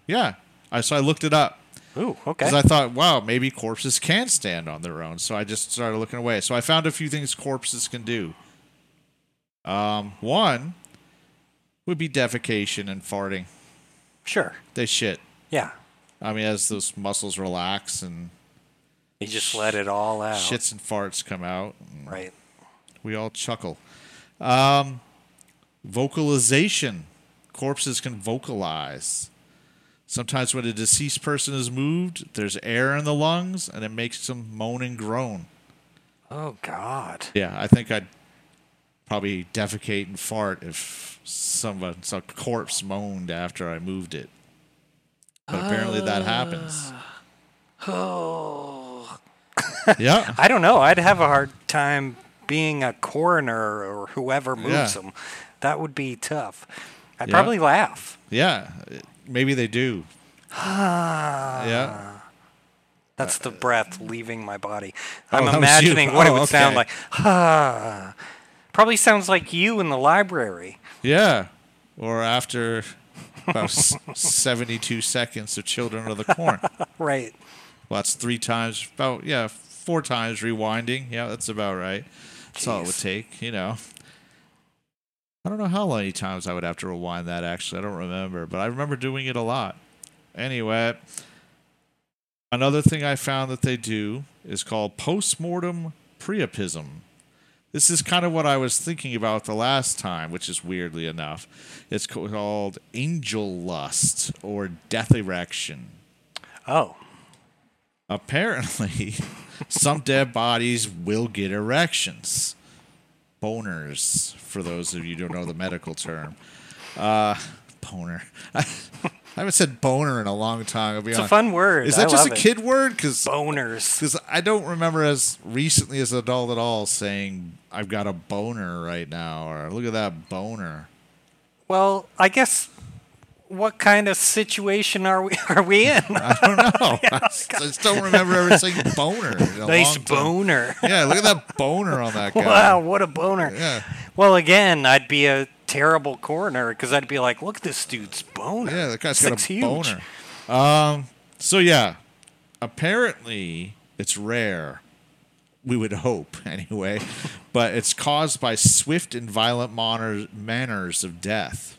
Speaker 4: Yeah. I so I looked it up.
Speaker 3: Ooh, okay.
Speaker 4: Because I thought, wow, maybe corpses can stand on their own. So I just started looking away. So I found a few things corpses can do. Um, one would be defecation and farting.
Speaker 3: sure.
Speaker 4: They shit.
Speaker 3: Yeah.
Speaker 4: I mean, as those muscles relax and
Speaker 3: You just let it all out.
Speaker 4: shits and farts come out,
Speaker 3: Right.
Speaker 4: we all chuckle. Um, vocalization. Corpses can vocalize. Sometimes when a deceased person is moved, there's air in the lungs and it makes them moan and groan.
Speaker 3: Oh, God.
Speaker 4: Yeah, I think I'd probably defecate and fart if someone, some corpse moaned after I moved it. But apparently that happens.
Speaker 3: Oh.
Speaker 4: Yeah.
Speaker 3: I don't know. I'd have a hard time being a coroner or whoever moves
Speaker 4: Yeah.
Speaker 3: them. That would be tough. I'd
Speaker 4: Yeah.
Speaker 3: probably laugh.
Speaker 4: Yeah. Maybe they do. yeah.
Speaker 3: That's the breath leaving my body. I'm
Speaker 4: that was you.
Speaker 3: imagining what it
Speaker 4: Oh,
Speaker 3: would sound
Speaker 4: okay.
Speaker 3: like. Ah. Probably sounds like you in the library.
Speaker 4: Yeah. Or after about s- 72 seconds of Children of the Corn. Well,
Speaker 3: Right.
Speaker 4: that's three times, about, yeah, four times rewinding. Yeah, that's about right. That's all it would
Speaker 3: Jeez.
Speaker 4: take, you know. I don't know how many times I would have to rewind that, actually. I don't remember, but I remember doing it a lot. Anyway, another thing I found that they do is called postmortem priapism. This is kind of what I was thinking about the last time, which is weirdly enough. It's called angel lust or death erection
Speaker 3: Oh.
Speaker 4: apparently some dead bodies will get erections boners for those of you who don't know the medical term uh boner i haven't said boner in a long time I'll be
Speaker 3: It's a
Speaker 4: honest.
Speaker 3: fun word.
Speaker 4: is that
Speaker 3: I
Speaker 4: just a
Speaker 3: love it.
Speaker 4: kid word because
Speaker 3: Boners.
Speaker 4: i don't remember as recently as an adult at all saying i've got a boner right now or look at that boner
Speaker 3: Well, I guess what kind of situation are we are we in?
Speaker 4: i don't know Oh, I, just, I just don't remember ever saying boner in a
Speaker 3: nice
Speaker 4: long time.
Speaker 3: boner.
Speaker 4: yeah look at that boner on that guy
Speaker 3: Wow, what a boner.
Speaker 4: yeah
Speaker 3: Well, again, I'd be a terrible coroner because I'd be like, look at this dude's boner.
Speaker 4: Yeah, that guy's
Speaker 3: This
Speaker 4: got
Speaker 3: thing's
Speaker 4: a
Speaker 3: huge."
Speaker 4: boner. Um, so yeah, apparently it's rare. We would hope anyway, but it's caused by swift and violent manners, manners of death.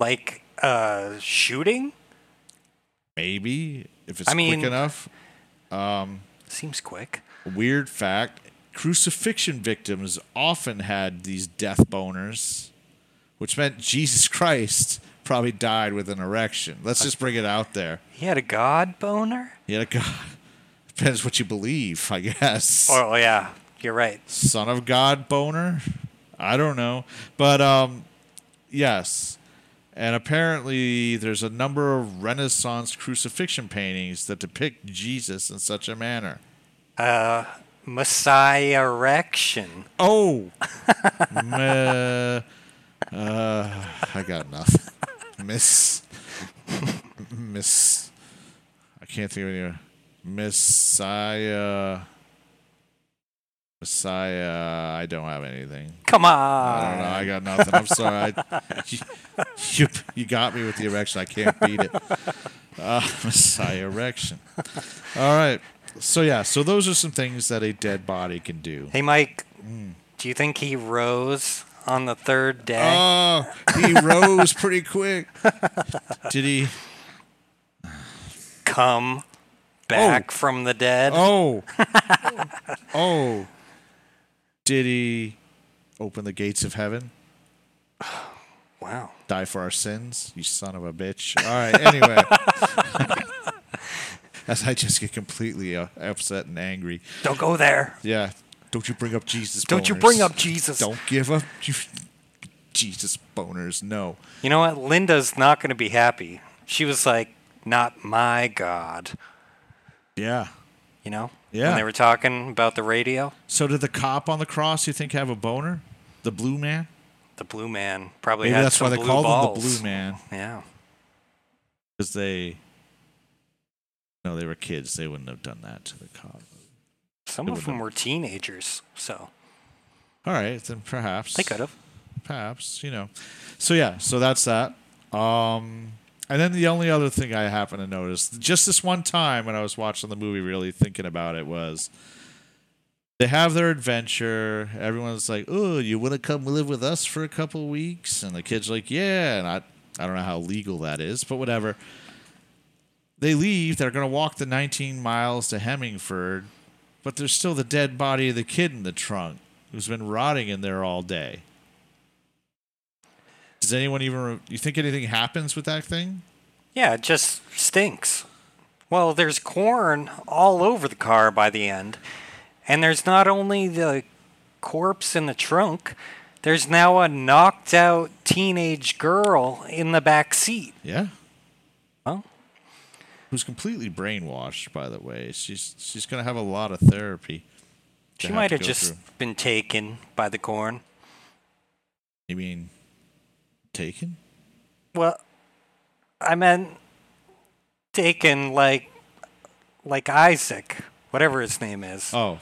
Speaker 3: Like uh, shooting?
Speaker 4: Maybe if it's
Speaker 3: I mean-
Speaker 4: quick enough.
Speaker 3: Seems quick.
Speaker 4: Weird fact: crucifixion victims often had these death boners, which meant Jesus Christ probably died with an erection. Let's just bring it out there.
Speaker 3: He had a god boner?
Speaker 4: Yeah, God. Depends what you believe, I guess.
Speaker 3: Oh, yeah, you're right.
Speaker 4: Son of God boner? I don't know. But um yes. And apparently there's a number of Renaissance crucifixion paintings that depict Jesus in such a manner.
Speaker 3: Messiah erection.
Speaker 4: Oh. Meh. uh, I got nothing. Miss. Miss. I can't think of any. Messiah. Messiah. I don't have anything.
Speaker 3: Come
Speaker 4: I don't
Speaker 3: on.
Speaker 4: know. I got nothing. I'm sorry. I, you, you, you got me with the erection. I can't beat it. Uh, Messiah erection. All right. So, yeah. So, those are some things that a dead body can do.
Speaker 3: Hey, Mike,
Speaker 4: Mm.
Speaker 3: do you think he rose on the third day?
Speaker 4: Oh, he rose pretty quick. Did he?
Speaker 3: come back from the dead.
Speaker 4: Oh, oh. Did he open the gates of heaven?
Speaker 3: Wow.
Speaker 4: Die for our sins? You son of a bitch. All right. Anyway, as I just get completely uh, upset and angry.
Speaker 3: Don't go there.
Speaker 4: Yeah. Don't you bring up Jesus?
Speaker 3: Don't you
Speaker 4: boners.
Speaker 3: bring up Jesus.
Speaker 4: Don't give up you Jesus boners. No.
Speaker 3: You know what? Linda's not going to be happy. She was like, not my God.
Speaker 4: Yeah.
Speaker 3: You know?
Speaker 4: Yeah.
Speaker 3: When they were talking about the radio,
Speaker 4: So did the cop on the cross? You think have a boner? The blue man?
Speaker 3: the blue man probably
Speaker 4: Maybe
Speaker 3: had
Speaker 4: that's why
Speaker 3: some
Speaker 4: they
Speaker 3: blue
Speaker 4: called
Speaker 3: balls.
Speaker 4: him the blue man
Speaker 3: Yeah.
Speaker 4: because they. No, they were kids. They wouldn't have done that to the cop.
Speaker 3: Some
Speaker 4: It
Speaker 3: of
Speaker 4: would've
Speaker 3: them
Speaker 4: been-
Speaker 3: were teenagers, so
Speaker 4: All right, then perhaps
Speaker 3: they could have.
Speaker 4: perhaps you know so yeah so that's that um and then the only other thing i happen to notice just this one time when i was watching the movie really thinking about it was they have their adventure everyone's like oh you want to come live with us for a couple weeks and the kids like yeah and i i don't know how legal that is but whatever they leave they're going to walk the 19 miles to hemmingford but there's still the dead body of the kid in the trunk who's been rotting in there all day does anyone even re- you think anything happens with that thing?
Speaker 3: Yeah, it just stinks. Well, there's corn all over the car by the end, and there's not only the corpse in the trunk, there's now a knocked out teenage girl in the back seat.
Speaker 4: Yeah.
Speaker 3: Well,
Speaker 4: Who's completely brainwashed, by the way. She's she's gonna have a lot of therapy. to
Speaker 3: she might
Speaker 4: to
Speaker 3: have
Speaker 4: go
Speaker 3: just
Speaker 4: through.
Speaker 3: been taken by the corn.
Speaker 4: You mean taken?
Speaker 3: Well, I meant taken like like Isaac, whatever his name is.
Speaker 4: Oh.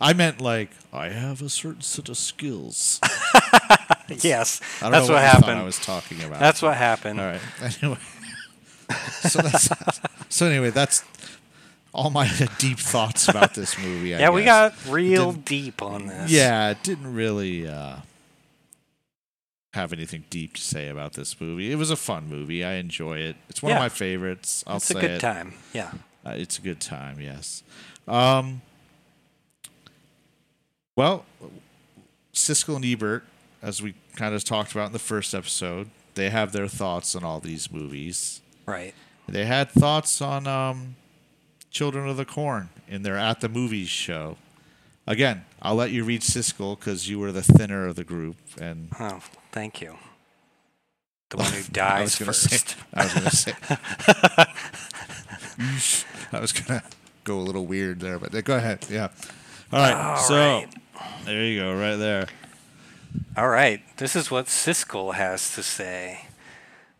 Speaker 4: I meant like I have a certain set of skills. I
Speaker 3: yes, that's
Speaker 4: don't know
Speaker 3: what
Speaker 4: what, you thought
Speaker 3: happened.
Speaker 4: I was talking about.
Speaker 3: That's what happened.
Speaker 4: all right. Anyway. so that's so anyway, that's all my deep thoughts about this movie. I
Speaker 3: Yeah, we
Speaker 4: guess.
Speaker 3: got real
Speaker 4: Didn't-
Speaker 3: deep on this.
Speaker 4: Yeah, it didn't really uh, have anything deep to say about this movie. It was a fun movie. I enjoy it. It's one
Speaker 3: Yeah.
Speaker 4: of my favorites. I'll
Speaker 3: it's
Speaker 4: say
Speaker 3: a good
Speaker 4: it.
Speaker 3: time. Yeah,
Speaker 4: Uh, it's a good time. Yes. Um, well, Siskel and Ebert, as we kind of talked about in the first episode, they have their thoughts on all these movies.
Speaker 3: right.
Speaker 4: They had thoughts on um, Children of the Corn in their At the Movies show. Again, I'll let you read Siskel because you were the thinner of the group, and
Speaker 3: Oh, thank you. The one who
Speaker 4: I
Speaker 3: dies
Speaker 4: was gonna
Speaker 3: first.
Speaker 4: say, I was gonna say, I was gonna go a little weird there, but uh, go ahead, yeah. All right,
Speaker 3: All
Speaker 4: so
Speaker 3: right.
Speaker 4: there you go, right there.
Speaker 3: All right, this is what Siskel has to say.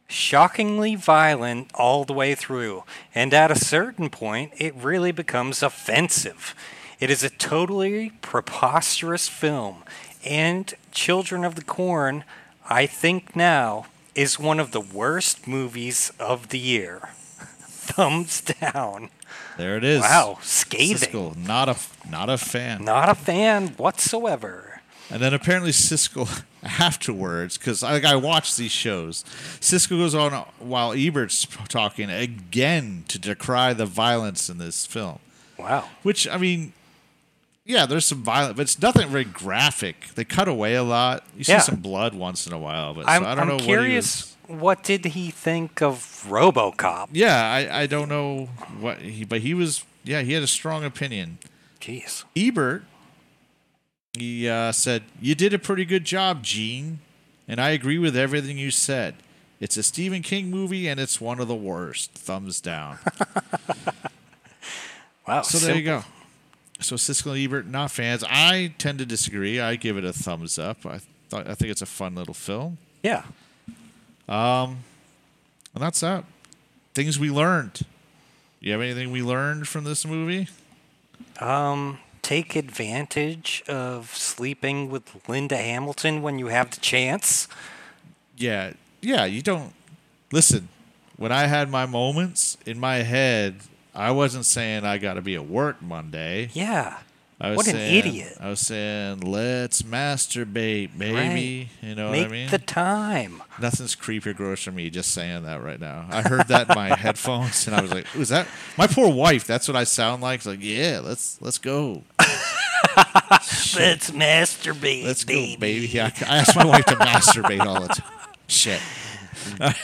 Speaker 3: Shockingly violent all the way through, and at a certain point, it really becomes offensive. It is a totally preposterous film, and Children of the Corn, I think now, is one of the worst movies of the year. Thumbs down.
Speaker 4: There it is.
Speaker 3: Wow, scathing.
Speaker 4: Siskel, not a not a fan.
Speaker 3: Not a fan whatsoever.
Speaker 4: And then apparently Siskel afterwards, because like I watch these shows, Siskel goes on while Ebert's talking again to decry the violence in this film.
Speaker 3: Wow.
Speaker 4: Which I mean, yeah, there's some violence, but it's nothing very graphic. They cut away a lot. You see
Speaker 3: Yeah.
Speaker 4: some blood once in a while, but
Speaker 3: I'm,
Speaker 4: so I don't
Speaker 3: am
Speaker 4: know
Speaker 3: curious,
Speaker 4: what
Speaker 3: what, did he think of RoboCop?
Speaker 4: he was. Yeah, I, I don't know what he, but he was. Yeah, he had a strong opinion.
Speaker 3: Jeez.
Speaker 4: Ebert, he uh, said, You did a pretty good job, Gene, and I agree with everything you said. It's a Stephen King movie, and it's one of the worst. Thumbs down.
Speaker 3: Wow.
Speaker 4: so there you go. So Siskel and Ebert, not fans. I tend to disagree. I give it a thumbs up. I, thought I think it's a fun little film.
Speaker 3: Yeah.
Speaker 4: And that's that. Things we learned. You have anything we learned from this movie?
Speaker 3: Um, take advantage of sleeping with Linda Hamilton when you have the chance.
Speaker 4: yeah, yeah, you don't listen. When I had my moments in my head, I wasn't saying I got to be at work Monday.
Speaker 3: Yeah.
Speaker 4: I was
Speaker 3: What an
Speaker 4: saying-
Speaker 3: idiot.
Speaker 4: I was saying, let's masturbate, baby. You know
Speaker 3: Make
Speaker 4: what I mean?
Speaker 3: the time.
Speaker 4: Nothing's creepier, grosser than me just saying that right now. I heard that in my headphones, and I was like, "Was that my poor wife?" That's what I sound like. It's like, yeah, let's let's go,
Speaker 3: Let's masturbate,
Speaker 4: let's
Speaker 3: baby.
Speaker 4: go, baby. Yeah, I- I ask my wife to masturbate all the time. Shit.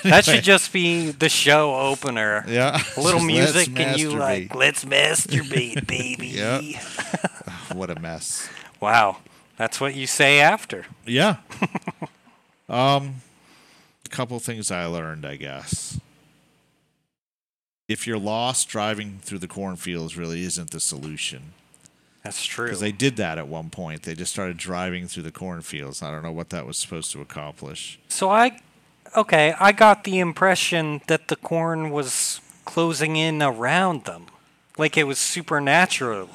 Speaker 3: That should just be the show opener.
Speaker 4: Yeah.
Speaker 3: A little
Speaker 4: Let's
Speaker 3: music and you like,
Speaker 4: masturbate.
Speaker 3: let's masturbate, baby.
Speaker 4: Yeah. What a mess.
Speaker 3: Wow. That's what you say after.
Speaker 4: Yeah. um, a couple things I learned, I guess. if you're lost, driving through the cornfields really isn't the solution.
Speaker 3: That's true.
Speaker 4: Because they did that at one point. They just started driving through the cornfields. I don't know what that was supposed to accomplish.
Speaker 3: So I, okay, I got the impression that the corn was closing in around them, like it was supernatural.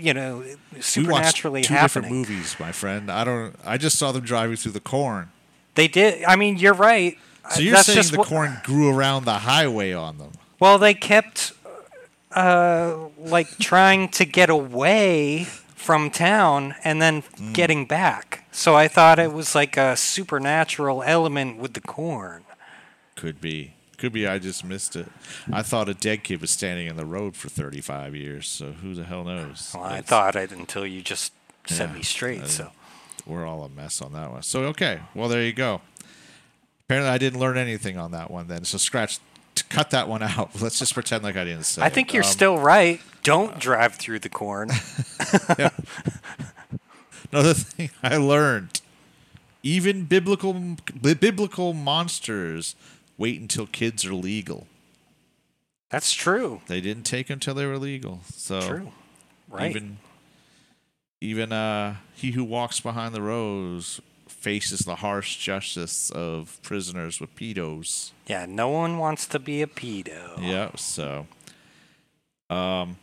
Speaker 3: You know,
Speaker 4: We watched two
Speaker 3: supernaturally
Speaker 4: different
Speaker 3: happening.
Speaker 4: movies, my friend. I don't. I just saw them driving through the corn.
Speaker 3: They did. I mean, you're right.
Speaker 4: So you're
Speaker 3: Uh, That's
Speaker 4: saying
Speaker 3: just
Speaker 4: the
Speaker 3: what-
Speaker 4: corn grew around the highway on them?
Speaker 3: Well, they kept uh, like trying to get away from town and then
Speaker 4: Mm.
Speaker 3: getting back. So I thought it was like a supernatural element with the corn.
Speaker 4: Could be. Could be. I just missed it. I thought a dead kid was standing in the road for 35 years. So who the hell knows?
Speaker 3: Well, I
Speaker 4: That's-
Speaker 3: thought it until you just set
Speaker 4: Yeah,
Speaker 3: me straight.
Speaker 4: I-
Speaker 3: so
Speaker 4: we're all a mess on that one. So okay, well there you go. Apparently, I didn't learn anything on that one then. So scratch, t- cut that one out. Let's just pretend like I didn't say.
Speaker 3: I
Speaker 4: it.
Speaker 3: think you're
Speaker 4: Um, uh,
Speaker 3: still right. Don't drive through the corn.
Speaker 4: Another thing I learned: even biblical bi- biblical monsters wait until kids are legal.
Speaker 3: That's true.
Speaker 4: They didn't take until they were legal. So
Speaker 3: True. Right.
Speaker 4: even even uh, he who walks behind the rose faces the harsh justice of prisoners with pedos.
Speaker 3: yeah, no one wants to be a pedo.
Speaker 4: Yeah, so um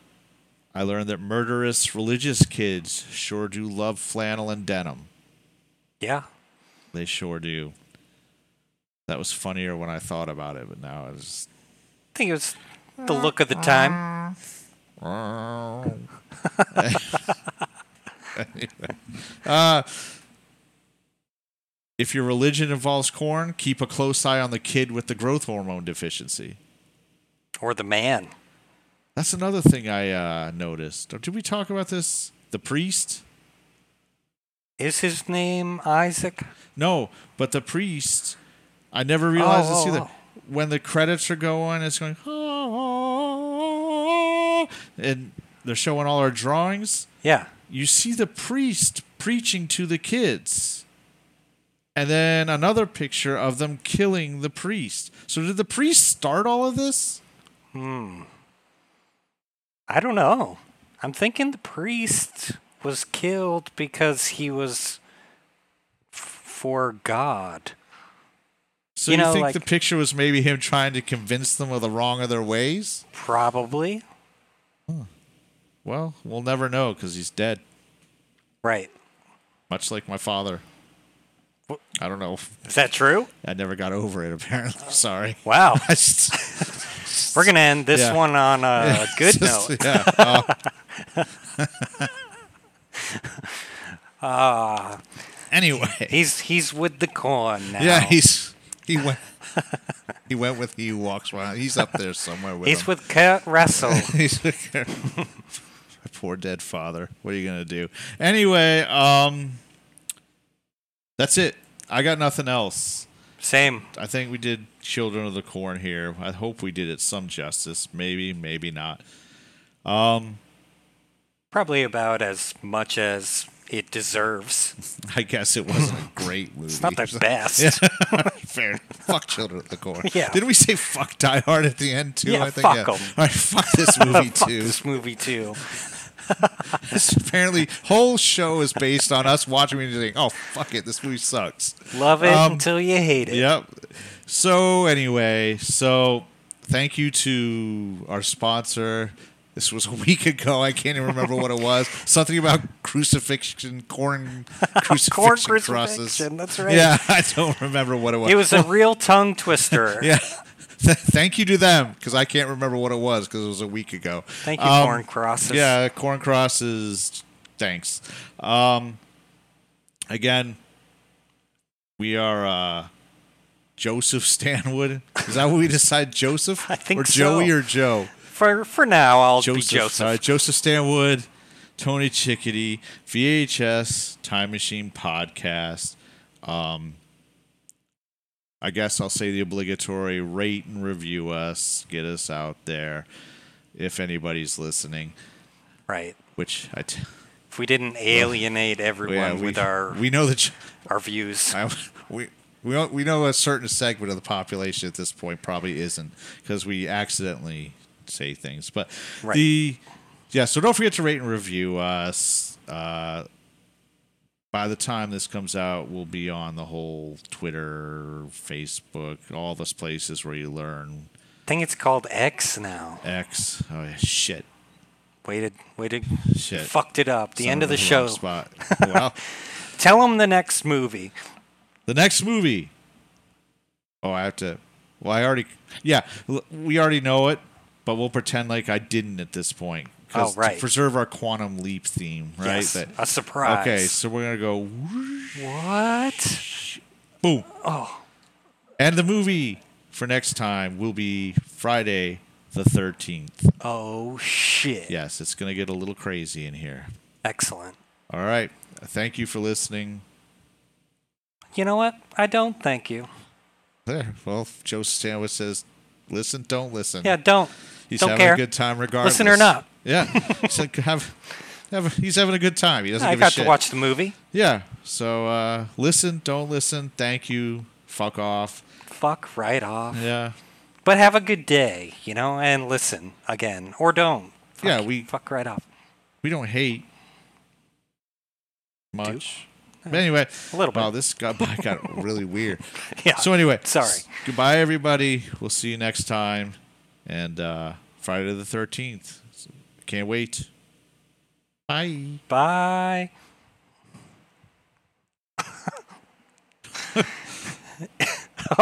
Speaker 4: I learned that murderous religious kids sure do love flannel and denim.
Speaker 3: Yeah.
Speaker 4: They sure do. That was funnier when I thought about it, but now it's
Speaker 3: I think it was the look of the time.
Speaker 4: Uh, if your religion involves corn, keep a close eye on the kid with the growth hormone deficiency.
Speaker 3: Or the man.
Speaker 4: That's another thing I uh, noticed. Did we talk about this? The priest?
Speaker 3: Is his name Isaac?
Speaker 4: No, but the priest. I never realized
Speaker 3: Oh, oh,
Speaker 4: this either.
Speaker 3: oh.
Speaker 4: When the credits are going, it's going, "Ah," and they're showing all our drawings.
Speaker 3: Yeah.
Speaker 4: You see the priest preaching to the kids, and then another picture of them killing the priest. So did the priest start all of this?
Speaker 3: I don't know. I'm thinking the priest was killed because he was f- for God.
Speaker 4: So you,
Speaker 3: You know,
Speaker 4: think
Speaker 3: like-
Speaker 4: the picture was maybe him trying to convince them of the wrong of their ways?
Speaker 3: Probably.
Speaker 4: Well, we'll never know because he's dead.
Speaker 3: Right.
Speaker 4: much like my father.
Speaker 3: What?
Speaker 4: I don't know.
Speaker 3: Is that true?
Speaker 4: I never got over it. Apparently, sorry.
Speaker 3: Wow.
Speaker 4: I just-
Speaker 3: We're going to end this
Speaker 4: Yeah.
Speaker 3: one on a good
Speaker 4: just-
Speaker 3: note.
Speaker 4: Yeah. oh. Uh,
Speaker 3: Ah.
Speaker 4: anyway,
Speaker 3: He's he's with the corn now.
Speaker 4: yeah, he's he went he went with he who walks around. He's up there somewhere with
Speaker 3: He's
Speaker 4: him.
Speaker 3: with Kurt Russell.
Speaker 4: He's with her. my poor dead father. What are you gonna do? Anyway, um, that's it. I got nothing else.
Speaker 3: Same.
Speaker 4: I think we did Children of the Corn here. I hope we did it some justice. Maybe, maybe not.
Speaker 3: Probably about as much as it deserves.
Speaker 4: I guess it wasn't a great movie.
Speaker 3: It's not the best.
Speaker 4: Fair. Fuck Children of the Corn.
Speaker 3: Yeah.
Speaker 4: Didn't we say fuck Die Hard at the end too?
Speaker 3: Yeah,
Speaker 4: I think
Speaker 3: fuck 'em.
Speaker 4: All right, fuck this movie
Speaker 3: Fuck
Speaker 4: too.
Speaker 3: this movie too.
Speaker 4: This apparently whole show is based on us watching it and saying, "Oh fuck it, this movie sucks."
Speaker 3: Love it
Speaker 4: Um,
Speaker 3: until you hate it.
Speaker 4: Yep. So anyway, so thank you to our sponsor. This was a week ago. I can't even remember what it was. Something about crucifixion, corn crucifixion, crosses.
Speaker 3: crucifixion, that's right.
Speaker 4: Yeah, I don't remember what it was.
Speaker 3: It was a real tongue twister.
Speaker 4: yeah. Th- thank you to them because I can't remember what it was because it was a week ago.
Speaker 3: Thank you,
Speaker 4: Um,
Speaker 3: Corn Crosses.
Speaker 4: yeah, corn crosses. Thanks. Um, again, we are uh, Joseph Stanwood. Is that what we decide? Joseph?
Speaker 3: I think
Speaker 4: or Joey
Speaker 3: so.
Speaker 4: or Joe?
Speaker 3: For for now, I'll be Joseph.
Speaker 4: Joseph. uh, Joseph Stanwood, Tony Chickadee, VHS Time Machine Podcast. Um, I guess I'll say the obligatory rate and review us, get us out there if anybody's listening,
Speaker 3: Right.
Speaker 4: which I. T-
Speaker 3: If we didn't alienate everyone
Speaker 4: yeah, we,
Speaker 3: with our
Speaker 4: we know that
Speaker 3: our views,
Speaker 4: I, we We don't, we know a certain segment of the population at this point probably isn't because we accidentally say things. But
Speaker 3: Right.
Speaker 4: the yeah, so don't forget to rate and review us. Uh, by the time this comes out, we'll be on the whole Twitter, Facebook, all those places where you learn
Speaker 3: think it's called X now.
Speaker 4: X. Oh yeah, shit.
Speaker 3: Waited, waited,
Speaker 4: Shit.
Speaker 3: fucked it up. The
Speaker 4: Son
Speaker 3: end of the
Speaker 4: a wrong
Speaker 3: show.
Speaker 4: Spot. Well,
Speaker 3: Tell them the next movie.
Speaker 4: the next movie. Oh, I have to. Well, I already. Yeah, l- we already know it, but we'll pretend like I didn't at this point. 'cause
Speaker 3: Oh, right.
Speaker 4: To preserve our quantum leap theme, right?
Speaker 3: Yes,
Speaker 4: That-
Speaker 3: a surprise.
Speaker 4: Okay, so we're gonna go
Speaker 3: What?
Speaker 4: boom. Oh. And the movie for next time will be Friday the thirteenth.
Speaker 3: Oh shit!
Speaker 4: Yes, it's gonna get a little crazy in here.
Speaker 3: Excellent.
Speaker 4: All right. Thank you for listening.
Speaker 3: You know what? I don't thank you.
Speaker 4: There. Eh, Well, Joe Stanwich says, "Listen, don't listen."
Speaker 3: Yeah, don't.
Speaker 4: He's
Speaker 3: don't
Speaker 4: having
Speaker 3: care.
Speaker 4: a good time regardless.
Speaker 3: or not.
Speaker 4: Yeah. he's, like, have, have, he's having a good time. He doesn't
Speaker 3: I
Speaker 4: give
Speaker 3: got
Speaker 4: a shit.
Speaker 3: to watch the movie.
Speaker 4: Yeah. So uh, listen, don't listen. Thank you. Fuck off.
Speaker 3: Fuck right off.
Speaker 4: Yeah.
Speaker 3: But have a good day, you know, and listen again or don't. Fuck,
Speaker 4: Yeah, we-
Speaker 3: fuck right off
Speaker 4: We don't hate much. But anyway,
Speaker 3: Uh, A little bit.
Speaker 4: Wow, this got got really weird.
Speaker 3: Yeah.
Speaker 4: So anyway,
Speaker 3: sorry.
Speaker 4: s- goodbye, everybody. We'll see you next time, and uh, Friday the thirteenth. Can't wait. Bye.
Speaker 3: Bye.